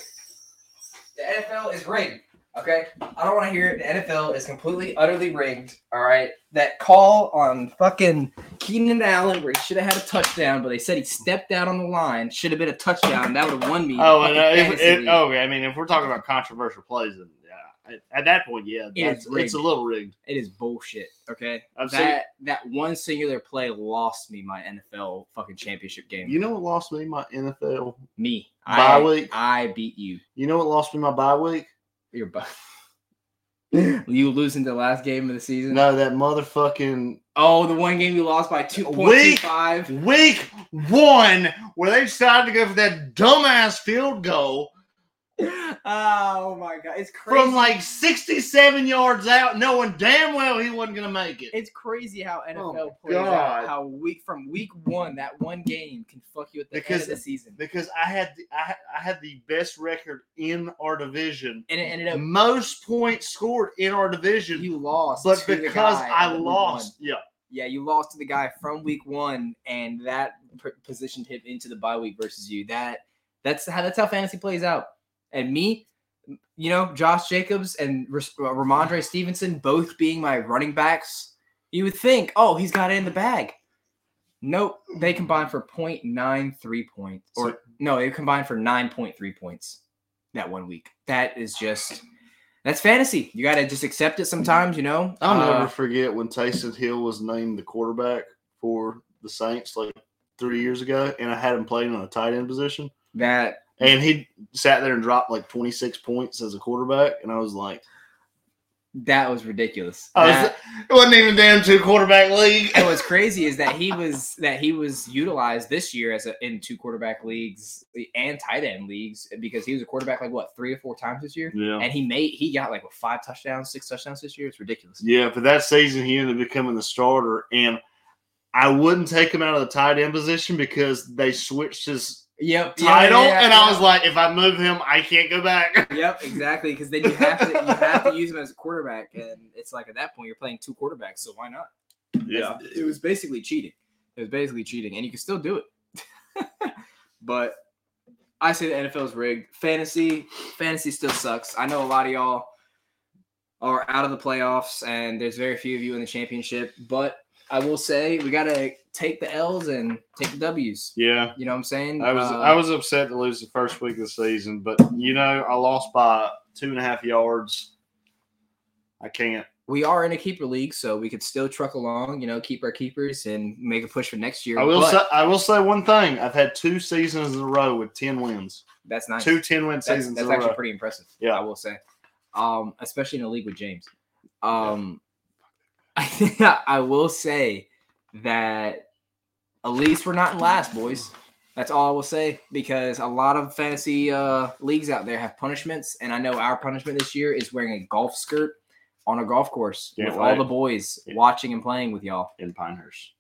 [SPEAKER 2] The NFL is rigged. Okay? I don't want to hear it. The NFL is completely, utterly rigged. All right? That call on fucking Keenan Allen where he should have had a touchdown, but they said he stepped out on the line. Should have been a touchdown. That would have won me.
[SPEAKER 1] Oh,
[SPEAKER 2] Fucking
[SPEAKER 1] and, uh, if,
[SPEAKER 2] fantasy
[SPEAKER 1] if,
[SPEAKER 2] league.
[SPEAKER 1] oh, I mean, if we're talking about controversial plays, then yeah, at, at that point, yeah,
[SPEAKER 2] It
[SPEAKER 1] that's,
[SPEAKER 2] is rigged.
[SPEAKER 1] it's a little rigged.
[SPEAKER 2] It is bullshit. Okay?
[SPEAKER 1] I've
[SPEAKER 2] that that one singular play lost me my NFL fucking championship game.
[SPEAKER 1] You know what lost me my NFL?
[SPEAKER 2] me.
[SPEAKER 1] Bye
[SPEAKER 2] I,
[SPEAKER 1] week.
[SPEAKER 2] I beat you.
[SPEAKER 1] You know what lost me my bye week?
[SPEAKER 2] You're bu- *laughs* you losing the last game of the season.
[SPEAKER 1] No, that motherfucking
[SPEAKER 2] Oh, the one game you lost by two point
[SPEAKER 1] Week-
[SPEAKER 2] five.
[SPEAKER 1] week one where they decided to go for that dumbass field goal
[SPEAKER 2] Oh my god, it's crazy.
[SPEAKER 1] from like 67 yards out, knowing damn well he wasn't going to make it.
[SPEAKER 2] it's crazy how NFL
[SPEAKER 1] Oh my
[SPEAKER 2] plays out.
[SPEAKER 1] God.
[SPEAKER 2] How week from week one, that one game can fuck you at the end
[SPEAKER 1] Because-
[SPEAKER 2] of the season,
[SPEAKER 1] Because I had the, I, had- I had the best record in our division,
[SPEAKER 2] and it ended up
[SPEAKER 1] most points scored in our division.
[SPEAKER 2] you lost.
[SPEAKER 1] but
[SPEAKER 2] to the
[SPEAKER 1] because
[SPEAKER 2] guy
[SPEAKER 1] I
[SPEAKER 2] in week
[SPEAKER 1] lost,
[SPEAKER 2] one.
[SPEAKER 1] yeah,
[SPEAKER 2] yeah, you lost to the guy from week one, and that p- positioned him into the bye week versus you. That that's how that's how fantasy plays out. And me, you know, Josh Jacobs and Ras- uh, Ramondre Stevenson both being my running backs, you would think, oh, he's got it in the bag. Nope, they combined for 0.93 points, or
[SPEAKER 1] So-
[SPEAKER 2] no, they combined for 9.3 points that one week. That is just that's fantasy. You got to just accept it sometimes, you know.
[SPEAKER 1] I'll
[SPEAKER 2] Uh,
[SPEAKER 1] never forget when Taysom Hill was named the quarterback for the Saints like three years ago, and I had him playing on a tight end position,
[SPEAKER 2] that
[SPEAKER 1] and he sat there and dropped like twenty six points as a quarterback, and I was like,
[SPEAKER 2] That was ridiculous.
[SPEAKER 1] I was-
[SPEAKER 2] That-
[SPEAKER 1] Oh, it wasn't even a damn two quarterback league.
[SPEAKER 2] and what's crazy is that he was that he was utilized this year as a, in two quarterback leagues and tight end leagues because he was a quarterback like what three or four times this year,
[SPEAKER 1] Yeah,
[SPEAKER 2] and he made he got like what five touchdowns, six touchdowns this year. It's ridiculous.
[SPEAKER 1] yeah. For that season, he ended up becoming the starter, and I wouldn't take him out of the tight end position because they switched his
[SPEAKER 2] Yep.
[SPEAKER 1] title, and I was like, if I move him, I can't go back. *laughs*
[SPEAKER 2] Yep, exactly. Because then you have to you have to use him as a quarterback, and it's like at that point you're playing two quarterbacks, so why not? It's- it was basically cheating. It was basically cheating, and you can still do it. *laughs* but I say the NFL is rigged. Fantasy, fantasy still sucks. I know a lot of y'all are out of the playoffs, and there's very few of you in the championship. But I will say we gotta take the L's and take the W's.
[SPEAKER 1] yeah.
[SPEAKER 2] You know what I'm saying?
[SPEAKER 1] I was
[SPEAKER 2] Uh,
[SPEAKER 1] I was upset to lose the first week of the season, but you know I lost by two and a half yards. I can't.
[SPEAKER 2] we are in a keeper league, so we could still truck along. You know, keep our keepers and make a push for next year.
[SPEAKER 1] I will
[SPEAKER 2] but
[SPEAKER 1] say I will say one thing. I've had two seasons in a row with ten wins.
[SPEAKER 2] that's nice.
[SPEAKER 1] Two 10 win
[SPEAKER 2] that's,
[SPEAKER 1] seasons
[SPEAKER 2] that's
[SPEAKER 1] in a
[SPEAKER 2] actually
[SPEAKER 1] row.
[SPEAKER 2] pretty impressive.
[SPEAKER 1] Yeah.
[SPEAKER 2] I will say, um, especially in a league with James. Um, *laughs* I think I will say that at least we're not in last, boys. That's all I will say because a lot of fantasy uh, leagues out there have punishments, and I know our punishment this year is wearing a golf skirt on a golf course
[SPEAKER 1] Can't
[SPEAKER 2] with
[SPEAKER 1] wait.
[SPEAKER 2] all the boys
[SPEAKER 1] Yeah.
[SPEAKER 2] watching and playing with y'all.
[SPEAKER 1] in Pinehurst.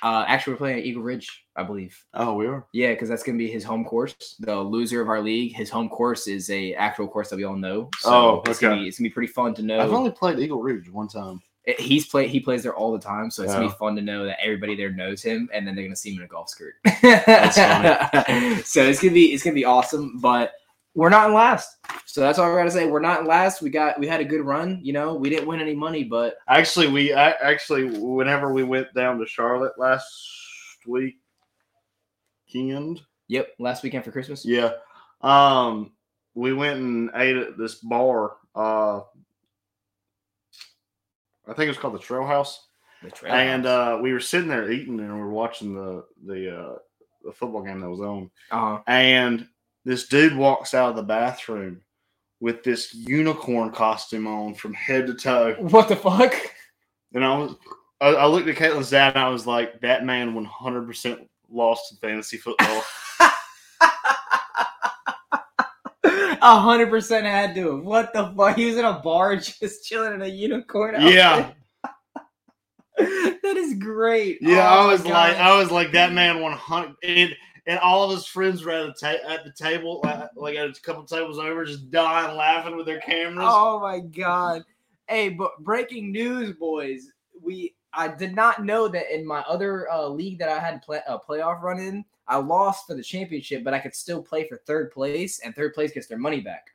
[SPEAKER 2] Uh, actually, we're playing at Eagle Ridge, I believe.
[SPEAKER 1] Oh, we are.
[SPEAKER 2] Yeah, because that's gonna be his home course. The loser of our league, his home course is a actual course that we all know. So
[SPEAKER 1] Oh,
[SPEAKER 2] it's gonna
[SPEAKER 1] okay.
[SPEAKER 2] be it's gonna be pretty fun to know.
[SPEAKER 1] I've only played Eagle Ridge one time.
[SPEAKER 2] It- He's play he plays there all the time, so it's gonna
[SPEAKER 1] Yeah.
[SPEAKER 2] be fun to know that everybody there knows him, and then they're gonna see him in a golf skirt.
[SPEAKER 1] funny.
[SPEAKER 2] *laughs* so it's gonna be it's gonna be awesome, but we're not in last. So that's all I gotta say. We're not in last. We got we had a good run. You know, we didn't win any money, but
[SPEAKER 1] Actually, we I, actually whenever we went down to Charlotte last week, weekend.
[SPEAKER 2] yep, last weekend for Christmas.
[SPEAKER 1] Yeah, um, we went and ate at this bar. Uh, I think it was called the Trail House.
[SPEAKER 2] The trail
[SPEAKER 1] and uh,
[SPEAKER 2] house.
[SPEAKER 1] we were sitting there eating and we were watching the the uh, the football game that was on
[SPEAKER 2] uh-huh.
[SPEAKER 1] and this dude walks out of the bathroom with this unicorn costume on from head to toe
[SPEAKER 2] what the fuck?
[SPEAKER 1] and i was i, I looked at caitlin's dad and i was like that man 100% lost in fantasy
[SPEAKER 2] *laughs*
[SPEAKER 1] football
[SPEAKER 2] A hundred percent had to. have. What the fuck? He was in a bar *laughs* just chilling in a unicorn.
[SPEAKER 1] yeah
[SPEAKER 2] outfit. *laughs* that is great.
[SPEAKER 1] yeah
[SPEAKER 2] Oh
[SPEAKER 1] i
[SPEAKER 2] my
[SPEAKER 1] was like
[SPEAKER 2] gosh.
[SPEAKER 1] i was like that man 100 and, and all of his friends were at, a ta- at the table like, like at a couple tables over just dying laughing with their cameras
[SPEAKER 2] Oh my god. Hey, but breaking news, boys. We I did not know that in my other uh, league that I had play, a playoff run in, I lost for the championship, but I could still play for third place, and third place gets their money back.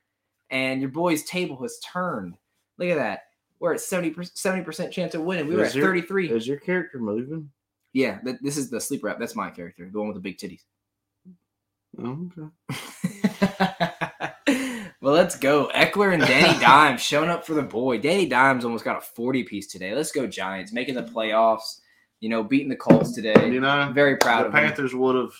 [SPEAKER 2] And your boys' table has turned. Look at that. We're at 70%, 70% chance of winning. We were
[SPEAKER 1] Is
[SPEAKER 2] at
[SPEAKER 1] your-
[SPEAKER 2] 33.
[SPEAKER 1] your character moving
[SPEAKER 2] Yeah, th- this is the sleep wrap. That's my character, the one with the big titties.
[SPEAKER 1] Oh, Okay.
[SPEAKER 2] well, let's go. Eckler and Danny Dimes showing up for the boy. Danny Dimes almost got a 40 piece today. Let's go, Giants, making the playoffs, you know, beating the Colts today.
[SPEAKER 1] You know,
[SPEAKER 2] I'm very proud
[SPEAKER 1] the
[SPEAKER 2] of them.
[SPEAKER 1] Panthers would have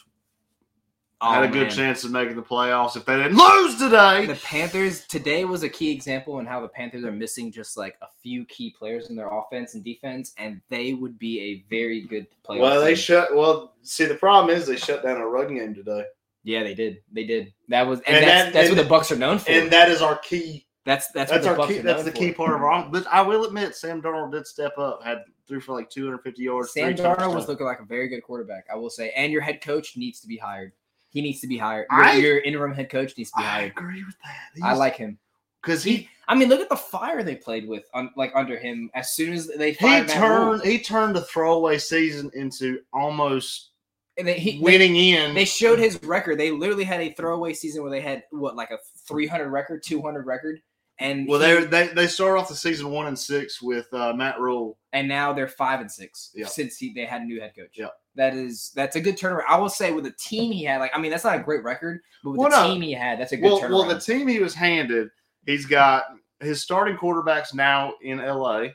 [SPEAKER 2] Oh,
[SPEAKER 1] had a good
[SPEAKER 2] man.
[SPEAKER 1] chance of making the playoffs if they didn't lose
[SPEAKER 2] The
[SPEAKER 1] today.
[SPEAKER 2] Panthers today was a key example in how the Panthers are missing just like a few key players in their offense and defense, and they would be a very good playoff. team.
[SPEAKER 1] shut. Well, see, the problem is they shut down a run game today,
[SPEAKER 2] yeah, they did. They did. That was, and,
[SPEAKER 1] And
[SPEAKER 2] that's
[SPEAKER 1] that-
[SPEAKER 2] that's
[SPEAKER 1] and-
[SPEAKER 2] what the Bucks are known for.
[SPEAKER 1] that is our key.
[SPEAKER 2] that's
[SPEAKER 1] That's,
[SPEAKER 2] that's what the
[SPEAKER 1] our
[SPEAKER 2] Bucks
[SPEAKER 1] key.
[SPEAKER 2] are
[SPEAKER 1] That's
[SPEAKER 2] known
[SPEAKER 1] the
[SPEAKER 2] for.
[SPEAKER 1] key part of our. But I will admit, Sam Darnold did step up. Had threw for like 250 yards. three
[SPEAKER 2] Sam Darnold
[SPEAKER 1] touchdowns.
[SPEAKER 2] was looking like a very good quarterback, I will say. And your head coach needs to be hired. He needs to be hired. Your,
[SPEAKER 1] I-
[SPEAKER 2] your interim head coach needs to be
[SPEAKER 1] I
[SPEAKER 2] hired.
[SPEAKER 1] agree with that.
[SPEAKER 2] I like him.
[SPEAKER 1] because he
[SPEAKER 2] He, I mean, look at the fire they played with, on, like under him. As soon as they
[SPEAKER 1] he
[SPEAKER 2] fired Matt Rule.
[SPEAKER 1] turned he turned a throwaway season into almost
[SPEAKER 2] and they, he, they,
[SPEAKER 1] winning in.
[SPEAKER 2] they showed his record. They literally had a throwaway season where they had what, like a 300 record, 200 record, and
[SPEAKER 1] well,
[SPEAKER 2] he-
[SPEAKER 1] they they they started off the season one and six with uh, Matt Rule.
[SPEAKER 2] and now they're five and six
[SPEAKER 1] Yeah.
[SPEAKER 2] since he, they had a new head coach.
[SPEAKER 1] Yeah.
[SPEAKER 2] That is that's a good turnaround. I will say with the team he had, like I mean that's not a great record, but with the
[SPEAKER 1] Well, no.
[SPEAKER 2] team he had, that's a good
[SPEAKER 1] Well,
[SPEAKER 2] turnaround.
[SPEAKER 1] well, the team he was handed, he's got his starting quarterbacks now in LA.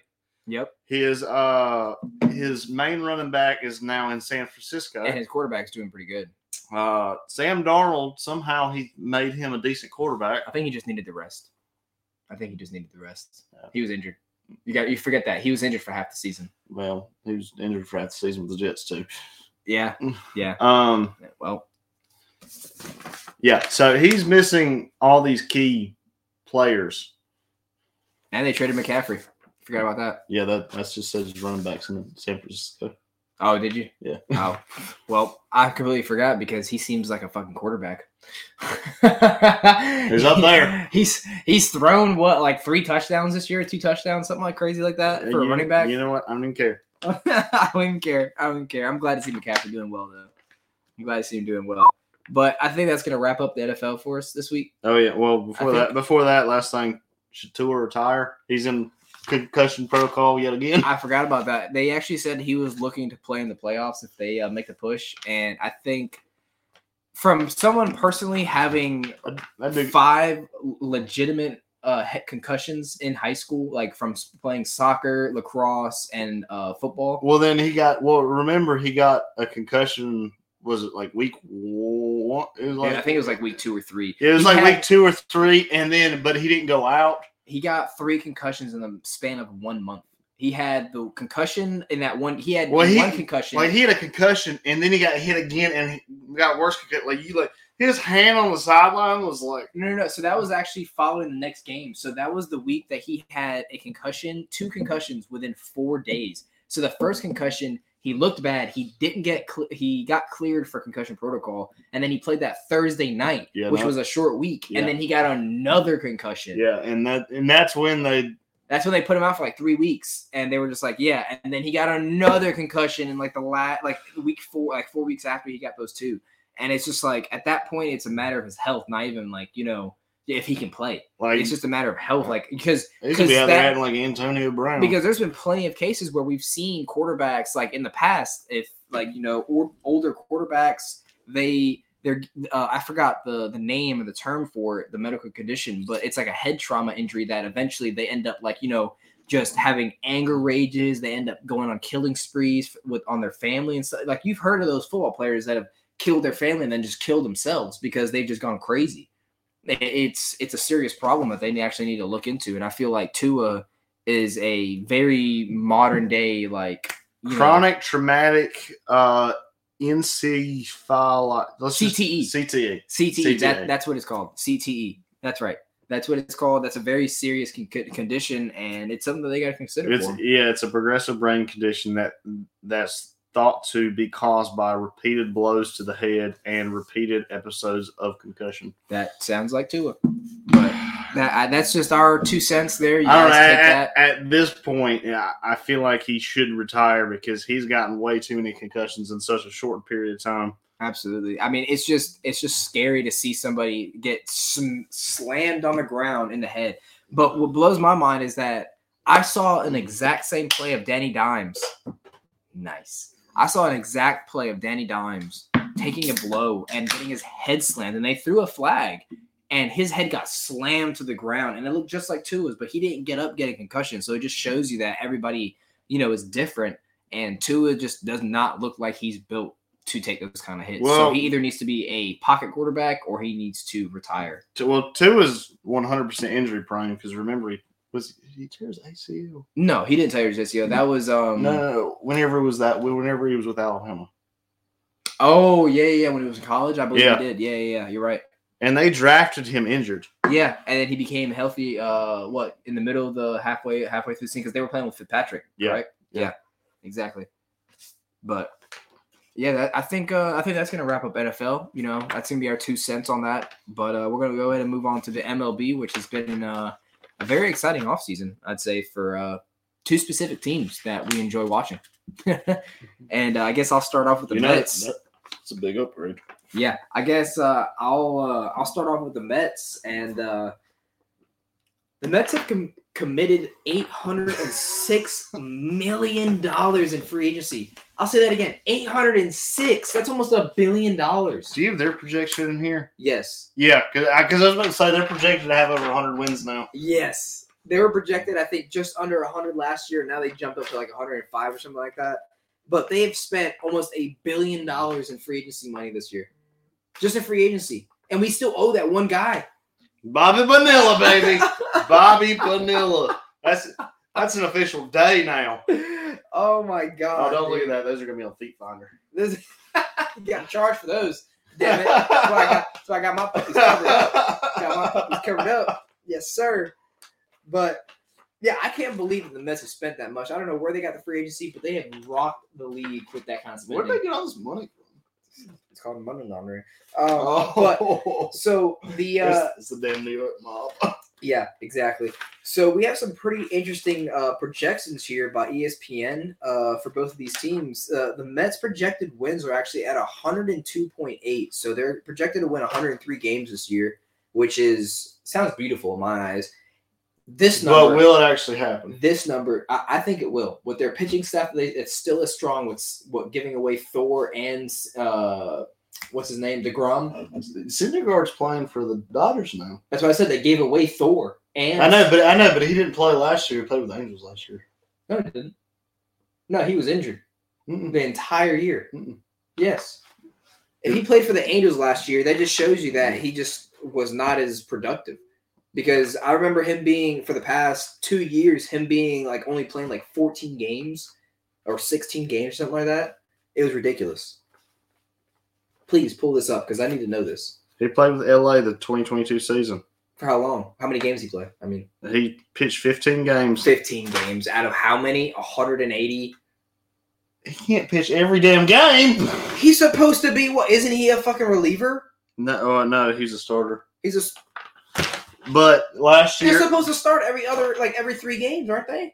[SPEAKER 2] yep.
[SPEAKER 1] His uh his main running back is now in San Francisco.
[SPEAKER 2] and his quarterback's doing pretty good.
[SPEAKER 1] Uh, Sam Darnold somehow he made him a decent quarterback.
[SPEAKER 2] I think he just needed the rest. I think he just needed the rest. He was injured. You got you forget that he was injured for half the season.
[SPEAKER 1] Well, he was injured for half the season with the Jets too.
[SPEAKER 2] Yeah,
[SPEAKER 1] Um,
[SPEAKER 2] well,
[SPEAKER 1] yeah, so he's missing all these key players.
[SPEAKER 2] and they traded McCaffrey. Forgot about that.
[SPEAKER 1] Yeah, that that's just says his running backs in San Francisco.
[SPEAKER 2] Oh, did you?
[SPEAKER 1] Yeah.
[SPEAKER 2] *laughs* Oh, well, I completely forgot because he seems like a fucking quarterback.
[SPEAKER 1] He's up
[SPEAKER 2] *laughs*
[SPEAKER 1] there.
[SPEAKER 2] He's he's thrown what like three touchdowns this year, two touchdowns, something like crazy like that Uh, for a
[SPEAKER 1] You-
[SPEAKER 2] running back.
[SPEAKER 1] You know what? I don't even care.
[SPEAKER 2] *laughs* I don't even care. I don't even care. I'm glad to see McCaffrey doing well though. I'm glad to see him doing well. But I think that's gonna wrap up the NFL for us this week.
[SPEAKER 1] Oh yeah. Well, before
[SPEAKER 2] think-
[SPEAKER 1] that, before that, last thing, Shatur retire. He's in concussion protocol yet again. *laughs*
[SPEAKER 2] I forgot about that. They actually said he was looking to play in the playoffs if they uh, make the push, and I think from someone personally having
[SPEAKER 1] That dude,
[SPEAKER 2] five legitimate uh, he- concussions in high school, like from s- playing soccer, lacrosse, and uh, football.
[SPEAKER 1] well, then he got. Well, remember he got a concussion. Was it like week one? It was like
[SPEAKER 2] Yeah, I think it was like week two or three.
[SPEAKER 1] it was
[SPEAKER 2] He
[SPEAKER 1] like
[SPEAKER 2] had-
[SPEAKER 1] week two or three, and then but he didn't go out.
[SPEAKER 2] he got three concussions in the span of one month. He had the concussion in that one. He had
[SPEAKER 1] Well, he-
[SPEAKER 2] one concussion.
[SPEAKER 1] Like he had a concussion, and then he got hit again, and he got worse. concu- Like you, like his hand on the sideline was like,
[SPEAKER 2] No, no, no. So that was actually following the next game. So that was the week that he had a concussion, two concussions within four days. So the first concussion, he looked bad. He didn't get cle he got cleared for concussion protocol, and then he played that Thursday night,
[SPEAKER 1] Yeah,
[SPEAKER 2] which
[SPEAKER 1] no.
[SPEAKER 2] was a short week,
[SPEAKER 1] Yeah.
[SPEAKER 2] and then he got another concussion.
[SPEAKER 1] yeah, and that, and that's when they,
[SPEAKER 2] That's when they put him out for like three weeks, and they were just like, yeah. And then he got another concussion in like the last, like week four, like four weeks after he got those two. And it's just like at that point, it's a matter of his health, not even like you know if he can play
[SPEAKER 1] like,
[SPEAKER 2] it's just a matter of health, like because
[SPEAKER 1] they could be
[SPEAKER 2] because
[SPEAKER 1] out there
[SPEAKER 2] that-
[SPEAKER 1] acting like Antonio Brown.
[SPEAKER 2] because there's been plenty of cases where we've seen quarterbacks like in the past, if like you know or, older quarterbacks, they they're uh, I forgot the the name or the term for it, the medical condition, but it's like a head trauma injury that eventually they end up like you know just having anger rages. They end up going on killing sprees with on their family and stuff. Like you've heard of those football players that have killed their family and then just killed themselves because they've just gone crazy. It- It's it's a serious problem that they actually need to look into, and I feel like Tua is a very modern day like you know,
[SPEAKER 1] chronic traumatic uh NC file like, let's just- E.
[SPEAKER 2] CTE.
[SPEAKER 1] CTE.
[SPEAKER 2] CTE.
[SPEAKER 1] CTE.
[SPEAKER 2] E. That, that's what it's called. CTE. That's right. That's what it's called. That's a very serious con- condition, and it's something that they got to consider.
[SPEAKER 1] It's
[SPEAKER 2] for him.
[SPEAKER 1] yeah, it's a progressive brain condition that that's thought to be caused by repeated blows to the head and repeated episodes of concussion.
[SPEAKER 2] That sounds like Tua, but that, I, that's just our two cents there. You
[SPEAKER 1] I don't
[SPEAKER 2] guys
[SPEAKER 1] know,
[SPEAKER 2] take
[SPEAKER 1] at,
[SPEAKER 2] that.
[SPEAKER 1] at this point, yeah, I feel like he should retire because he's gotten way too many concussions in such a short period of time.
[SPEAKER 2] Absolutely. I mean, it's just it's just scary to see somebody get sm- slammed on the ground in the head. But what blows my mind is that I saw an exact same play of Danny Dimes. Nice. I saw an exact play of Danny Dimes taking a blow and getting his head slammed, and they threw a flag, and his head got slammed to the ground, and it looked just like Tua's, but he didn't get up, get a concussion. So it just shows you that everybody, you know, is different, and Tua just does not look like he's built to take those kind of hits.
[SPEAKER 1] Well-
[SPEAKER 2] so he either needs to be a pocket quarterback or he needs to retire.
[SPEAKER 1] T- Well, two is one hundred percent injury prone because remember he was he tears ACL.
[SPEAKER 2] No, he didn't tear his ACL. That was um.
[SPEAKER 1] No, no, no, whenever was that? Whenever he was with Alabama.
[SPEAKER 2] Oh yeah, yeah. yeah, When he was in college, I believe
[SPEAKER 1] Yeah.
[SPEAKER 2] he did. Yeah, yeah, yeah. You're right.
[SPEAKER 1] and they drafted him injured.
[SPEAKER 2] Yeah, and then he became healthy. Uh, what in the middle of the halfway halfway through the season because they were playing with Fitzpatrick.
[SPEAKER 1] Yeah,
[SPEAKER 2] Right?
[SPEAKER 1] yeah.
[SPEAKER 2] Yeah. Exactly. But yeah, that, I think uh, I think that's gonna wrap up NFL. You know, that's gonna be our two cents on that. But uh, we're gonna go ahead and move on to the MLB, which has been uh, a very exciting offseason, I'd say, for uh, two specific teams that we enjoy watching. *laughs* and uh, I guess I'll start off with the
[SPEAKER 1] you know,
[SPEAKER 2] Mets.
[SPEAKER 1] that- that's a big upgrade.
[SPEAKER 2] Yeah, I guess uh, I'll uh, I'll start off with the Mets and uh, the Mets have com- committed eight hundred and six million dollars in free agency. I'll say that again: eight hundred and six. That's almost a billion dollars.
[SPEAKER 1] Do you have their projection in here?
[SPEAKER 2] Yes,
[SPEAKER 1] Yeah, because I, 'cause I was about to say they're projected to have over 100 wins now.
[SPEAKER 2] yes. They were projected, I think, just under hundred last year. Now they jumped up to like one hundred and five or something like that. But they have spent almost a billion dollars in free agency money this year, just in free agency, and we still owe that one guy.
[SPEAKER 1] Bobby Vanilla,
[SPEAKER 2] *laughs*
[SPEAKER 1] baby, Bobby Vanilla. That's that's an official day now.
[SPEAKER 2] oh my god!
[SPEAKER 1] Oh, don't look at
[SPEAKER 2] dude.
[SPEAKER 1] that. Those are gonna be on Feet Finder.
[SPEAKER 2] This, *laughs* you got charged for those.
[SPEAKER 1] *laughs*
[SPEAKER 2] Damn it! That's why I got. That's why I got my puppies covered up. Got my puppies covered up. Yes, sir. But yeah, I can't believe that the Mets have spent that much. I don't know where they got the free agency, but they have rocked the league with that kind of
[SPEAKER 1] Where
[SPEAKER 2] spending.
[SPEAKER 1] did they get all this money from?
[SPEAKER 2] it's called money laundering. Um,
[SPEAKER 1] *laughs*
[SPEAKER 2] but
[SPEAKER 1] Oh,
[SPEAKER 2] so the uh,
[SPEAKER 1] it's, it's the damn New York mob.
[SPEAKER 2] Yeah, exactly. So we have some pretty interesting uh, projections here by E ESPN uh, for both of these teams. Uh, the Mets' projected wins are actually at 102.8, so they're projected to win 103 games this year, which is sounds beautiful in my eyes. This number,
[SPEAKER 1] But will it actually happen?
[SPEAKER 2] this number, I, I think it will. With their pitching staff, they, it's still as strong with s- what giving away Thor and uh, what's his name, Degrom.
[SPEAKER 1] Syndergaard's playing for the Dodgers now.
[SPEAKER 2] That's why I said they gave away Thor and
[SPEAKER 1] I know, but I know, but he didn't play last year. He played with the Angels last year.
[SPEAKER 2] No, he didn't. No, he was injured
[SPEAKER 1] Mm-mm.
[SPEAKER 2] the entire year.
[SPEAKER 1] Mm. Mm-mm.
[SPEAKER 2] Yes. If he played for the Angels last year, that just shows you that he just was not as productive.
[SPEAKER 3] because I remember him being for the past two years, him being like only playing like 14 games or 16 games, something like that. It was ridiculous. Please pull this up because I need to know this.
[SPEAKER 1] He played with LA the 2022 season.
[SPEAKER 3] For how long? How many games he play? I mean,
[SPEAKER 1] He pitched 15 games.
[SPEAKER 3] 15 games out of how many? 180.
[SPEAKER 1] He can't pitch every damn game.
[SPEAKER 3] He's supposed to be what? Isn't he a fucking reliever?
[SPEAKER 1] No, uh, no, he's a starter.
[SPEAKER 3] He's a,
[SPEAKER 1] But last
[SPEAKER 3] they're
[SPEAKER 1] year,
[SPEAKER 3] supposed to start every other like every three games, aren't they?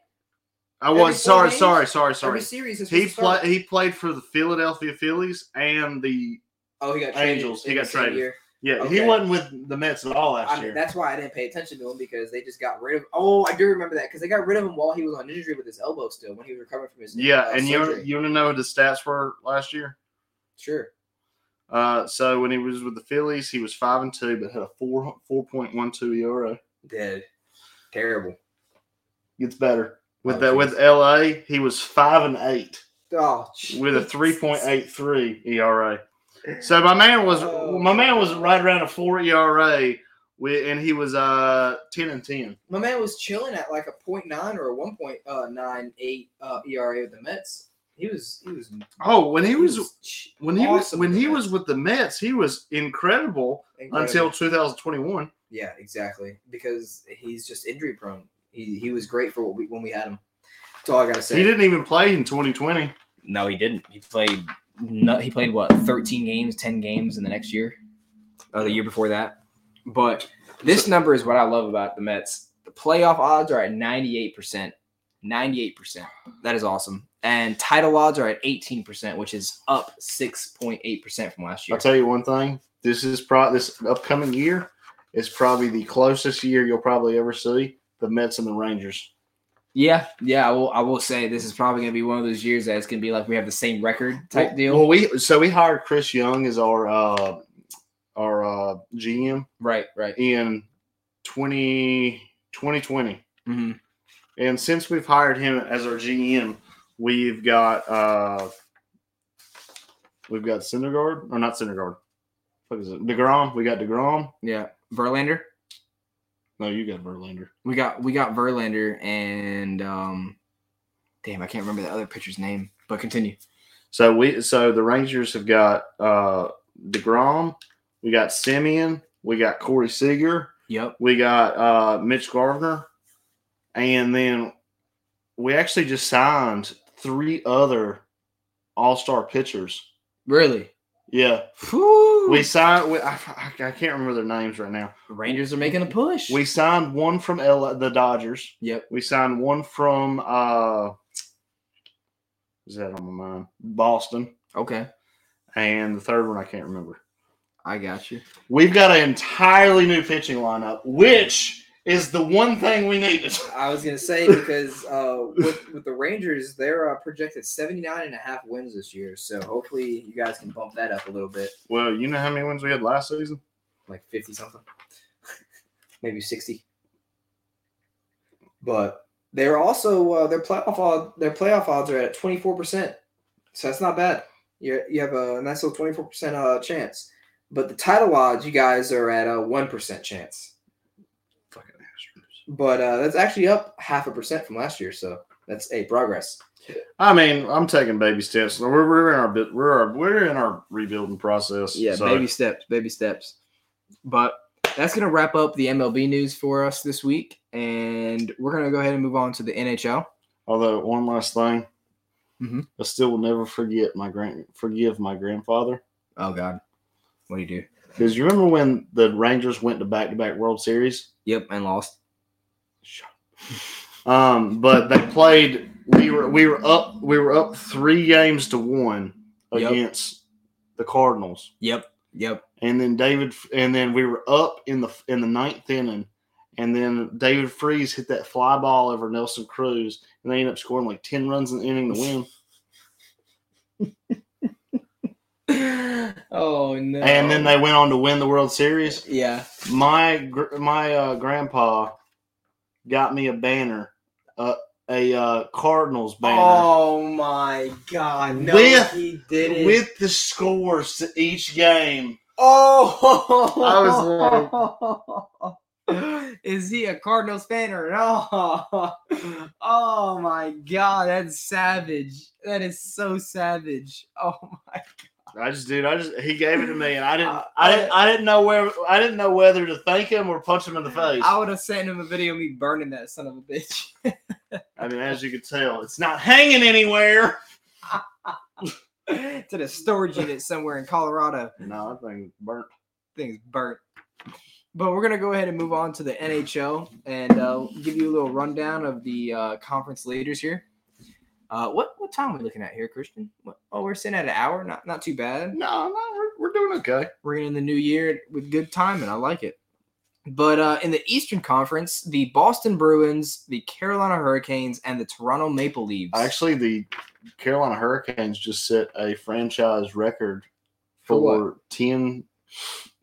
[SPEAKER 1] I was
[SPEAKER 3] every
[SPEAKER 1] sorry,
[SPEAKER 3] four
[SPEAKER 1] sorry, sorry,
[SPEAKER 3] Every
[SPEAKER 1] sorry.
[SPEAKER 3] series. they're
[SPEAKER 1] He
[SPEAKER 3] supposed to start.
[SPEAKER 1] played. He played for the Philadelphia Phillies and the
[SPEAKER 3] Oh, he got traded
[SPEAKER 1] Angels. He
[SPEAKER 3] in the
[SPEAKER 1] got
[SPEAKER 3] same
[SPEAKER 1] traded.
[SPEAKER 3] year.
[SPEAKER 1] yeah.
[SPEAKER 3] Okay.
[SPEAKER 1] He wasn't with the Mets at all last
[SPEAKER 3] I mean,
[SPEAKER 1] year.
[SPEAKER 3] that's why I didn't pay attention to him because they just got rid of. Oh, I do remember that because they got rid of him while he was on injury with his elbow still when he was recovering from his.
[SPEAKER 1] Yeah,
[SPEAKER 3] uh,
[SPEAKER 1] and you wanna-
[SPEAKER 3] surgery.
[SPEAKER 1] you want to know what the stats were last year?
[SPEAKER 3] sure.
[SPEAKER 1] Uh, so when he was with the Phillies, he was five and two, but had a four four point one two E ERA.
[SPEAKER 3] Dead. Terrible.
[SPEAKER 1] Gets better with
[SPEAKER 3] Oh,
[SPEAKER 1] that. With LA, he was five and eight
[SPEAKER 3] Oh,
[SPEAKER 1] with a
[SPEAKER 3] jeez.
[SPEAKER 1] three point eight three ERA. So my man was
[SPEAKER 3] Oh,
[SPEAKER 1] my man was
[SPEAKER 3] God.
[SPEAKER 1] right around a four ERA, with, and he was uh ten and ten.
[SPEAKER 3] My man was chilling at like a .9 or a one point nine eight uh, ERA with the Mets. He was. He was.
[SPEAKER 1] Oh, when he was
[SPEAKER 3] ch-
[SPEAKER 1] when he
[SPEAKER 3] awesome
[SPEAKER 1] was when
[SPEAKER 3] with
[SPEAKER 1] he
[SPEAKER 3] the
[SPEAKER 1] was with the Mets, he was incredible
[SPEAKER 3] Incredible.
[SPEAKER 1] until 2021.
[SPEAKER 3] Yeah, exactly. Because he's just injury prone. He he was great for what we when we had him. That's all I gotta say.
[SPEAKER 1] He didn't even play in 2020.
[SPEAKER 2] No, he didn't. He played. No, he played what? Thirteen games, ten games in the next year, or Oh, the year before that. But this number is what I love about the Mets. The playoff odds are at ninety-eight percent. Ninety-eight percent. That is awesome. And title odds are at eighteen percent, which is up six point eight percent from last year.
[SPEAKER 1] I'll tell you one thing. This is pro this upcoming year is probably the closest year you'll probably ever see the Mets and the Rangers.
[SPEAKER 2] Yeah, yeah. I will. I will say this is probably going to be one of those years that it's going to be like we have the same record type
[SPEAKER 1] Well-
[SPEAKER 2] deal.
[SPEAKER 1] Well, we so we hired Chris Young as our uh, our uh, GM
[SPEAKER 2] right, right.
[SPEAKER 1] in 20, 2020.
[SPEAKER 2] hmm
[SPEAKER 1] And since we've hired him as our GM, we've got uh we've got Syndergaard or not Syndergaard. What is it? Degrom. We got Degrom.
[SPEAKER 2] Yeah, Verlander.
[SPEAKER 1] No, you got Verlander.
[SPEAKER 2] We got we got Verlander and um, damn, I can't remember the other pitcher's name. But continue.
[SPEAKER 1] So we so the Rangers have got uh Degrom. We got Simeon. We got Corey Seager.
[SPEAKER 2] Yep.
[SPEAKER 1] We got uh Mitch Garvner, and then we actually just signed three other All Star pitchers.
[SPEAKER 2] Really.
[SPEAKER 1] Yeah,
[SPEAKER 2] Whew.
[SPEAKER 1] We signed. We, I, I- I can't remember their names right now.
[SPEAKER 2] Rangers are making a push.
[SPEAKER 1] We signed one from L, the Dodgers.
[SPEAKER 2] Yep.
[SPEAKER 1] We signed one from. uh Is that on my mind? Boston,
[SPEAKER 2] okay.
[SPEAKER 1] and the third one I can't remember.
[SPEAKER 2] I got you.
[SPEAKER 1] We've got an entirely new pitching lineup, which is the one thing we needed.
[SPEAKER 3] I was gonna say because uh, with, with the Rangers, they're uh, projected 79 and a half wins this year. So hopefully you guys can bump that up a little bit,
[SPEAKER 1] *laughs* Well, you know how many wins we had last season?
[SPEAKER 3] like 50 something, *laughs* maybe 60. But they're also uh, their playoff odd, their playoff odds are at 24 percent, so that's not bad. You you have a nice little 24 percent uh, chance. But the title odds, you guys are at a one percent chance.
[SPEAKER 1] Fucking Astros.
[SPEAKER 3] But uh, that's actually up half a percent from last year, so that's a progress.
[SPEAKER 1] I mean, I'm taking baby steps. We're, we're in our bit. We're our, we're in our rebuilding process.
[SPEAKER 2] Yeah,
[SPEAKER 1] so-
[SPEAKER 2] baby steps, baby steps. But that's going to wrap up the MLB news for us this week. And we're going to go ahead and move on to the NHL.
[SPEAKER 1] Although one last thing,
[SPEAKER 2] Mhm.
[SPEAKER 1] I still will never forget my grand forgive my grandfather
[SPEAKER 2] Oh, God. What do you do?
[SPEAKER 1] because you remember when the Rangers went to back to back World Series.
[SPEAKER 2] Yep, and lost.
[SPEAKER 1] Um, but they played. We were we were up we were up three games to one
[SPEAKER 2] Yep.
[SPEAKER 1] against the Cardinals,
[SPEAKER 2] Yep, yep. *laughs*
[SPEAKER 1] and then David and then we were up in the in the ninth inning, and then David Freeze hit that fly ball over Nelson Cruz, and they ended up scoring like ten runs in the inning to win.
[SPEAKER 2] oh, no.
[SPEAKER 1] And then they went on to win the World Series.
[SPEAKER 2] Yeah.
[SPEAKER 1] my gr- my uh, grandpa got me a banner, uh, a uh, Cardinals banner
[SPEAKER 3] Oh my god! No,
[SPEAKER 1] With-
[SPEAKER 3] he didn't.
[SPEAKER 1] with the scores to
[SPEAKER 2] Oh.
[SPEAKER 1] each game.
[SPEAKER 3] oh,
[SPEAKER 1] I
[SPEAKER 3] was
[SPEAKER 2] *laughs* Is he a Cardinals fan or no? *laughs* Oh my god, that's savage. That is so savage. Oh my
[SPEAKER 1] I just, dude, I just he gave it to me, and I didn't,
[SPEAKER 2] Uh,
[SPEAKER 1] I didn't, I didn't know where, I didn't know whether to thank him or punch him in the face.
[SPEAKER 2] I would have sent him a video of me burning that son of a bitch. *laughs*
[SPEAKER 1] I mean, as you could tell, it's not hanging anywhere.
[SPEAKER 2] to the storage unit somewhere in Colorado.
[SPEAKER 1] No, that thing burnt.
[SPEAKER 2] Things burnt. But we're gonna go ahead and move on to the NHL and uh, give you a little rundown of the uh, conference leaders here. Uh, what what time are we looking at here, Christian? What, oh, we're sitting at an hour. Not not too bad.
[SPEAKER 1] No, no, we're, we're doing okay.
[SPEAKER 2] We're in the new year with good timing. I like it. But uh, in the Eastern Conference, the Boston Bruins, the Carolina Hurricanes, and the Toronto Maple Leafs.
[SPEAKER 1] Actually, the Carolina Hurricanes just set a franchise record
[SPEAKER 3] For
[SPEAKER 1] for,
[SPEAKER 3] what?
[SPEAKER 1] ten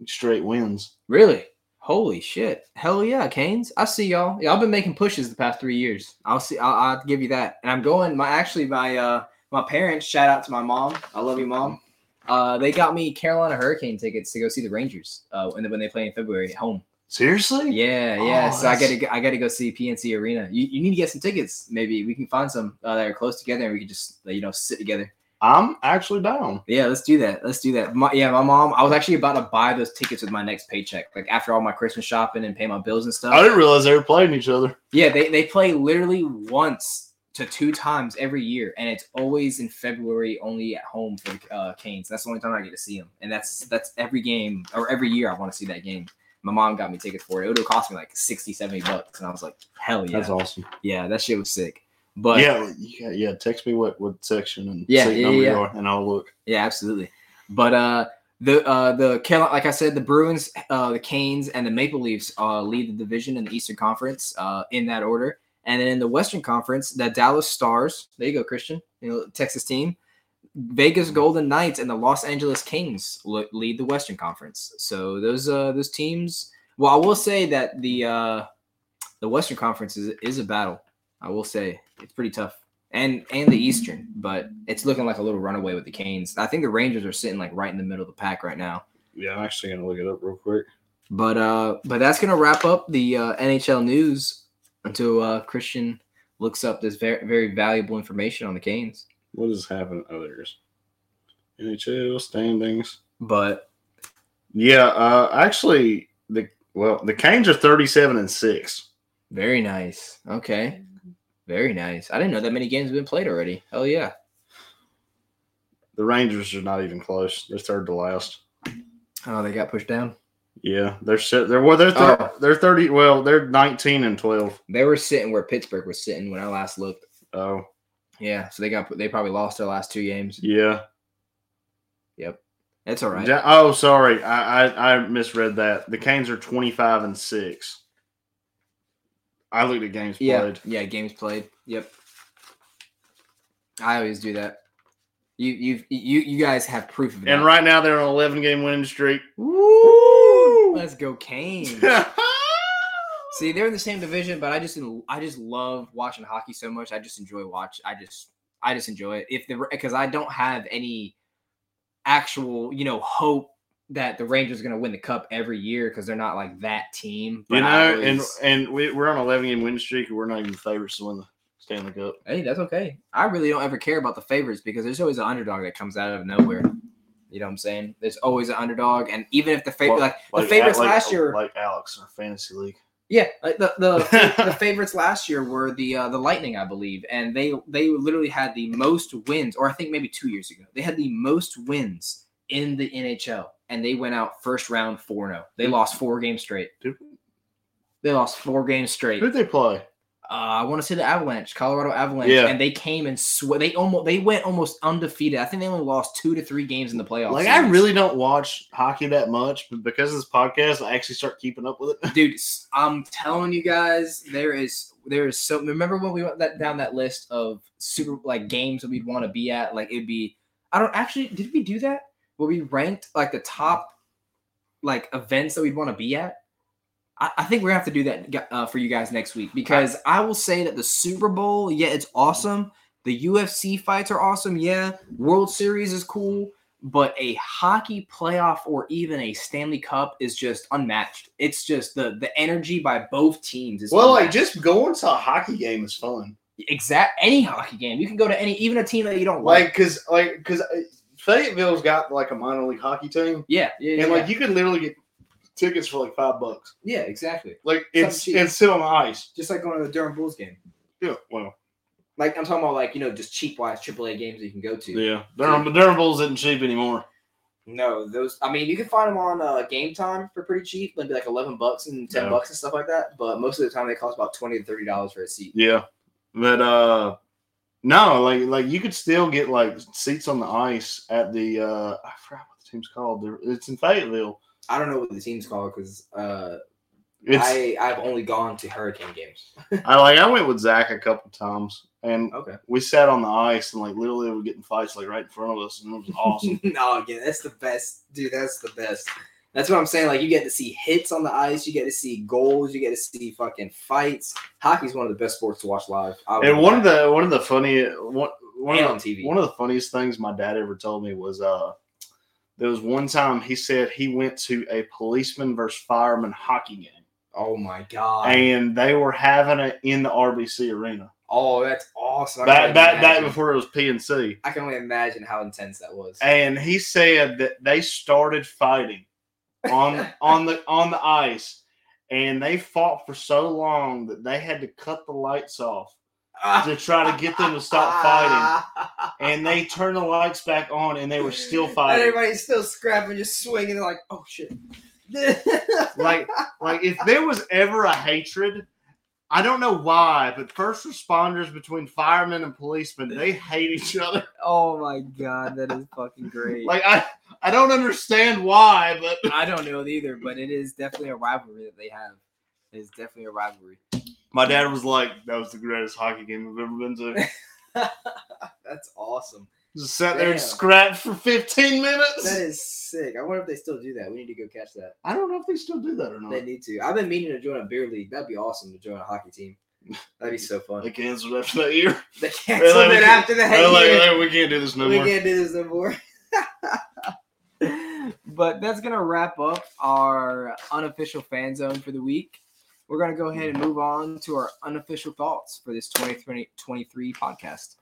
[SPEAKER 1] straight wins.
[SPEAKER 2] Really? Holy shit! Hell yeah, Canes! I see y'all. Y'all been making pushes the past three years. I'll see. I'll, I'll give you that. And I'm going. My actually, my uh, my parents. Shout out to my mom. I love you, mom. Uh, they got me Carolina Hurricane tickets to go see the Rangers. Uh, when they, when they play in February at home.
[SPEAKER 1] Seriously?
[SPEAKER 2] Yeah, yeah.
[SPEAKER 1] Oh,
[SPEAKER 2] so I
[SPEAKER 1] that's-
[SPEAKER 2] gotta go- I gotta go see PNC Arena. You, you need to get some tickets. Maybe we can find some uh, that are close together, and we can just you know sit together.
[SPEAKER 1] I'm actually down.
[SPEAKER 2] Yeah, let's do that. Let's do that. My, yeah, my mom. I was actually about to buy those tickets with my next paycheck, like after all my Christmas shopping and pay my bills and stuff.
[SPEAKER 1] I didn't realize they were playing each other.
[SPEAKER 2] yeah, they they play literally once to two times every year, and it's always in February, only at home for the uh, Canes. That's the only time I get to see them, and that's that's every game or every year I want to see that game. My mom got me tickets for it. It would have cost me like 60, 70 bucks, and I was like, hell yeah,
[SPEAKER 1] That's awesome.
[SPEAKER 2] yeah, that shit was sick. But
[SPEAKER 1] yeah, yeah, yeah. Text me what what section and
[SPEAKER 2] Yeah,
[SPEAKER 1] seat
[SPEAKER 2] yeah,
[SPEAKER 1] number
[SPEAKER 2] yeah.
[SPEAKER 1] you are, and I'll look.
[SPEAKER 2] Yeah, absolutely. But uh, the uh, the Carolina, like I said, the Bruins, uh, the Canes, and the Maple Leafs uh, lead the division in the Eastern Conference uh, in that order. And then in the Western Conference, the Dallas Stars. There you go, Christian. You know, Texas team, Vegas Golden Knights, and the Los Angeles Kings le- lead the Western Conference. So those uh, those teams. Well, I will say that the uh, the Western Conference is is a battle. I will say it's pretty tough and and the Eastern, but it's looking like a little runaway with the Canes. I think the Rangers are sitting like right in the middle of the pack right now.
[SPEAKER 1] Yeah, I'm actually gonna look it up real quick.
[SPEAKER 2] But uh, but that's gonna wrap up the uh, NHL news until uh, Christian looks up this very very valuable information on the Canes.
[SPEAKER 1] What has happened? Oh, there's NHL standings.
[SPEAKER 2] But
[SPEAKER 1] Yeah, uh, actually, the well, the Canes are 37 and six.
[SPEAKER 2] very nice. Okay, very nice. I didn't know that many games have been played already. Hell yeah.
[SPEAKER 1] The Rangers are not even close. They're third to last.
[SPEAKER 2] Oh, they got pushed down.
[SPEAKER 1] Yeah, they're set. They're well, they're thir-
[SPEAKER 2] Oh.
[SPEAKER 1] they're 30. Well, they're 19 and 12.
[SPEAKER 2] They were sitting where Pittsburgh was sitting when I last looked.
[SPEAKER 1] Oh,
[SPEAKER 2] Yeah, so they got they probably lost their last two games.
[SPEAKER 1] yeah.
[SPEAKER 2] That's all right.
[SPEAKER 1] Ja- oh, sorry, I, I I misread that. The Canes are 25 and six. I looked at games
[SPEAKER 2] Yeah,
[SPEAKER 1] played.
[SPEAKER 2] yeah, games played. Yep. I always do that. You you you you guys have proof of that.
[SPEAKER 1] And right now they're on an 11 game winning streak. *laughs*
[SPEAKER 2] Woo! Let's go, Canes. See, they're in the same division, but I just I just love watching hockey so much. I just enjoy watch. I just I just enjoy it. If the because I don't have any actual you know hope that the Rangers are going to win the cup every year because they're not like that team.
[SPEAKER 1] You
[SPEAKER 2] I
[SPEAKER 1] know, and
[SPEAKER 2] always-
[SPEAKER 1] and we, we're on an 11 game winning streak, and we're not even favorites to win the Stanley Cup.
[SPEAKER 2] Hey, that's okay. I really don't ever care about the favorites because there's always an underdog that comes out of nowhere. You know what I'm saying? There's always an underdog, and even if the favorite, like, the favorites
[SPEAKER 1] like-
[SPEAKER 2] last year,
[SPEAKER 1] like Alex in our fantasy league.
[SPEAKER 2] yeah, like the
[SPEAKER 1] *laughs*
[SPEAKER 2] the, the favorites last year were the uh, the Lightning, I believe, and they they literally had the most wins, or I think maybe two years ago, they had the most wins in the NHL, and they went out first round four 0 They
[SPEAKER 1] Hmm.
[SPEAKER 2] lost four games straight.
[SPEAKER 1] Dude.
[SPEAKER 2] They lost four games straight.
[SPEAKER 1] Who'd they play?
[SPEAKER 2] uh, I want to say the Avalanche, Colorado Avalanche,
[SPEAKER 1] Yeah.
[SPEAKER 2] and they came and sw- they almost they went almost undefeated. I think they only lost two to three games in the playoffs.
[SPEAKER 1] Like I
[SPEAKER 2] series.
[SPEAKER 1] really don't watch hockey that much, but because of this podcast, I actually start keeping up with it.
[SPEAKER 2] dude, s- I'm telling you guys, there is there is so. Remember when we went that down that list of super like games that we'd want to be at? Like it'd be I don't actually did we do that? Where we ranked like the top like events that we'd want to be at? I, I think we're gonna have to do that gu- uh, for you guys next week because I will say that the Super Bowl, yeah, it's awesome. The UFC fights are awesome. Yeah, World Series is cool.
[SPEAKER 4] but a hockey playoff or even a Stanley Cup is just unmatched. It's just the the energy by both teams is
[SPEAKER 2] *laughs*
[SPEAKER 1] Well, like
[SPEAKER 4] unmatched.
[SPEAKER 1] just going to a hockey game is fun.
[SPEAKER 4] exact any hockey game. You can go to any even a team that you don't like.
[SPEAKER 1] Like, cause like, cause uh, Fayetteville's got like a minor league hockey team,
[SPEAKER 4] Yeah, yeah, yeah,
[SPEAKER 1] and like you can literally get tickets for like five bucks.
[SPEAKER 4] yeah, exactly.
[SPEAKER 1] Like, it's
[SPEAKER 2] cheap.
[SPEAKER 1] and sit on the ice.
[SPEAKER 2] Just like going to the Durham Bulls game.
[SPEAKER 1] Yeah, well,
[SPEAKER 2] Like I'm talking about, like you know, just cheap wise AAA games that you can go to.
[SPEAKER 1] yeah. Durham, but Durham Bulls isn't cheap anymore.
[SPEAKER 2] No, those. I mean, you can find them on uh, Game Time for pretty cheap, maybe like eleven bucks and ten
[SPEAKER 1] Yeah.
[SPEAKER 2] bucks and stuff like that. But most of the time, they cost about twenty to thirty dollars for a seat.
[SPEAKER 1] Yeah, but uh, no, like like you could still get like seats on the ice at the uh, I forgot what the team's called. They're- It's in Fayetteville.
[SPEAKER 2] I don't know what the team's called because uh,
[SPEAKER 1] It's I,
[SPEAKER 2] I I've only gone to Hurricane games.
[SPEAKER 1] like I went with Zach a couple times, and
[SPEAKER 2] Okay.
[SPEAKER 1] we sat on the ice and like literally we were getting fights like right in front of us, and it was awesome.
[SPEAKER 2] *laughs* no, again, that's the best, dude. That's the best. That's what I'm saying. Like you get to see hits on the ice, you get to see goals, you get to see fucking fights. Hockey's one of the best sports to watch live. I would-
[SPEAKER 1] and one of the one of the funny one one
[SPEAKER 2] and
[SPEAKER 1] of the
[SPEAKER 2] on TV.
[SPEAKER 1] One of the funniest things my dad ever told me was uh there was one time he said he went to a policeman versus fireman hockey game
[SPEAKER 2] oh my god!
[SPEAKER 1] and they were having it in the RBC arena.
[SPEAKER 2] oh, that's awesome. I can
[SPEAKER 1] Back
[SPEAKER 2] only
[SPEAKER 1] back back
[SPEAKER 2] imagine.
[SPEAKER 1] before it was PNC.
[SPEAKER 2] I can only imagine how intense that was. *laughs*
[SPEAKER 1] And he said that they started fighting
[SPEAKER 2] *laughs*
[SPEAKER 1] on on the on the ice and they fought for so long that they had to cut the lights off
[SPEAKER 2] Ah.
[SPEAKER 1] to try to get them to stop fighting. And they turned the lights back on and they were
[SPEAKER 2] *laughs*
[SPEAKER 1] still
[SPEAKER 2] And
[SPEAKER 1] fighting.
[SPEAKER 2] everybody's still scrapping, just swinging. They're like, oh shit. *laughs*
[SPEAKER 1] like like if there was ever a hatred i don't know why but first responders between firemen and policemen they hate each
[SPEAKER 2] *laughs*
[SPEAKER 1] other
[SPEAKER 4] oh my god, that is fucking great.
[SPEAKER 1] like i i don't understand why
[SPEAKER 2] *laughs*
[SPEAKER 1] but
[SPEAKER 4] I don't know it either, but it is definitely a rivalry that they have. It is definitely a rivalry.
[SPEAKER 1] my dad was like that was the greatest hockey game i've ever been
[SPEAKER 2] *laughs*
[SPEAKER 1] to
[SPEAKER 2] That's awesome.
[SPEAKER 1] just sat there and
[SPEAKER 2] Damn.
[SPEAKER 1] scrapped for 15 minutes
[SPEAKER 2] That is sick. I wonder if they still do that. We need to go catch that.
[SPEAKER 1] i don't know if they still do that or
[SPEAKER 2] They
[SPEAKER 1] not
[SPEAKER 2] need to. I've been meaning to join a beer league. That'd be awesome to join a hockey team. That'd be so fun.
[SPEAKER 1] they canceled after that
[SPEAKER 2] *laughs*
[SPEAKER 1] year
[SPEAKER 2] they canceled
[SPEAKER 1] like-
[SPEAKER 2] it after the
[SPEAKER 1] They're
[SPEAKER 2] head
[SPEAKER 1] like,
[SPEAKER 2] year.
[SPEAKER 1] "Hey, we can't do this no
[SPEAKER 2] We
[SPEAKER 1] more
[SPEAKER 2] can't do this no more.
[SPEAKER 4] *laughs* but that's gonna wrap up our unofficial fan zone for the week. We're gonna go ahead and move on to our unofficial thoughts for this 2023 podcast.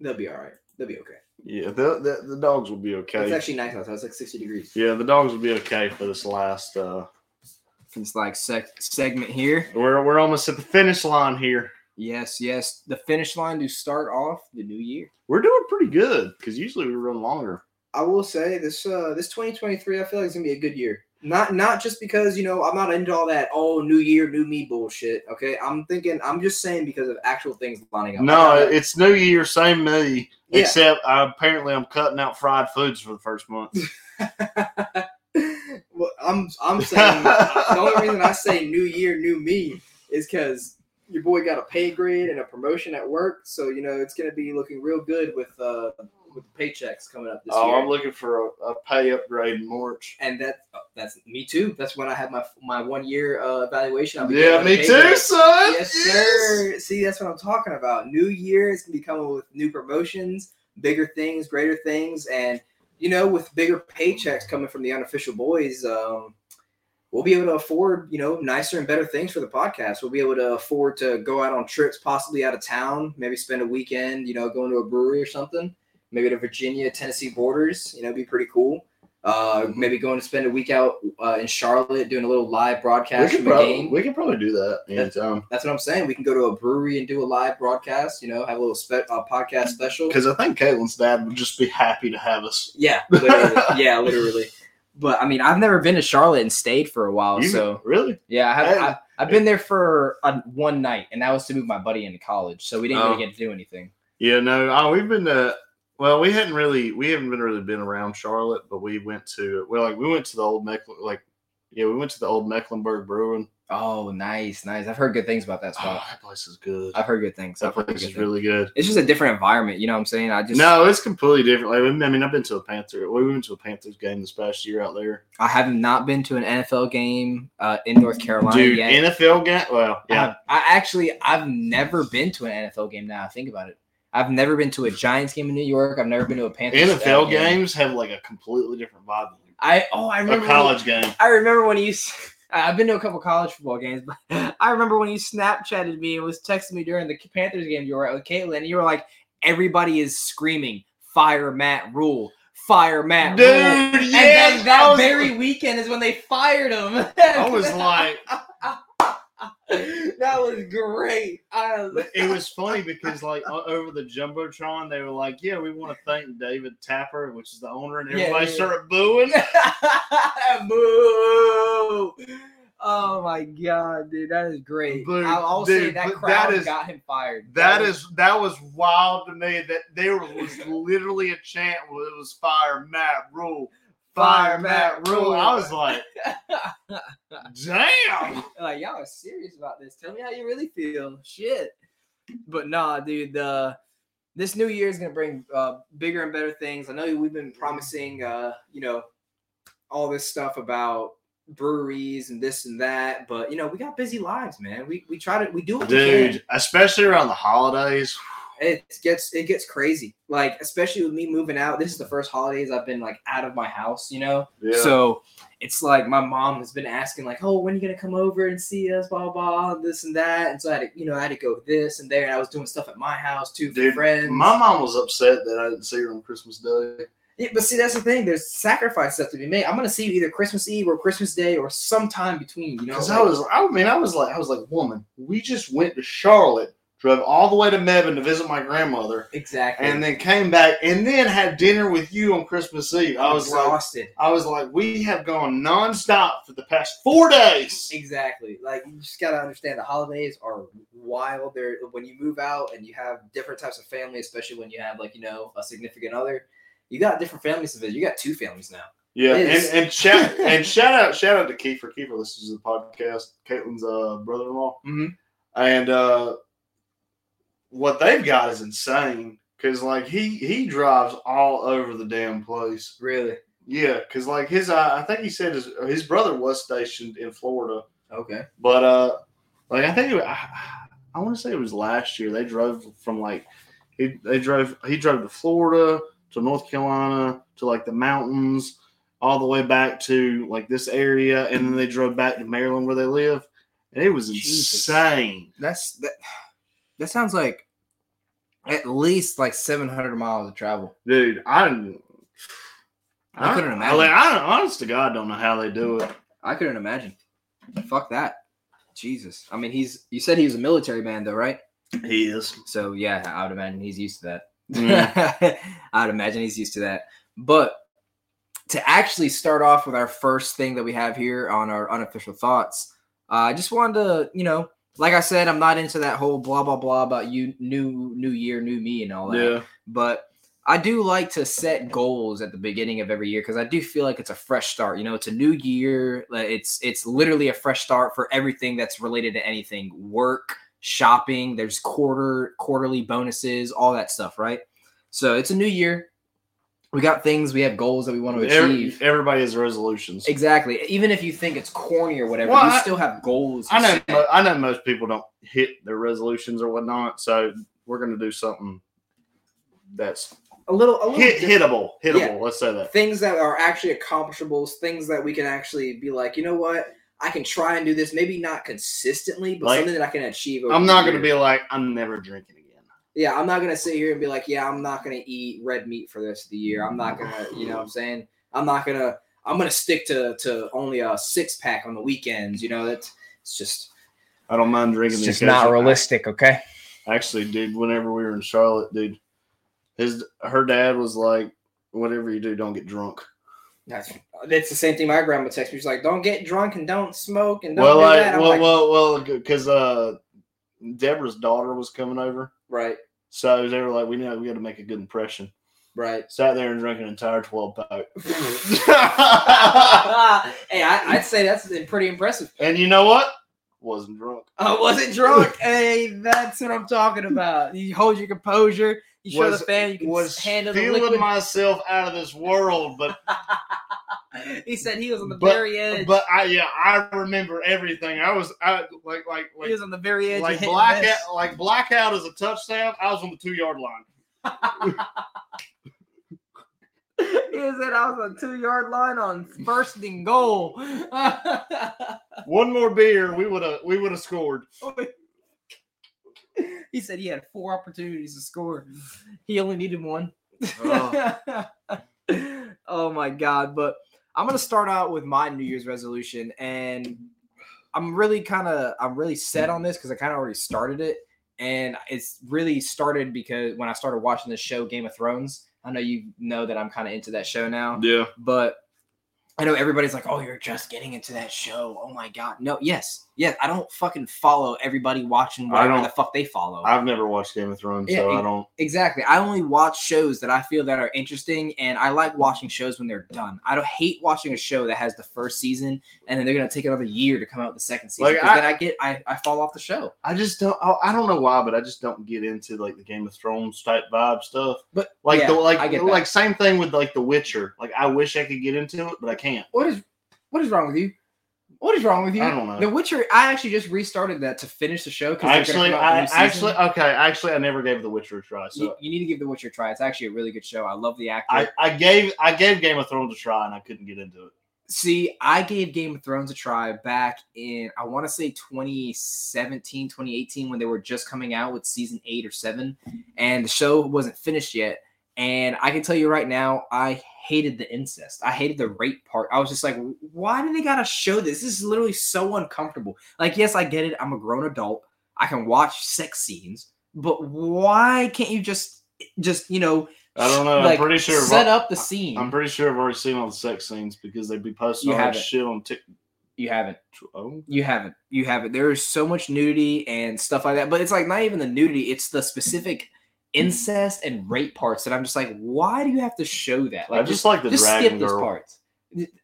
[SPEAKER 2] They'll be all right. They'll be okay.
[SPEAKER 1] yeah the, the, the dogs will be
[SPEAKER 2] It's
[SPEAKER 1] okay
[SPEAKER 2] actually nice outside. It's like 60 degrees.
[SPEAKER 1] yeah the dogs will be okay for this last uh
[SPEAKER 4] This like sec- segment here.
[SPEAKER 1] we're, we're almost at the finish line here
[SPEAKER 4] Yes, yes, the finish line to start off the new year.
[SPEAKER 1] We're doing pretty good because usually we run longer.
[SPEAKER 2] I will say this uh this 2023 I feel like it's gonna be a good year. Not not just because you know I'm not into all that oh new year new me bullshit. Okay, I'm thinking I'm just saying because of actual things lining up.
[SPEAKER 1] No,
[SPEAKER 2] *laughs* I-
[SPEAKER 1] it's New Year, same me.
[SPEAKER 2] Yeah.
[SPEAKER 1] Except I, apparently I'm cutting out fried foods for the first
[SPEAKER 2] *laughs*
[SPEAKER 1] month.
[SPEAKER 2] well, I'm
[SPEAKER 1] *laughs*
[SPEAKER 2] I'm saying the only reason I say new year new me is because your boy got a pay grade and a promotion at work, so you know it's gonna be looking real good with uh with the paychecks coming up this
[SPEAKER 1] *laughs* oh,
[SPEAKER 2] year.
[SPEAKER 1] I'm looking for a, a pay upgrade in March.
[SPEAKER 2] and that oh, that's me too. That's when I have my my one year uh, evaluation. I'll be
[SPEAKER 1] Yeah,
[SPEAKER 2] getting my
[SPEAKER 1] me
[SPEAKER 2] pay
[SPEAKER 1] too,
[SPEAKER 2] grade.
[SPEAKER 1] son.
[SPEAKER 2] Yes, sir. See, that's what I'm talking about. New year is gonna be coming with new promotions, bigger things, greater things, and you know, with bigger paychecks coming from the unofficial boys, um, we'll be able to afford you know nicer and better things for the podcast. We'll be able to afford to go out on trips, possibly out of town, maybe spend a weekend, you know, going to a brewery or something, maybe to Virginia, Tennessee borders. You know, be pretty cool. Uh, maybe going to spend a week out uh, in Charlotte doing a little live
[SPEAKER 1] We
[SPEAKER 2] broadcast
[SPEAKER 1] could,
[SPEAKER 2] from a
[SPEAKER 1] probably,
[SPEAKER 2] game.
[SPEAKER 1] we could probably do that anytime
[SPEAKER 2] That's what I'm saying. We can go to a brewery and do a live broadcast. You know, have a little spe- uh, podcast special.
[SPEAKER 1] because I think Caitlin's dad would just be happy to have us. *laughs*
[SPEAKER 4] Yeah, literally. yeah, literally. But I mean, I've never been to Charlotte and stayed for a while,
[SPEAKER 1] You-
[SPEAKER 4] so
[SPEAKER 1] really,
[SPEAKER 4] yeah, I have.
[SPEAKER 1] Hey.
[SPEAKER 4] I, I've been there for a, one night, and that was to move my buddy into college, so we didn't
[SPEAKER 1] Oh.
[SPEAKER 4] really get to do anything.
[SPEAKER 1] yeah, no. Oh, we've been to. Well, we hadn't really, we haven't been really been around Charlotte, but we went to. Well, like we went to the old Mecklen, like yeah, we went to the old Mecklenburg Brewing
[SPEAKER 2] Oh, nice, nice. I've heard good things about that
[SPEAKER 1] Oh,
[SPEAKER 2] spot.
[SPEAKER 1] that place is good.
[SPEAKER 2] I've heard good things.
[SPEAKER 1] that
[SPEAKER 2] I've heard
[SPEAKER 1] place
[SPEAKER 2] good
[SPEAKER 1] is
[SPEAKER 2] things.
[SPEAKER 1] really good.
[SPEAKER 2] it's just a different environment. You know what I'm saying? I just
[SPEAKER 1] no, it's completely different. Like, I mean, I've been to a Panther. We went to a Panthers game this past year out there.
[SPEAKER 2] I have not been to an NFL game uh, in North Carolina
[SPEAKER 1] Dude,
[SPEAKER 2] yet.
[SPEAKER 1] NFL game. Well,
[SPEAKER 2] I,
[SPEAKER 1] yeah,
[SPEAKER 2] have- I actually I've never been to an NFL game. Now I think about it, I've never been to a Giants game in New York. I've never been to a Panthers uh,
[SPEAKER 1] NFL games have like a completely different vibe
[SPEAKER 2] I oh I
[SPEAKER 1] than a
[SPEAKER 2] remember
[SPEAKER 1] college game.
[SPEAKER 2] I remember when you. s- *laughs* I've been to a couple college football games, but *laughs* I remember when you Snapchatted me and was texting me during the Panthers game. You were at with Caitlin, and you were like, "Everybody is screaming, fire Matt Rule, fire Matt
[SPEAKER 1] Dude,
[SPEAKER 2] Rule."
[SPEAKER 1] yeah,
[SPEAKER 2] And then that
[SPEAKER 1] I was,
[SPEAKER 2] very weekend is when they fired him. *laughs*
[SPEAKER 1] I was like,
[SPEAKER 2] that was great. I was,
[SPEAKER 1] it was funny because like o- over the jumbotron, they were like, "Yeah, we want to thank David Tapper, which is the owner," and
[SPEAKER 2] Yeah,
[SPEAKER 1] everybody
[SPEAKER 2] yeah, yeah.
[SPEAKER 1] started booing.
[SPEAKER 2] *laughs* Boo! Oh my god, dude, that is great.
[SPEAKER 1] Dude,
[SPEAKER 2] I'll, I'll say
[SPEAKER 1] dude,
[SPEAKER 2] that
[SPEAKER 1] but
[SPEAKER 2] crowd
[SPEAKER 1] that is-
[SPEAKER 2] got him fired.
[SPEAKER 1] That
[SPEAKER 2] was-
[SPEAKER 1] is that was wild to me. That there was literally a chant where it was "Fire Matt Rule, Fire Matt Rule." I was like, "Damn!"
[SPEAKER 2] like, y'all are serious about this. Tell me how you really feel. Shit. But nah, dude, the this new year is gonna bring uh, bigger and better things. I know we've been promising, uh, you know, all this stuff about breweries and this and that, but you know, we got busy lives, man. We we try to we do what
[SPEAKER 1] *laughs*
[SPEAKER 2] we can.
[SPEAKER 1] Dude, especially around the holidays.
[SPEAKER 2] It gets it gets crazy. Like especially with me moving out, this is the first holidays I've been like out of my house, you know. So it's like my mom has been asking, like, "Oh, when are you gonna come over and see us?" Blah blah, blah this and that. And so I had to, you know, I had to go this and there. And I was doing stuff at my house too for
[SPEAKER 1] Dude,
[SPEAKER 2] friends.
[SPEAKER 1] my mom was upset that I didn't see her on Christmas Day.
[SPEAKER 2] Yeah, but see, that's the thing. There's sacrifice stuff to be made. I'm gonna see you either Christmas Eve or Christmas Day or sometime between. You know,
[SPEAKER 1] Because
[SPEAKER 2] like-
[SPEAKER 1] I was, I mean, I was like, I was like, woman, we just went to Charlotte, drove all the way to Mebane to visit my grandmother,
[SPEAKER 2] exactly.
[SPEAKER 1] and then came back, and then had dinner with you on Christmas Eve. I was like,
[SPEAKER 2] exhausted.
[SPEAKER 1] I was like, we have gone nonstop for the past four days.
[SPEAKER 2] Exactly. Like you just gotta understand the holidays are wild. They're when you move out and you have different types of family, especially when you have like you know a significant other. You got different families to visit. You got two families now.
[SPEAKER 1] Yeah,
[SPEAKER 2] It
[SPEAKER 1] and
[SPEAKER 2] is.
[SPEAKER 1] and *laughs* shout and shout out shout out to Kiefer. Kiefer listens to the podcast. Caitlin's uh, brother-in-law,
[SPEAKER 2] Mhm.
[SPEAKER 1] and uh, what they've got is insane. Cause like he he drives all over the damn place.
[SPEAKER 2] Really?
[SPEAKER 1] Yeah, because like his, uh, I think he said his his brother was stationed in Florida,
[SPEAKER 2] Okay.
[SPEAKER 1] but uh, like I think it, I, I want to say it was last year they drove from like he they drove he drove to Florida to North Carolina to like the mountains all the way back to like this area, and then they drove back to Maryland where they live, and it was
[SPEAKER 2] Jesus.
[SPEAKER 1] insane.
[SPEAKER 2] That's that. That sounds like at least like 700 miles of travel.
[SPEAKER 1] Dude, I didn't.
[SPEAKER 2] I couldn't
[SPEAKER 1] don't-
[SPEAKER 2] imagine.
[SPEAKER 1] like, I, don't- honest to God, don't know how they do it.
[SPEAKER 2] I couldn't imagine. Fuck that. Jesus. I mean, he's you said he was a military man though, right?
[SPEAKER 1] He is.
[SPEAKER 2] So yeah, I would imagine he's used to that.
[SPEAKER 1] Mm.
[SPEAKER 2] I'd imagine he's used to that. But to actually start off with our first thing that we have here on our unofficial thoughts, uh, I just wanted to, you know, like I said, I'm not into that whole blah blah blah about you new new year, new me, and *laughs* all that.
[SPEAKER 1] Yeah.
[SPEAKER 2] But I do like to set goals at the beginning of every year because I do feel like it's a fresh start. You know, it's a new year. like, It's it's literally a fresh start for everything that's related to anything work, shopping. There's quarter quarterly bonuses, all that stuff, right? So it's a new year. We got things. We have goals that we want to
[SPEAKER 1] Every-
[SPEAKER 2] achieve.
[SPEAKER 1] everybody has resolutions.
[SPEAKER 2] Exactly. Even if you think it's corny or whatever,
[SPEAKER 1] Well,
[SPEAKER 2] you
[SPEAKER 1] I-
[SPEAKER 2] still have goals.
[SPEAKER 1] I
[SPEAKER 2] you
[SPEAKER 1] know,
[SPEAKER 2] set.
[SPEAKER 1] mo- I know most people don't hit their resolutions or whatnot, so we're going to do something that's
[SPEAKER 2] a little, a little
[SPEAKER 1] hit, hittable. Hittable.
[SPEAKER 2] Yeah.
[SPEAKER 1] Let's say that.
[SPEAKER 2] things that are actually accomplishable, things that we can actually be like, you know what, I can try and do this. Maybe not consistently, but
[SPEAKER 1] Like,
[SPEAKER 2] something that I can achieve. over
[SPEAKER 1] I'm
[SPEAKER 2] the
[SPEAKER 1] not going to
[SPEAKER 2] year.
[SPEAKER 1] be like I'm never drinking again.
[SPEAKER 2] Yeah, I'm not gonna sit here and be like, yeah, I'm not gonna eat red meat for the rest of the year. I'm not gonna, you know, what I'm saying, I'm not gonna, I'm gonna stick to to only a six pack on the weekends. You know, that's it's just
[SPEAKER 1] I don't mind drinking. the occasional-
[SPEAKER 2] Okay.
[SPEAKER 1] Actually, dude, whenever we were in Charlotte, dude, his her dad was like, "Whatever you do, don't get drunk."
[SPEAKER 2] That's that's the same thing my grandma texted me. She's like, don't get drunk and don't smoke and don't
[SPEAKER 1] well,
[SPEAKER 2] do
[SPEAKER 1] like,
[SPEAKER 2] that. I'm
[SPEAKER 1] well,
[SPEAKER 2] like,
[SPEAKER 1] well, well, because uh, Deborah's daughter was coming over,
[SPEAKER 2] right,
[SPEAKER 1] so they were like, "We know we got to make a good impression."
[SPEAKER 2] right.
[SPEAKER 1] Sat there and drank an entire twelve pack. *laughs*
[SPEAKER 2] *laughs* hey, I, I'd say that's pretty impressive.
[SPEAKER 1] and you know what? wasn't drunk.
[SPEAKER 2] I wasn't drunk. hey, that's what I'm talking about. You hold Uh, your composure. You show
[SPEAKER 1] Was-
[SPEAKER 2] the fan you can
[SPEAKER 1] was
[SPEAKER 2] handle the
[SPEAKER 1] feeling
[SPEAKER 2] liquid.
[SPEAKER 1] myself out of this world,
[SPEAKER 2] *laughs*
[SPEAKER 1] but
[SPEAKER 2] he said he was on the
[SPEAKER 1] But-
[SPEAKER 2] very edge.
[SPEAKER 1] but I yeah I remember everything. I was I like like
[SPEAKER 2] he
[SPEAKER 1] like
[SPEAKER 2] was on the very edge.
[SPEAKER 1] like
[SPEAKER 2] of hit and
[SPEAKER 1] blackout
[SPEAKER 2] *laughs* miss.
[SPEAKER 1] like blackout is a touchdown. I was on the two yard line.
[SPEAKER 2] he said I was on the two yard line on first and goal. *laughs*
[SPEAKER 1] One more beer, we would have we would have scored.
[SPEAKER 2] he said he had four opportunities to score. He only needed one. oh my god but i'm gonna start out with my new year's resolution and i'm really kind of i'm really set on this because i kind of already started it and it's really started because when i started watching the show game of thrones i know you know that i'm kind of into that show now
[SPEAKER 1] yeah,
[SPEAKER 2] but I know everybody's like, "Oh, you're just getting into that show." Oh my god, no, yes, yes. I don't fucking follow everybody watching
[SPEAKER 1] I
[SPEAKER 2] whatever
[SPEAKER 1] don't-
[SPEAKER 2] the fuck they follow.
[SPEAKER 1] I've never watched Game of Thrones, so
[SPEAKER 2] Yeah,
[SPEAKER 1] I don't.
[SPEAKER 2] Exactly. I only watch shows that I feel that are interesting, and I like watching shows when they're done. I don't hate watching a show that has the first season, and then they're gonna take another year to come out with the second season.
[SPEAKER 1] Like,
[SPEAKER 2] 'cause
[SPEAKER 1] I-
[SPEAKER 2] then I get I, I fall off the show.
[SPEAKER 1] I just don't. I, I don't know why, but I just don't get into like the Game of Thrones type vibe stuff.
[SPEAKER 2] But
[SPEAKER 1] Like
[SPEAKER 2] yeah,
[SPEAKER 1] the like
[SPEAKER 2] I get that.
[SPEAKER 1] like same thing with like The Witcher. Like I wish I could get into it, but I can't.
[SPEAKER 2] what is what is wrong with you? What is wrong with you?
[SPEAKER 1] I don't know.
[SPEAKER 2] The Witcher. I actually just restarted that to finish the show because
[SPEAKER 1] Actually, I actually okay. Actually, I never gave The Witcher a try. So
[SPEAKER 2] you, you need to give The Witcher a try. It's actually a really good show. I love the actor.
[SPEAKER 1] I, I gave I gave Game of Thrones a try and I couldn't get into it.
[SPEAKER 2] See, I gave Game of Thrones a try back in, I want to say 2017, 2018, when they were just coming out with season eight or seven, and the show wasn't finished yet. And I can tell you right now, I hated the incest. I hated the rape part. I was just like, why do they got to show this? This is literally so uncomfortable. Like, yes, I get it. I'm a grown adult. I can watch sex scenes, but why can't you just, just, you know,
[SPEAKER 1] I don't know.
[SPEAKER 2] like,
[SPEAKER 1] I'm pretty sure.
[SPEAKER 2] set up the scene.
[SPEAKER 1] I'm pretty sure I've already seen all the sex scenes because they'd be
[SPEAKER 2] Mm-hmm.
[SPEAKER 1] posting
[SPEAKER 2] You
[SPEAKER 1] all that
[SPEAKER 2] haven't.
[SPEAKER 1] shit on TikTok.
[SPEAKER 2] you haven't.
[SPEAKER 1] Oh,
[SPEAKER 2] You haven't. You haven't. There is so much nudity and stuff like that. But it's like not even the nudity, it's the specific incest and rape parts that I'm just like, why do you have to show that?
[SPEAKER 1] I
[SPEAKER 2] Like
[SPEAKER 1] just, like the
[SPEAKER 2] just
[SPEAKER 1] dragon
[SPEAKER 2] skip this
[SPEAKER 1] girl.
[SPEAKER 2] part.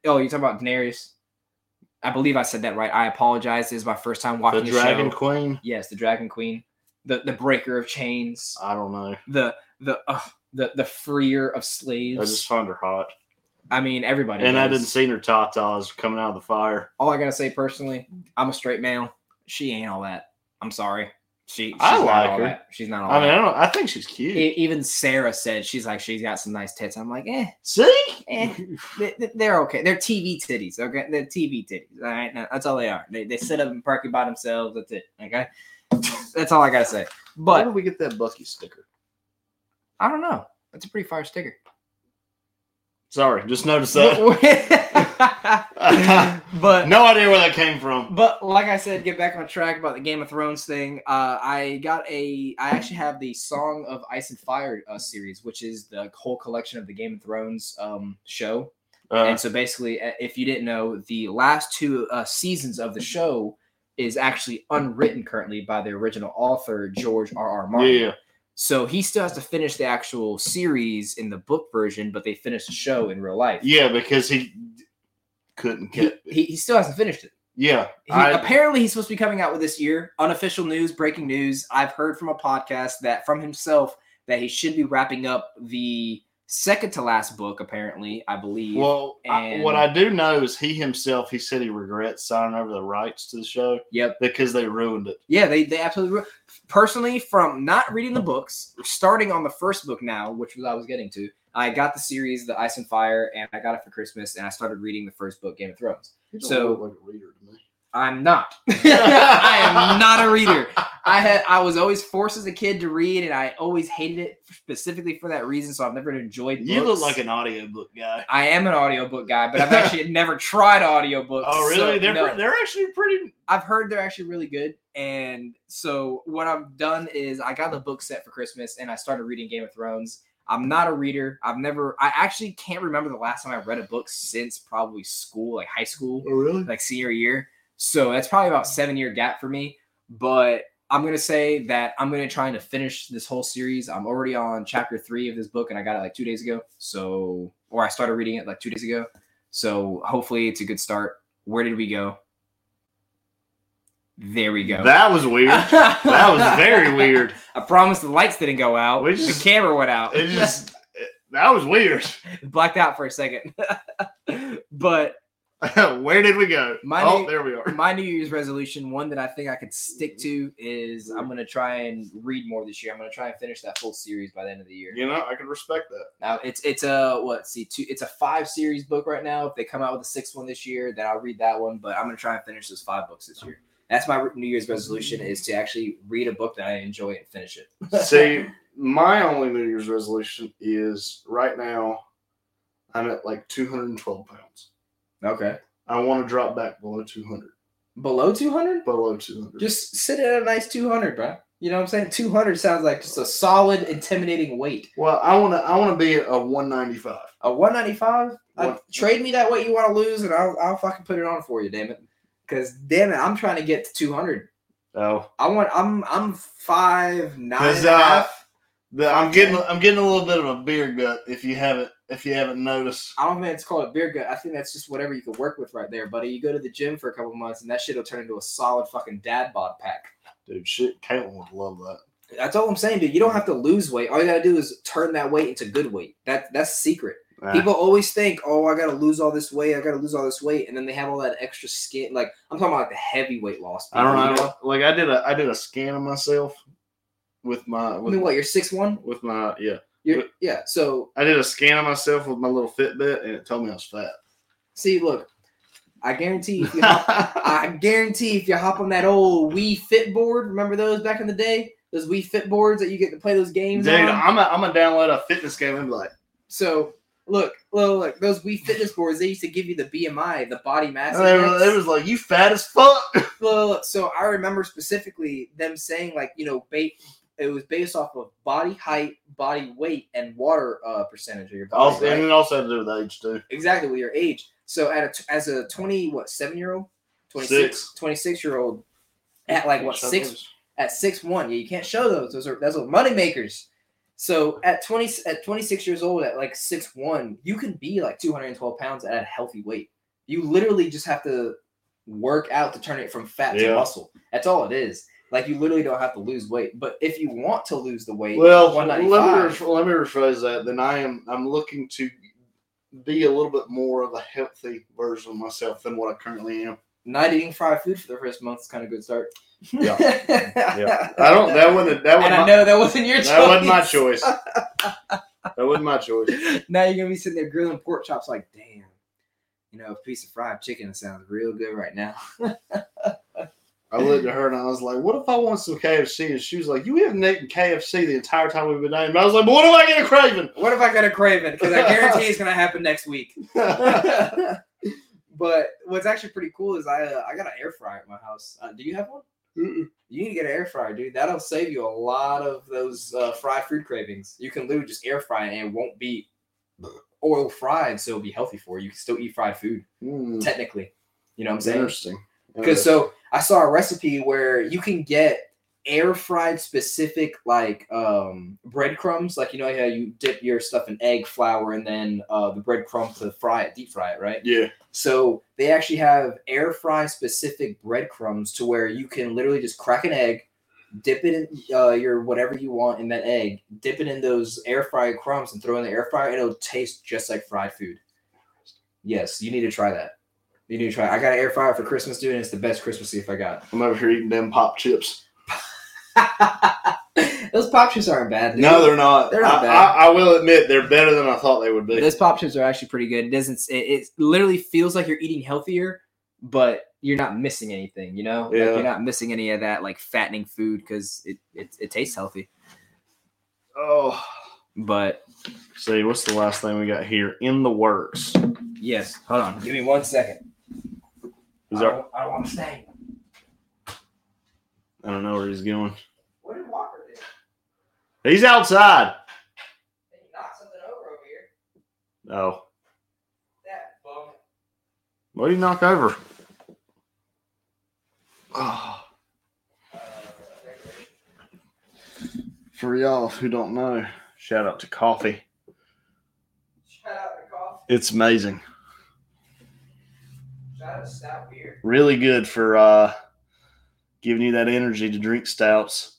[SPEAKER 2] Oh, you're talking about Daenerys. I believe I said that right. I apologize. This is my first time
[SPEAKER 1] The
[SPEAKER 2] watching the,
[SPEAKER 1] dragon
[SPEAKER 2] show.
[SPEAKER 1] queen.
[SPEAKER 2] Yes, the Dragon Queen. The the breaker of chains.
[SPEAKER 1] I don't know.
[SPEAKER 2] The the uh, the the freer of slaves.
[SPEAKER 1] I just find her hot,
[SPEAKER 2] I mean everybody.
[SPEAKER 1] and I
[SPEAKER 2] does.
[SPEAKER 1] didn't see her tatas coming out of the fire.
[SPEAKER 2] all I gotta say personally, I'm a straight male. She ain't all that. I'm sorry. She, she's
[SPEAKER 1] I
[SPEAKER 2] not
[SPEAKER 1] like
[SPEAKER 2] all
[SPEAKER 1] her.
[SPEAKER 2] that. She's not all
[SPEAKER 1] I mean,
[SPEAKER 2] that.
[SPEAKER 1] I don't. I think she's cute.
[SPEAKER 2] E- even Sarah said she's like she's got some nice tits. I'm like, eh,
[SPEAKER 1] see, *laughs*
[SPEAKER 2] eh, they, they- they're okay. They're TV titties. Okay, they're TV titties. All right, No, that's all they are. They they sit up and parking by themselves. That's it. Okay, that's all I gotta say.
[SPEAKER 1] where
[SPEAKER 2] But
[SPEAKER 1] did we get that Bucky sticker?
[SPEAKER 2] I don't know. That's a pretty fire sticker.
[SPEAKER 1] Sorry, just noticed that.
[SPEAKER 2] *laughs*
[SPEAKER 1] *laughs*
[SPEAKER 2] but
[SPEAKER 1] no idea where that came from.
[SPEAKER 2] But like I said, get back on track about the Game of Thrones thing. Uh, I got a, I actually have the Song of Ice and Fire uh, series, which is the whole collection of the Game of Thrones um, show.
[SPEAKER 1] Uh,
[SPEAKER 2] And so basically, uh, if you didn't know, the last two uh, seasons of the show is actually unwritten currently by the original author George R. R.
[SPEAKER 1] yeah,
[SPEAKER 2] Martin.
[SPEAKER 1] yeah.
[SPEAKER 2] So he still has to finish the actual series in the book version, but they finished the show in real life.
[SPEAKER 1] Yeah, because he d- couldn't
[SPEAKER 2] He,
[SPEAKER 1] get.
[SPEAKER 2] he, he still hasn't finished it.
[SPEAKER 1] Yeah,
[SPEAKER 2] He,
[SPEAKER 1] I,
[SPEAKER 2] apparently, he's supposed to be coming out with this year. Unofficial news, breaking news. I've heard from a podcast that from himself that he should be wrapping up the second to last book. Apparently, I believe.
[SPEAKER 1] well, I,
[SPEAKER 2] and-
[SPEAKER 1] what I do know is he himself. He said he regrets signing over the rights to the show
[SPEAKER 2] yep.
[SPEAKER 1] because they ruined it.
[SPEAKER 2] Yeah, they they absolutely. were- Personally, from not reading the books, starting on the first book now, which was I was getting to. I got the series, The Ice and Fire, and I got it for Christmas, and I started reading the first book, Game of Thrones. don't So- look
[SPEAKER 1] like a reader to me.
[SPEAKER 2] I'm not. *laughs* I
[SPEAKER 1] *laughs*
[SPEAKER 2] am not a reader. I had I was always forced as a kid to read, and I always hated it specifically for that reason. So I've never enjoyed. Books.
[SPEAKER 1] You look like an audiobook guy.
[SPEAKER 2] I am an audiobook guy, but
[SPEAKER 1] *laughs*
[SPEAKER 2] I've actually never tried audiobooks.
[SPEAKER 1] Oh, really?
[SPEAKER 2] so
[SPEAKER 1] they're
[SPEAKER 2] no.
[SPEAKER 1] pre- they're actually pretty.
[SPEAKER 2] I've heard they're actually really good. And so what I've done is I got the book set for Christmas and I started reading Game of Thrones. I'm not a reader. I've never I actually can't remember the last time I read a book since probably school, like high school
[SPEAKER 1] Oh, really?
[SPEAKER 2] like senior year. So that's probably about seven year gap for me. But I'm gonna say that I'm gonna try to finish this whole series. I'm already on chapter three of this book, and I got it like two days ago. So, or I started reading it like two days ago. So hopefully it's a good start. Where did we go? There we go.
[SPEAKER 1] That was weird.
[SPEAKER 2] *laughs* that
[SPEAKER 1] that was
[SPEAKER 2] *laughs*
[SPEAKER 1] very weird.
[SPEAKER 2] I promise the lights didn't go out.
[SPEAKER 1] We just-
[SPEAKER 2] the camera went out.
[SPEAKER 1] It just it- that was weird. *laughs*
[SPEAKER 2] blacked out for a second. *laughs* but
[SPEAKER 1] Where did we go?
[SPEAKER 2] My
[SPEAKER 1] oh,
[SPEAKER 2] name-
[SPEAKER 1] there we are.
[SPEAKER 2] my New Year's resolution, one that I think I could stick to, is I'm gonna try and read more this year. I'm gonna try and finish that full series by the end of the year.
[SPEAKER 1] *laughs* You know, I can respect *laughs* that.
[SPEAKER 2] Now it's it's a what? See, two. It's a five series book right now. If they come out with a sixth one this year, then I'll read that one. But I'm gonna try and finish those five books this year. That's my New Year's resolution: is to actually read a book that I enjoy and finish it.
[SPEAKER 1] See, my only New Year's resolution is right now I'm at like 212 pounds.
[SPEAKER 2] *laughs* Okay.
[SPEAKER 1] I want to drop back below 200.
[SPEAKER 2] Below 200,
[SPEAKER 1] Below 200.
[SPEAKER 2] just sit at a nice 200, bro. You know what I'm saying? 200 sounds like just a solid, intimidating weight.
[SPEAKER 1] well, I want to. I want to be at a 195.
[SPEAKER 2] A 195? Uh,
[SPEAKER 1] What-
[SPEAKER 2] trade me that weight you want to lose, and I'll, I'll fucking put it on for you, damn it. Because damn it, I'm trying to get to 200.
[SPEAKER 1] Oh,
[SPEAKER 2] I want. I'm I'm five nine. and a
[SPEAKER 1] Cause, uh,
[SPEAKER 2] half.
[SPEAKER 1] the, I'm getting. I'm getting a little bit of a beer gut. If you haven't. If you haven't noticed.
[SPEAKER 2] I don't think it's called a beer gut. I think that's just whatever you can work with right there, buddy. You go to the gym for a couple months, and that shit will turn into a solid fucking dad bod pack.
[SPEAKER 1] Dude, shit, Caitlin would love that.
[SPEAKER 2] That's all I'm saying, dude. You don't have to lose weight. All you gotta do is turn that weight into good weight. That that's the secret. People always think, oh, I gotta lose all this weight. I gotta lose all this weight, and then they have all that extra skin. Like I'm talking about like the heavy weight loss.
[SPEAKER 1] I
[SPEAKER 2] people,
[SPEAKER 1] don't
[SPEAKER 2] you
[SPEAKER 1] know. Like I did a I did a scan of myself with my
[SPEAKER 2] I
[SPEAKER 1] with,
[SPEAKER 2] mean, what? You're six one.
[SPEAKER 1] with my yeah.
[SPEAKER 2] You're yeah. So
[SPEAKER 1] I did a scan of myself with my little Fitbit and it told me I was
[SPEAKER 2] see, look, I guarantee if you
[SPEAKER 1] *laughs*
[SPEAKER 2] hop,
[SPEAKER 1] fat.
[SPEAKER 2] I guarantee if you hop on that old Wii Fit board, remember those back in the day, those Wii Fit boards that you get to play those games
[SPEAKER 1] Dude,
[SPEAKER 2] on.
[SPEAKER 1] I'm a, I'm gonna download a fitness game and be like,
[SPEAKER 2] so look, look, look, those Wii Fitness boards. They used to give you the BMI, the body mass.
[SPEAKER 1] and they were-
[SPEAKER 2] index.
[SPEAKER 1] they was like, you fat as fuck.
[SPEAKER 2] Well, so I remember specifically them saying like you know ba- it was based off of body height, body weight, and water uh, percentage of your body.
[SPEAKER 1] Also,
[SPEAKER 2] right?
[SPEAKER 1] and it also had to do with age too.
[SPEAKER 2] Exactly with your age. So at a t- as a twenty what seven year old, 26, 26 year old at like what
[SPEAKER 1] Shut
[SPEAKER 2] six
[SPEAKER 1] those.
[SPEAKER 2] at six one. Yeah, you can't show those. Those are those are money makers. So at twenty at twenty six years old, at like six one, you can be like two hundred and twelve pounds at a healthy weight. You literally just have to work out to turn it from fat to
[SPEAKER 1] Yeah.
[SPEAKER 2] muscle. That's all it is. Like you literally don't have to lose weight. But if you want to lose the weight,
[SPEAKER 1] Well, let me
[SPEAKER 2] 195
[SPEAKER 1] reph- let me rephrase that. Then I am I'm looking to be a little bit more of a healthy version of myself than what I currently am.
[SPEAKER 2] not eating fried food for the first month is kind of a good start. *laughs*
[SPEAKER 1] Yeah. I don't. That wasn't. That
[SPEAKER 2] and
[SPEAKER 1] wasn't.
[SPEAKER 2] I
[SPEAKER 1] My,
[SPEAKER 2] know that wasn't *laughs* your choice.
[SPEAKER 1] that wasn't my choice. that wasn't my choice.
[SPEAKER 2] now you're gonna be sitting there grilling pork chops like, damn, you know, a piece of fried chicken sounds real good right now.
[SPEAKER 1] I looked at her and I was like, "What if I want some KFC?" And she was like, "You haven't eaten KFC the entire time we've been dating." And I was like, "But what am I getting a craving?"
[SPEAKER 2] What if I got a craving? Because I guarantee it's gonna happen next week. *laughs* but what's actually pretty cool is I uh, I got an air fryer at my house. Uh, do you have one?
[SPEAKER 1] *laughs* Mm-mm.
[SPEAKER 2] You need to get an air fryer, dude. That'll save you a lot of those uh, fried food cravings. You can literally just air fry it and it won't be oil fried, so it'll be healthy for you. You can still eat fried food,
[SPEAKER 1] Mm,
[SPEAKER 2] technically. You know what I'm saying?
[SPEAKER 1] interesting.
[SPEAKER 2] Because so I saw a recipe where you can get air fried specific like um breadcrumbs, like you know how you dip your stuff in egg flour and then uh, the breadcrumb to fry it, deep fry it, right?
[SPEAKER 1] yeah,
[SPEAKER 2] So they actually have air fry specific breadcrumbs to where you can literally just crack an egg, dip it in uh, your whatever you want in that egg, dip it in those air fry crumbs and throw in the air fryer, and it'll taste just like fried food. Yes, you need to try that. You need to try. it. I got an air fryer for Christmas, dude, and it's the best Christmas gift I got. *laughs*
[SPEAKER 1] I'm over here eating them pop chips.
[SPEAKER 2] those pop chips aren't bad. dude.
[SPEAKER 1] No, they're not.
[SPEAKER 2] They're not
[SPEAKER 1] I,
[SPEAKER 2] bad.
[SPEAKER 1] I, I will admit they're better than I thought they would be.
[SPEAKER 2] Those pop chips are actually pretty good. It doesn't it, it literally feels like you're eating healthier, but you're not missing anything, you know? Like,
[SPEAKER 1] Yeah.
[SPEAKER 2] you're not missing any of that like fattening food because it, it it tastes healthy.
[SPEAKER 1] oh,
[SPEAKER 2] But
[SPEAKER 1] see, what's the last thing we got here in the works?
[SPEAKER 2] yes, hold on. Give me one second.
[SPEAKER 1] Is there,
[SPEAKER 2] don't, I don't want to stay.
[SPEAKER 1] I don't know where he's going.
[SPEAKER 2] What did Walker do?
[SPEAKER 1] He's outside.
[SPEAKER 2] Did he knock something over over here?
[SPEAKER 1] Oh,
[SPEAKER 2] That bum.
[SPEAKER 1] what did he knock over? Oh. For y'all who don't know, shout out to coffee.
[SPEAKER 2] Shout out to coffee.
[SPEAKER 1] It's amazing.
[SPEAKER 2] Shout out to stout beer.
[SPEAKER 1] Really good for uh giving you that energy to drink stouts.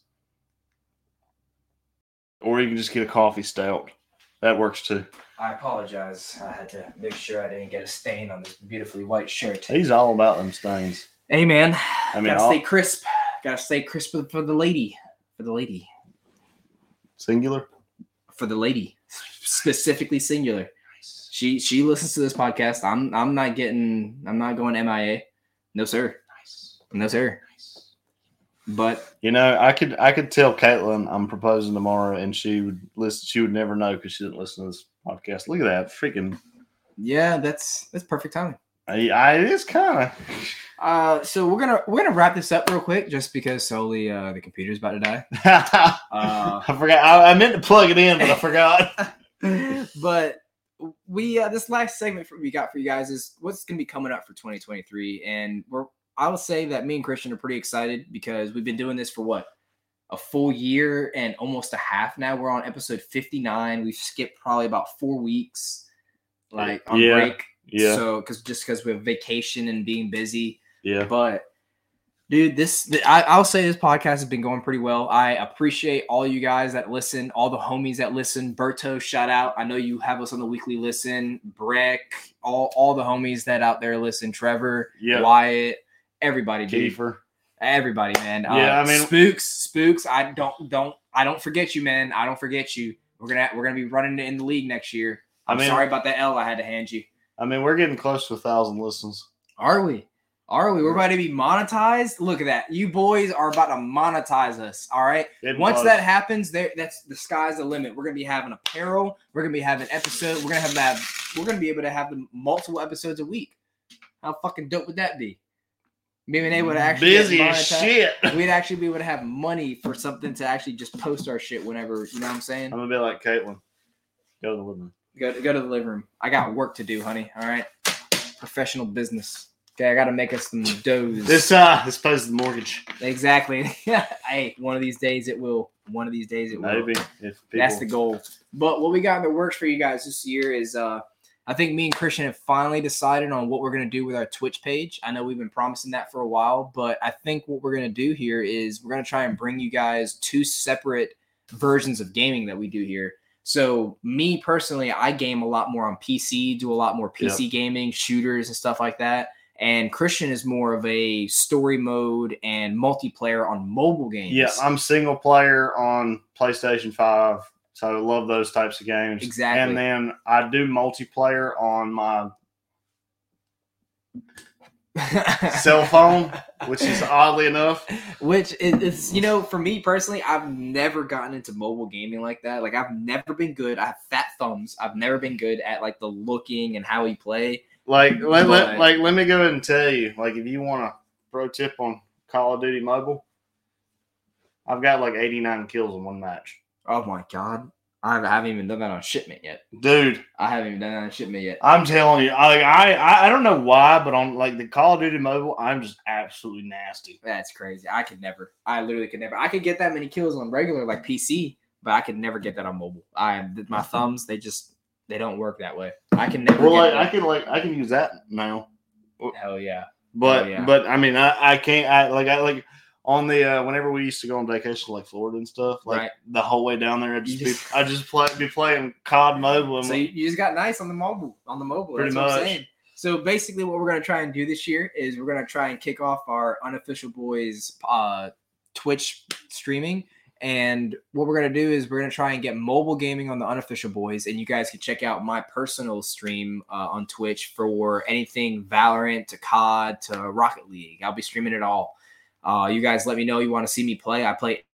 [SPEAKER 1] Or you can just get a coffee stout. That works too.
[SPEAKER 5] I apologize. I had to make sure I didn't get a stain on this beautifully white shirt.
[SPEAKER 1] He's all about them stains.
[SPEAKER 5] Hey, man.
[SPEAKER 1] I mean,
[SPEAKER 5] Gotta
[SPEAKER 1] all-
[SPEAKER 5] stay crisp. Gotta stay crisp for- for the lady. For the lady.
[SPEAKER 1] singular.
[SPEAKER 5] For the lady. Specifically singular. She she listens to this podcast. I'm I'm not getting I'm not going MIA. No sir. No sir. But
[SPEAKER 1] You know, I could I could tell Caitlin I'm proposing tomorrow, and she would listen. She would never know because she didn't listen to this podcast. Look at that freaking!
[SPEAKER 5] yeah, that's that's perfect timing.
[SPEAKER 1] I, I it is kind of
[SPEAKER 5] Uh, so we're gonna we're gonna wrap this up real quick, just because solely uh, the computer's about to die. Uh,
[SPEAKER 1] *laughs* I forgot. I, I meant to plug it in, but I forgot.
[SPEAKER 5] *laughs* but we uh, this last segment for, we got for you guys is what's gonna be coming up for 2023, and we're I will say that me and Christian are pretty excited because we've been doing this for what a full year and almost a half now. We're on episode 59. We've skipped probably about four weeks, like on
[SPEAKER 1] Yeah,
[SPEAKER 5] break.
[SPEAKER 1] Yeah,
[SPEAKER 5] So because just because we have vacation and being busy.
[SPEAKER 1] yeah.
[SPEAKER 5] But dude, this th- I, I'll say this podcast has been going pretty well. I appreciate all you guys that listen, all the homies that listen. Berto, shout out. I know you have us on the weekly listen. Breck, all all the homies that out there listen. Trevor,
[SPEAKER 1] Yeah.
[SPEAKER 5] Wyatt, everybody, dude.
[SPEAKER 1] Kiefer.
[SPEAKER 5] Everybody, man.
[SPEAKER 1] Yeah,
[SPEAKER 5] uh,
[SPEAKER 1] I mean-
[SPEAKER 5] spooks, spooks. I don't don't I don't forget you, man. I don't forget you. We're gonna we're gonna be running in the league next year.
[SPEAKER 1] I
[SPEAKER 5] I'm
[SPEAKER 1] mean-
[SPEAKER 5] sorry about that L I had to hand you.
[SPEAKER 1] I mean, we're getting close to a thousand listens.
[SPEAKER 5] Are we? Are we? We're about to be monetized. Look at that. You boys are about to monetize us. All right.
[SPEAKER 1] Getting
[SPEAKER 5] Once
[SPEAKER 1] close.
[SPEAKER 5] that happens, there that's the sky's the limit. We're gonna be having apparel. We're gonna be having episode. We're gonna have, have we're gonna be able to have the multiple episodes a week. How fucking dope would that be? Maybe they would actually get
[SPEAKER 1] busy as
[SPEAKER 5] monetized.
[SPEAKER 1] shit. I'm
[SPEAKER 5] We'd actually be able to have money for something to actually just post our shit whenever. You know what I'm saying?
[SPEAKER 1] gonna be like Caitlin. Go to the living room.
[SPEAKER 5] Go to, go to the living room. I got work to do, honey. All right. Professional business. Okay, I gotta make us some doughs.
[SPEAKER 1] This uh, this pays the mortgage.
[SPEAKER 5] Exactly. *laughs* hey, one of these days it will. One of these days it will.
[SPEAKER 1] Maybe if people.
[SPEAKER 5] That's the goal. But what we got in the works for you guys this year is uh I think me and Christian have finally decided on what we're gonna do with our Twitch page. I know we've been promising that for a while, but I think what we're gonna do here is we're gonna try and bring you guys two separate versions of gaming that we do here. So me personally, I game a lot more on PC, do a lot more PC gaming, shooters and stuff like that. And Christian is more of a story mode and multiplayer on mobile games.
[SPEAKER 1] Yeah, I'm single player on PlayStation Five, so I love those types of games.
[SPEAKER 5] Exactly.
[SPEAKER 1] And then I do multiplayer on my
[SPEAKER 5] *laughs*
[SPEAKER 1] cell phone, which is oddly enough.
[SPEAKER 5] which is, is you know for me personally i've never gotten into mobile gaming like that like i've never been good i have fat thumbs i've never been good at like the looking and how you play
[SPEAKER 1] Like, let,
[SPEAKER 5] Right.
[SPEAKER 1] let, like, let me go ahead and tell you. Like, if you want a pro tip on Call of Duty Mobile, I've got like 89 kills in one match,
[SPEAKER 5] oh my god i haven't even done that on shipment yet
[SPEAKER 1] dude.
[SPEAKER 5] i haven't even done that on shipment yet
[SPEAKER 1] I'm telling you, I, I, I- I don't know why, but on like the Call of Duty Mobile, I'm just absolutely nasty.
[SPEAKER 5] that's crazy i could never i literally could never i could get that many kills on regular like pc but i could never get that on mobile i
[SPEAKER 1] *laughs*
[SPEAKER 5] my thumbs they just they don't work that way i can never
[SPEAKER 1] Well, like,
[SPEAKER 5] get that.
[SPEAKER 1] I can like I can use that now.
[SPEAKER 5] hell yeah
[SPEAKER 1] But
[SPEAKER 5] Oh, yeah.
[SPEAKER 1] but I mean I, I can't I like I like on the uh, whenever we used to go on vacation to, like Florida and stuff like
[SPEAKER 5] Right.
[SPEAKER 1] the whole way down there I
[SPEAKER 5] You
[SPEAKER 1] just be,
[SPEAKER 5] just-
[SPEAKER 1] I just play be playing COD mobile and
[SPEAKER 5] So you, you just got nice on the mobile, on the mobile.
[SPEAKER 1] Pretty
[SPEAKER 5] That's what I'm
[SPEAKER 1] much.
[SPEAKER 5] saying. So basically, what we're gonna try and do this year is we're gonna try and kick off our unofficial boys uh, Twitch streaming, and what we're gonna do is we're gonna try and get mobile gaming on the unofficial boys, and you guys can check out my personal stream uh, on Twitch for anything Valorant to COD to Rocket League. I'll be streaming it all. Uh, you guys let me know you want to see me play. I play